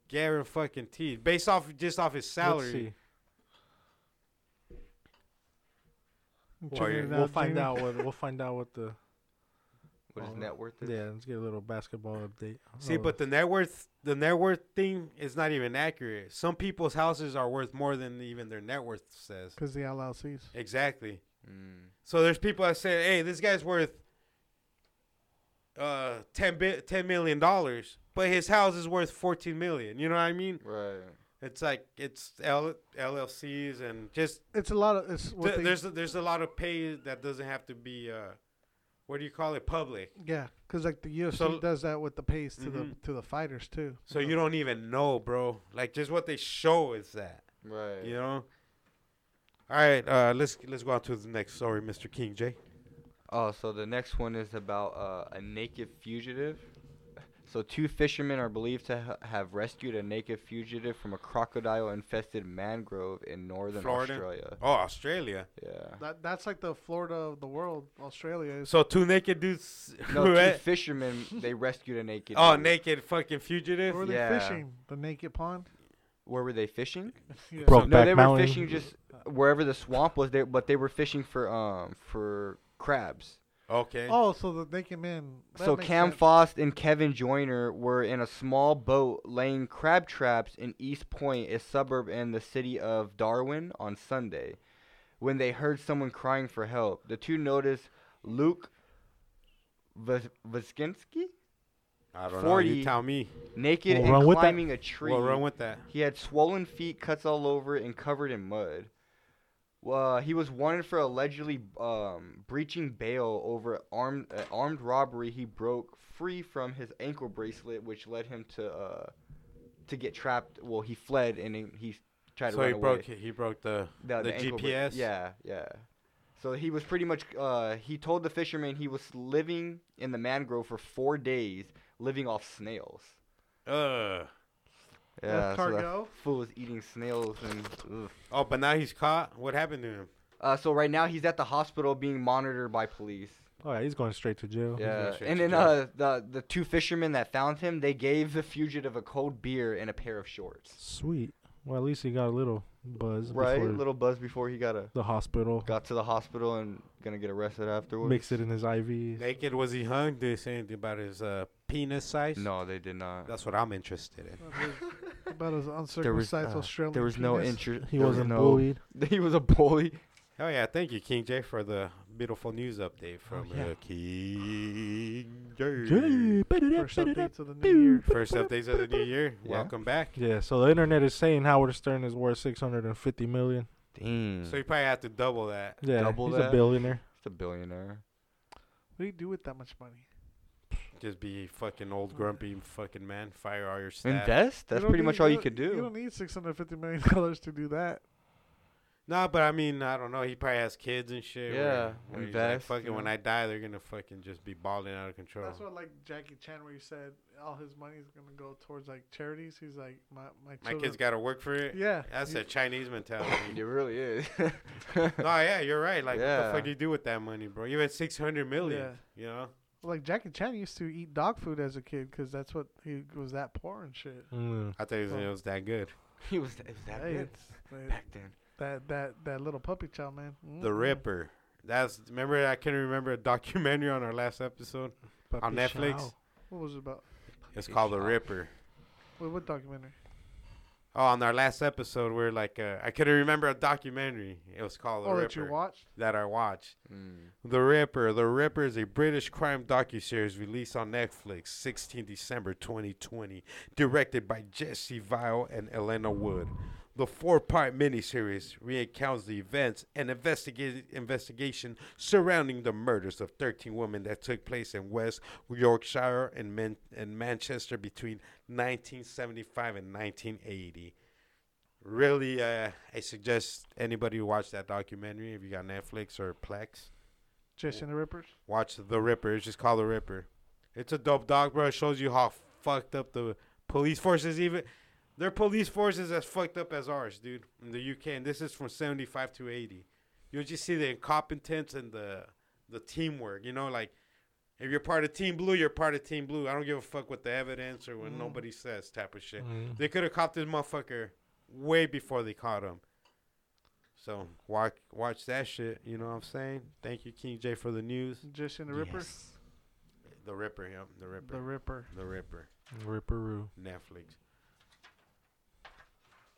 S1: guaranteed fucking teed based off just off his
S4: Let's
S1: salary
S4: see.
S3: I'm
S1: Well,
S3: checking it
S4: We'll
S3: out,
S4: find
S3: Jamie.
S4: out what we'll find out what the
S2: What his
S4: Oh,
S2: net worth is?
S4: yeah. Let's get a little basketball update.
S1: see
S4: Oh,
S1: but the net worth the net worth thing is not even accurate some people's houses are worth more than even their net worth says
S3: Because the LLCs.
S1: exactly
S2: Mm.
S1: So there's people that say, "Hey, this guy's worth uh 10 bi- 10 million dollars, but his house is worth 14 million." You know what I mean?
S2: Right.
S1: It's like it's L- LLCs and just
S3: It's a lot of. It's what
S1: th-
S3: they,
S1: there's a, there's a lot of pay that doesn't have to be uh what do you call it? Public.
S3: yeah, because like the UFC
S1: So-
S3: does that with the pays to the
S1: Mhm.
S3: to the fighters too.
S1: So you don't even know, bro. Like just what they show is that,
S2: Right.
S1: you know? All right, uh let's let's go on to the next story, Mr. King J.
S2: Oh, so the next one is about uh, a naked fugitive. So two fishermen are believed to ha- have rescued a naked fugitive from a crocodile-infested mangrove in northern
S1: Florida?
S2: Australia.
S1: Oh, Australia.
S2: Yeah.
S3: That that's like the Florida of the world. Australia is.
S1: So two naked dudes
S2: No, two fishermen they rescued a naked.
S1: Oh,
S2: dude.
S1: naked fucking fugitive.
S3: Where are they
S2: yeah.
S3: fishing? The naked pond.
S2: Where were they fishing?
S3: Yeah.
S4: Broke
S2: no,
S4: Brokeback
S2: they were
S4: Mountain.
S2: fishing just wherever the swamp was. There, but they were fishing for um for crabs.
S1: Okay.
S3: Oh, so the naked man. That
S2: so
S3: makes
S2: Cam
S3: sense.
S2: Fost and Kevin Joyner were in a small boat laying crab traps in East Point, a suburb in the city of Darwin, on Sunday, when they heard someone crying for help. The two noticed Luke Vas- Vaskinski
S1: I don't know.
S2: 40.
S1: You tell me.
S2: naked
S4: Well, run
S2: and
S4: with that.
S2: climbing a tree.
S1: We'll run with that.
S2: He had swollen feet, cuts all over, and covered in mud. Uh, he was wanted for allegedly um, breaching bail over armed uh, armed robbery. He broke free from his ankle bracelet, which led him to uh, to get trapped. Well, he fled and he, he tried to
S1: So
S2: run
S1: he
S2: away.
S1: broke. He broke the
S2: the,
S1: the
S2: ankle bra-
S1: GPS?
S2: yeah, yeah. So he was pretty much. Uh, he told the fisherman he was living in the mangrove for four days, living off snails.
S1: uh.
S2: Yeah, so that
S3: cargo?
S2: fool was eating snails and. ugh.
S1: Oh, but now he's caught. What happened to him?
S2: Uh, so right now he's at the hospital being monitored by police.
S4: All right, Oh, he's going straight to jail.
S2: Yeah,
S1: straight
S2: and
S1: to
S2: then
S1: jail.
S2: uh, the the two fishermen that found him, they gave the fugitive a cold beer and a pair of shorts.
S4: Sweet. Well, at least he got a little buzz
S2: Right,
S4: before
S2: little buzz before he got a
S4: the hospital.
S2: got to the hospital and gonna get arrested afterwards.
S4: Mix it in his IV.
S1: Naked? Was he hung? Did he say anything about his uh, penis size?
S2: No, they did not.
S1: That's what I'm interested in.
S3: About as
S2: There was,
S3: uncircumcised
S2: uh,
S3: Australian.
S2: there was no
S3: penis.
S2: interest.
S4: He wasn't
S2: no,
S4: bullied.
S2: He was a bully.
S1: Oh yeah, thank you, King J, for the beautiful news update
S2: Oh,
S1: from
S4: yeah.
S1: uh, King J.
S3: First update to the new year.
S1: First updates of the new year.
S2: Yeah.
S1: Welcome back.
S4: Yeah, so the internet is saying Howard Stern is worth 650 million.
S2: Damn,
S1: So you probably have to double that.
S4: Yeah,
S2: Double
S4: he's
S2: that.
S4: a billionaire.
S2: it's a billionaire.
S3: What do you do with that much money?
S1: Just be a fucking old grumpy fucking man. Fire all your staff.
S2: Invest. That's
S3: don't
S2: pretty
S3: need-
S2: much all you
S3: don't-
S2: could
S3: You
S2: do.
S3: don't need six hundred fifty million dollars to do that.
S1: Nah, but I mean, I don't know. He probably has kids and shit. where-
S2: Yeah,
S1: where he's
S2: invest,
S1: like, fucking
S2: you
S1: when
S2: know.
S1: I die, they're gonna fucking just be balling out of control.
S3: That's what like Jackie Chan, where he said all his money is gonna go towards like charities. He's like, my my,
S1: My
S3: children-
S1: kids gotta work for it.
S3: Yeah,
S1: That's
S3: you-
S1: a Chinese mentality.
S2: It really is.
S1: no, yeah, you're right. Like, what
S2: Yeah.
S1: the fuck do you do with that money, bro? You had six hundred million.
S3: Yeah.
S1: You know,
S3: Like Jackie Chan used to eat dog food as a kid because that's what he was that poor and shit.
S4: Mm.
S1: I thought it was, it
S3: Oh.
S1: was that good.
S2: he was, it was that
S3: Hey,
S2: good
S3: it's- that-
S2: back then.
S3: that that that little puppy chow man.
S1: The
S3: Mm-mm.
S1: Ripper. That's remember I couldn't remember a documentary on our last episode on
S4: Puppy
S1: Netflix.
S4: Chow.
S3: What was it about?
S1: It's
S2: Puppy
S1: called The
S2: Chow.
S1: Ripper.
S3: What, what documentary?
S1: Oh, on our last episode, we are like, uh, I couldn't remember a documentary. It was called The
S3: Or Oh, that
S1: Ripper
S3: you watched?
S1: that I watched.
S2: Hmm.
S1: The Ripper. The Ripper is a British crime docuseries released on Netflix 16 December 2020, directed by Jesse Vile and Elena Wood. The four-part miniseries recounts the events and investiga- investigation surrounding the murders of 13 women that took place in West Yorkshire and, Man- and Manchester between 1975 and 1980. Really, uh, I suggest anybody who watch that documentary, if you got Netflix or Plex,
S3: Jason the Rippers.
S1: watch The Ripper. It's just called The Ripper. It's a dope doc, bro. It shows you how fucked up the police forces even. Their police force is as fucked up as ours, dude, in the UK. And this is from 75 to 80. You'll just see the incompetence and the the teamwork. You know, like, if you're part of Team Blue, you're part of Team Blue. I don't give a fuck what the evidence or what
S3: Mm.
S1: nobody says type of shit.
S4: Mm.
S1: They could have caught this motherfucker way before they caught him. So watch watch that shit. You know what I'm saying? Thank you, King J, for the news.
S3: Jason the Ripper.
S1: The Ripper, yep, the Ripper,
S3: The Ripper.
S1: the Ripper,
S4: Ripperoo.
S1: Netflix.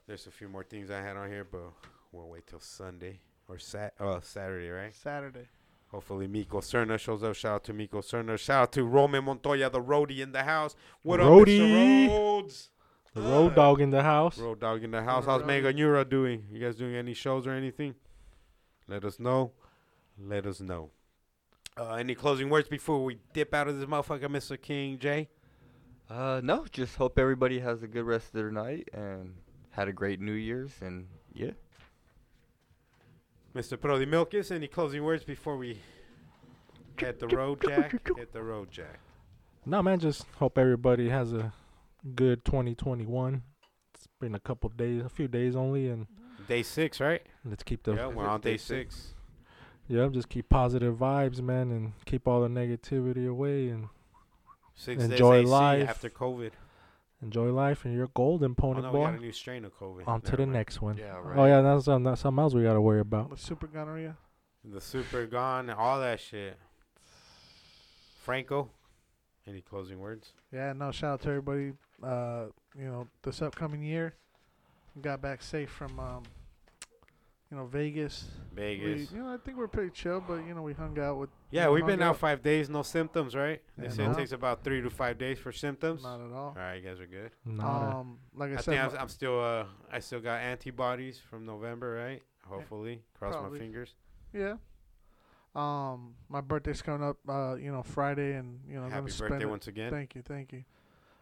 S1: There's a few more things I had on here, but we'll wait till Sunday or sat uh, Saturday, right?
S3: Saturday.
S1: Hopefully, Miko Cerna shows up. Shout out to Miko Cerna. Shout out to Roman Montoya, the roadie in the house. What
S4: Roadie.
S1: up, Mr. Rhodes? Ah.
S4: The road dog in the house.
S1: Uh, Road Dog in the house. How's
S3: Road.
S1: Mega Neura doing? You guys doing any shows or anything? Let us know. Let us know. Uh, any closing words before we dip out of this motherfucker, Mr. King J?
S2: Uh, no, just hope everybody has a good rest of their night and had a great New Year's and yeah.
S1: Mr. Prodi Milkis, any closing words before we hit the road, Jack? Hit the road, Jack.
S4: No man, just hope everybody has a good 2021. It's been a couple days, a few days only, and
S1: Day six, right?
S4: let's keep the
S1: Yeah, we're on day
S2: Day six.
S1: six.
S4: yeah, just keep positive vibes, man, and keep all the negativity away and
S1: Six
S4: Enjoy
S1: days AC
S4: life.
S1: after COVID.
S4: enjoy life. And you're golden,
S1: Oh,
S4: pony
S1: no, we got a
S4: boy.
S1: new strain of COVID.
S4: On to
S1: Never
S4: the
S1: mind.
S4: next one.
S2: Yeah,
S4: Oh yeah, that's, um, that's something else we gotta worry
S1: Oh.
S4: about.
S3: With super gonorrhea.
S1: The super gone, all that shit. Franco, any closing words?
S3: Yeah, no, shout out to everybody. Uh, you know, this upcoming year. Got back safe from um, you know, Vegas. We-
S1: Vegas.
S3: you know, I think we're pretty chill, but you know, we hung out with
S1: Yeah,
S3: we
S1: we've been
S3: hung
S1: out
S3: out.
S1: five days, no symptoms, right? They
S3: Yeah,
S1: say it
S3: no.
S1: takes about three to five days for symptoms.
S3: not at all.
S1: all right, you guys are good.
S4: Nah.
S3: Um, like I,
S1: I,
S3: said,
S1: think
S3: my-
S1: I'm, I'm still, uh, I still got antibodies from November, right? Hopefully, cross my
S3: probably.
S1: fingers.
S3: Yeah. Um, my birthday's coming up. Uh, you know, Friday, and you know, I'm
S1: Happy
S3: gonna spend
S1: birthday
S3: it.
S1: once again.
S3: Thank you, thank you.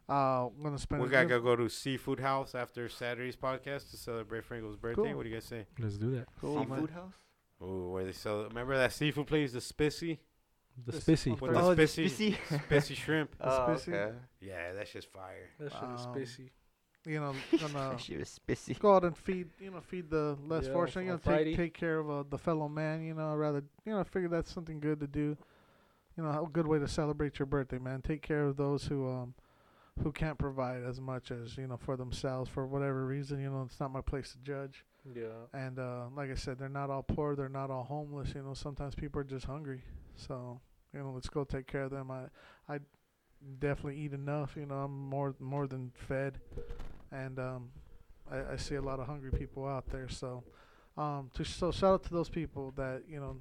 S3: Uh, I'm gonna spend.
S1: We
S3: it
S1: gotta
S3: diff-
S1: go, go to Seafood House after Saturday's podcast to celebrate Franco's birthday.
S3: Cool.
S1: What do you guys say?
S4: Let's do that.
S3: Cool, man.
S2: Seafood house?
S1: Ooh, where they sell? Remember that seafood place, the Spissy,
S4: The
S3: This-
S4: spissy.
S1: with the
S3: Oh,
S2: the
S1: Spissy, Spissy shrimp.
S2: Oh,
S3: Spissy?
S2: okay.
S1: Yeah, that's just fire.
S4: That shit is
S3: Um,
S1: Oh.
S4: spissy.
S3: You know, gonna
S2: she was spissy.
S3: go out and feed. You know, feed the less
S4: Yeah,
S3: fortunate. You
S4: on
S3: know,
S4: Friday.
S3: take take care of uh, the fellow man. You know, rather you know, figure that's something good to do. You know, a good way to celebrate your birthday, man. Take care of those who um who can't provide as much as you know for themselves for whatever reason. You know, it's not my place to judge.
S4: Yeah.
S3: And uh, like I said, they're not all poor. They're not all homeless. You know, sometimes people are just hungry. So you know, let's go take care of them. I, I definitely eat enough. You know, I'm more more than fed, and um, I, I see a lot of hungry people out there. So, um, to so shout out to those people that you know,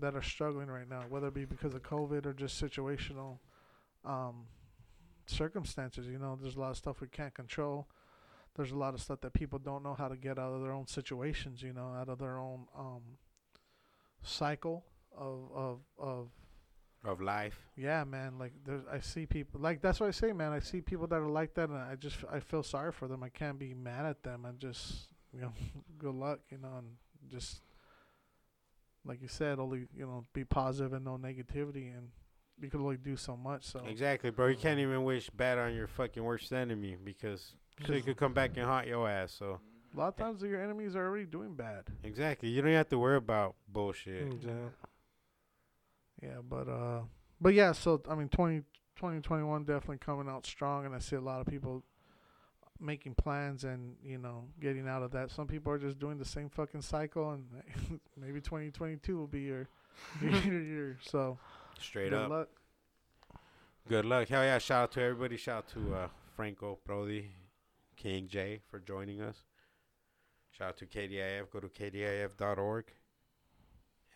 S3: that are struggling right now, whether it be because of COVID or just situational, um, circumstances. You know, there's a lot of stuff we can't control there's a lot of stuff that people don't know how to get out of their own situations, you know, out of their own um, cycle of, of of
S1: Of life.
S3: yeah, man. Like there's, I see people like that's what I say, man. I see people that are like that, and I just I feel sorry for them. I can't be mad at them. I just you know, good luck, you know, and just like you said, only you know, be positive and no negativity, and you can only do so much. So
S1: Exactly, bro. You can't even wish bad on your fucking worst enemy because shit could come back and haunt your ass. So
S3: a lot of times your enemies are already doing bad.
S1: exactly, you don't have to worry about bullshit.
S3: Yeah, but uh, but yeah. So I mean, 20, 2021 definitely coming out strong, and I see a lot of people making plans and you know getting out of that. Some people are just doing the same fucking cycle, and maybe twenty twenty two will be your your year. So
S1: Straight
S3: good
S1: up.
S3: luck.
S1: Good luck. Hell yeah! Shout out to everybody. Shout out to uh, Franco Brody, King J, for joining us. Shout out to KDIF. Go to KDIF.org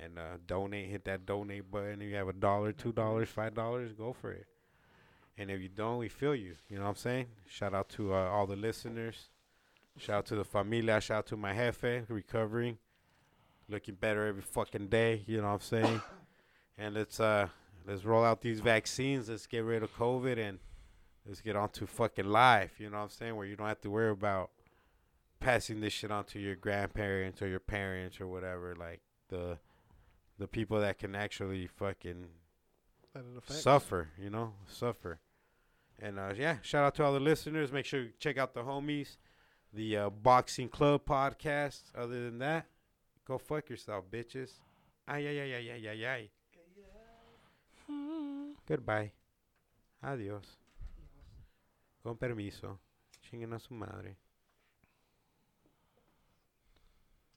S1: and uh, donate. Hit that donate button. If you have a dollar, two dollars, five dollars, go for it. And if you don't, we feel you. You know what I'm saying? Shout out to uh, all the listeners. Shout out to the familia. Shout out to my jefe, recovering, looking better every fucking day. You know what I'm saying? and let's uh let's roll out these vaccines. Let's get rid of COVID and let's get on to fucking life. You know what I'm saying? Where you don't have to worry about passing this shit on to your grandparents or your parents or whatever. Like the the people that can actually fucking
S3: That it affects.
S1: suffer, you know, suffer. And uh, yeah, shout out to all the listeners. Make sure you check out the homies, the uh, Boxing Club podcast. Other than that, go fuck yourself, bitches. Ay, ay, ay, ay, ay, ay, ay. Goodbye. Adios. Con permiso. Chinguen a su madre.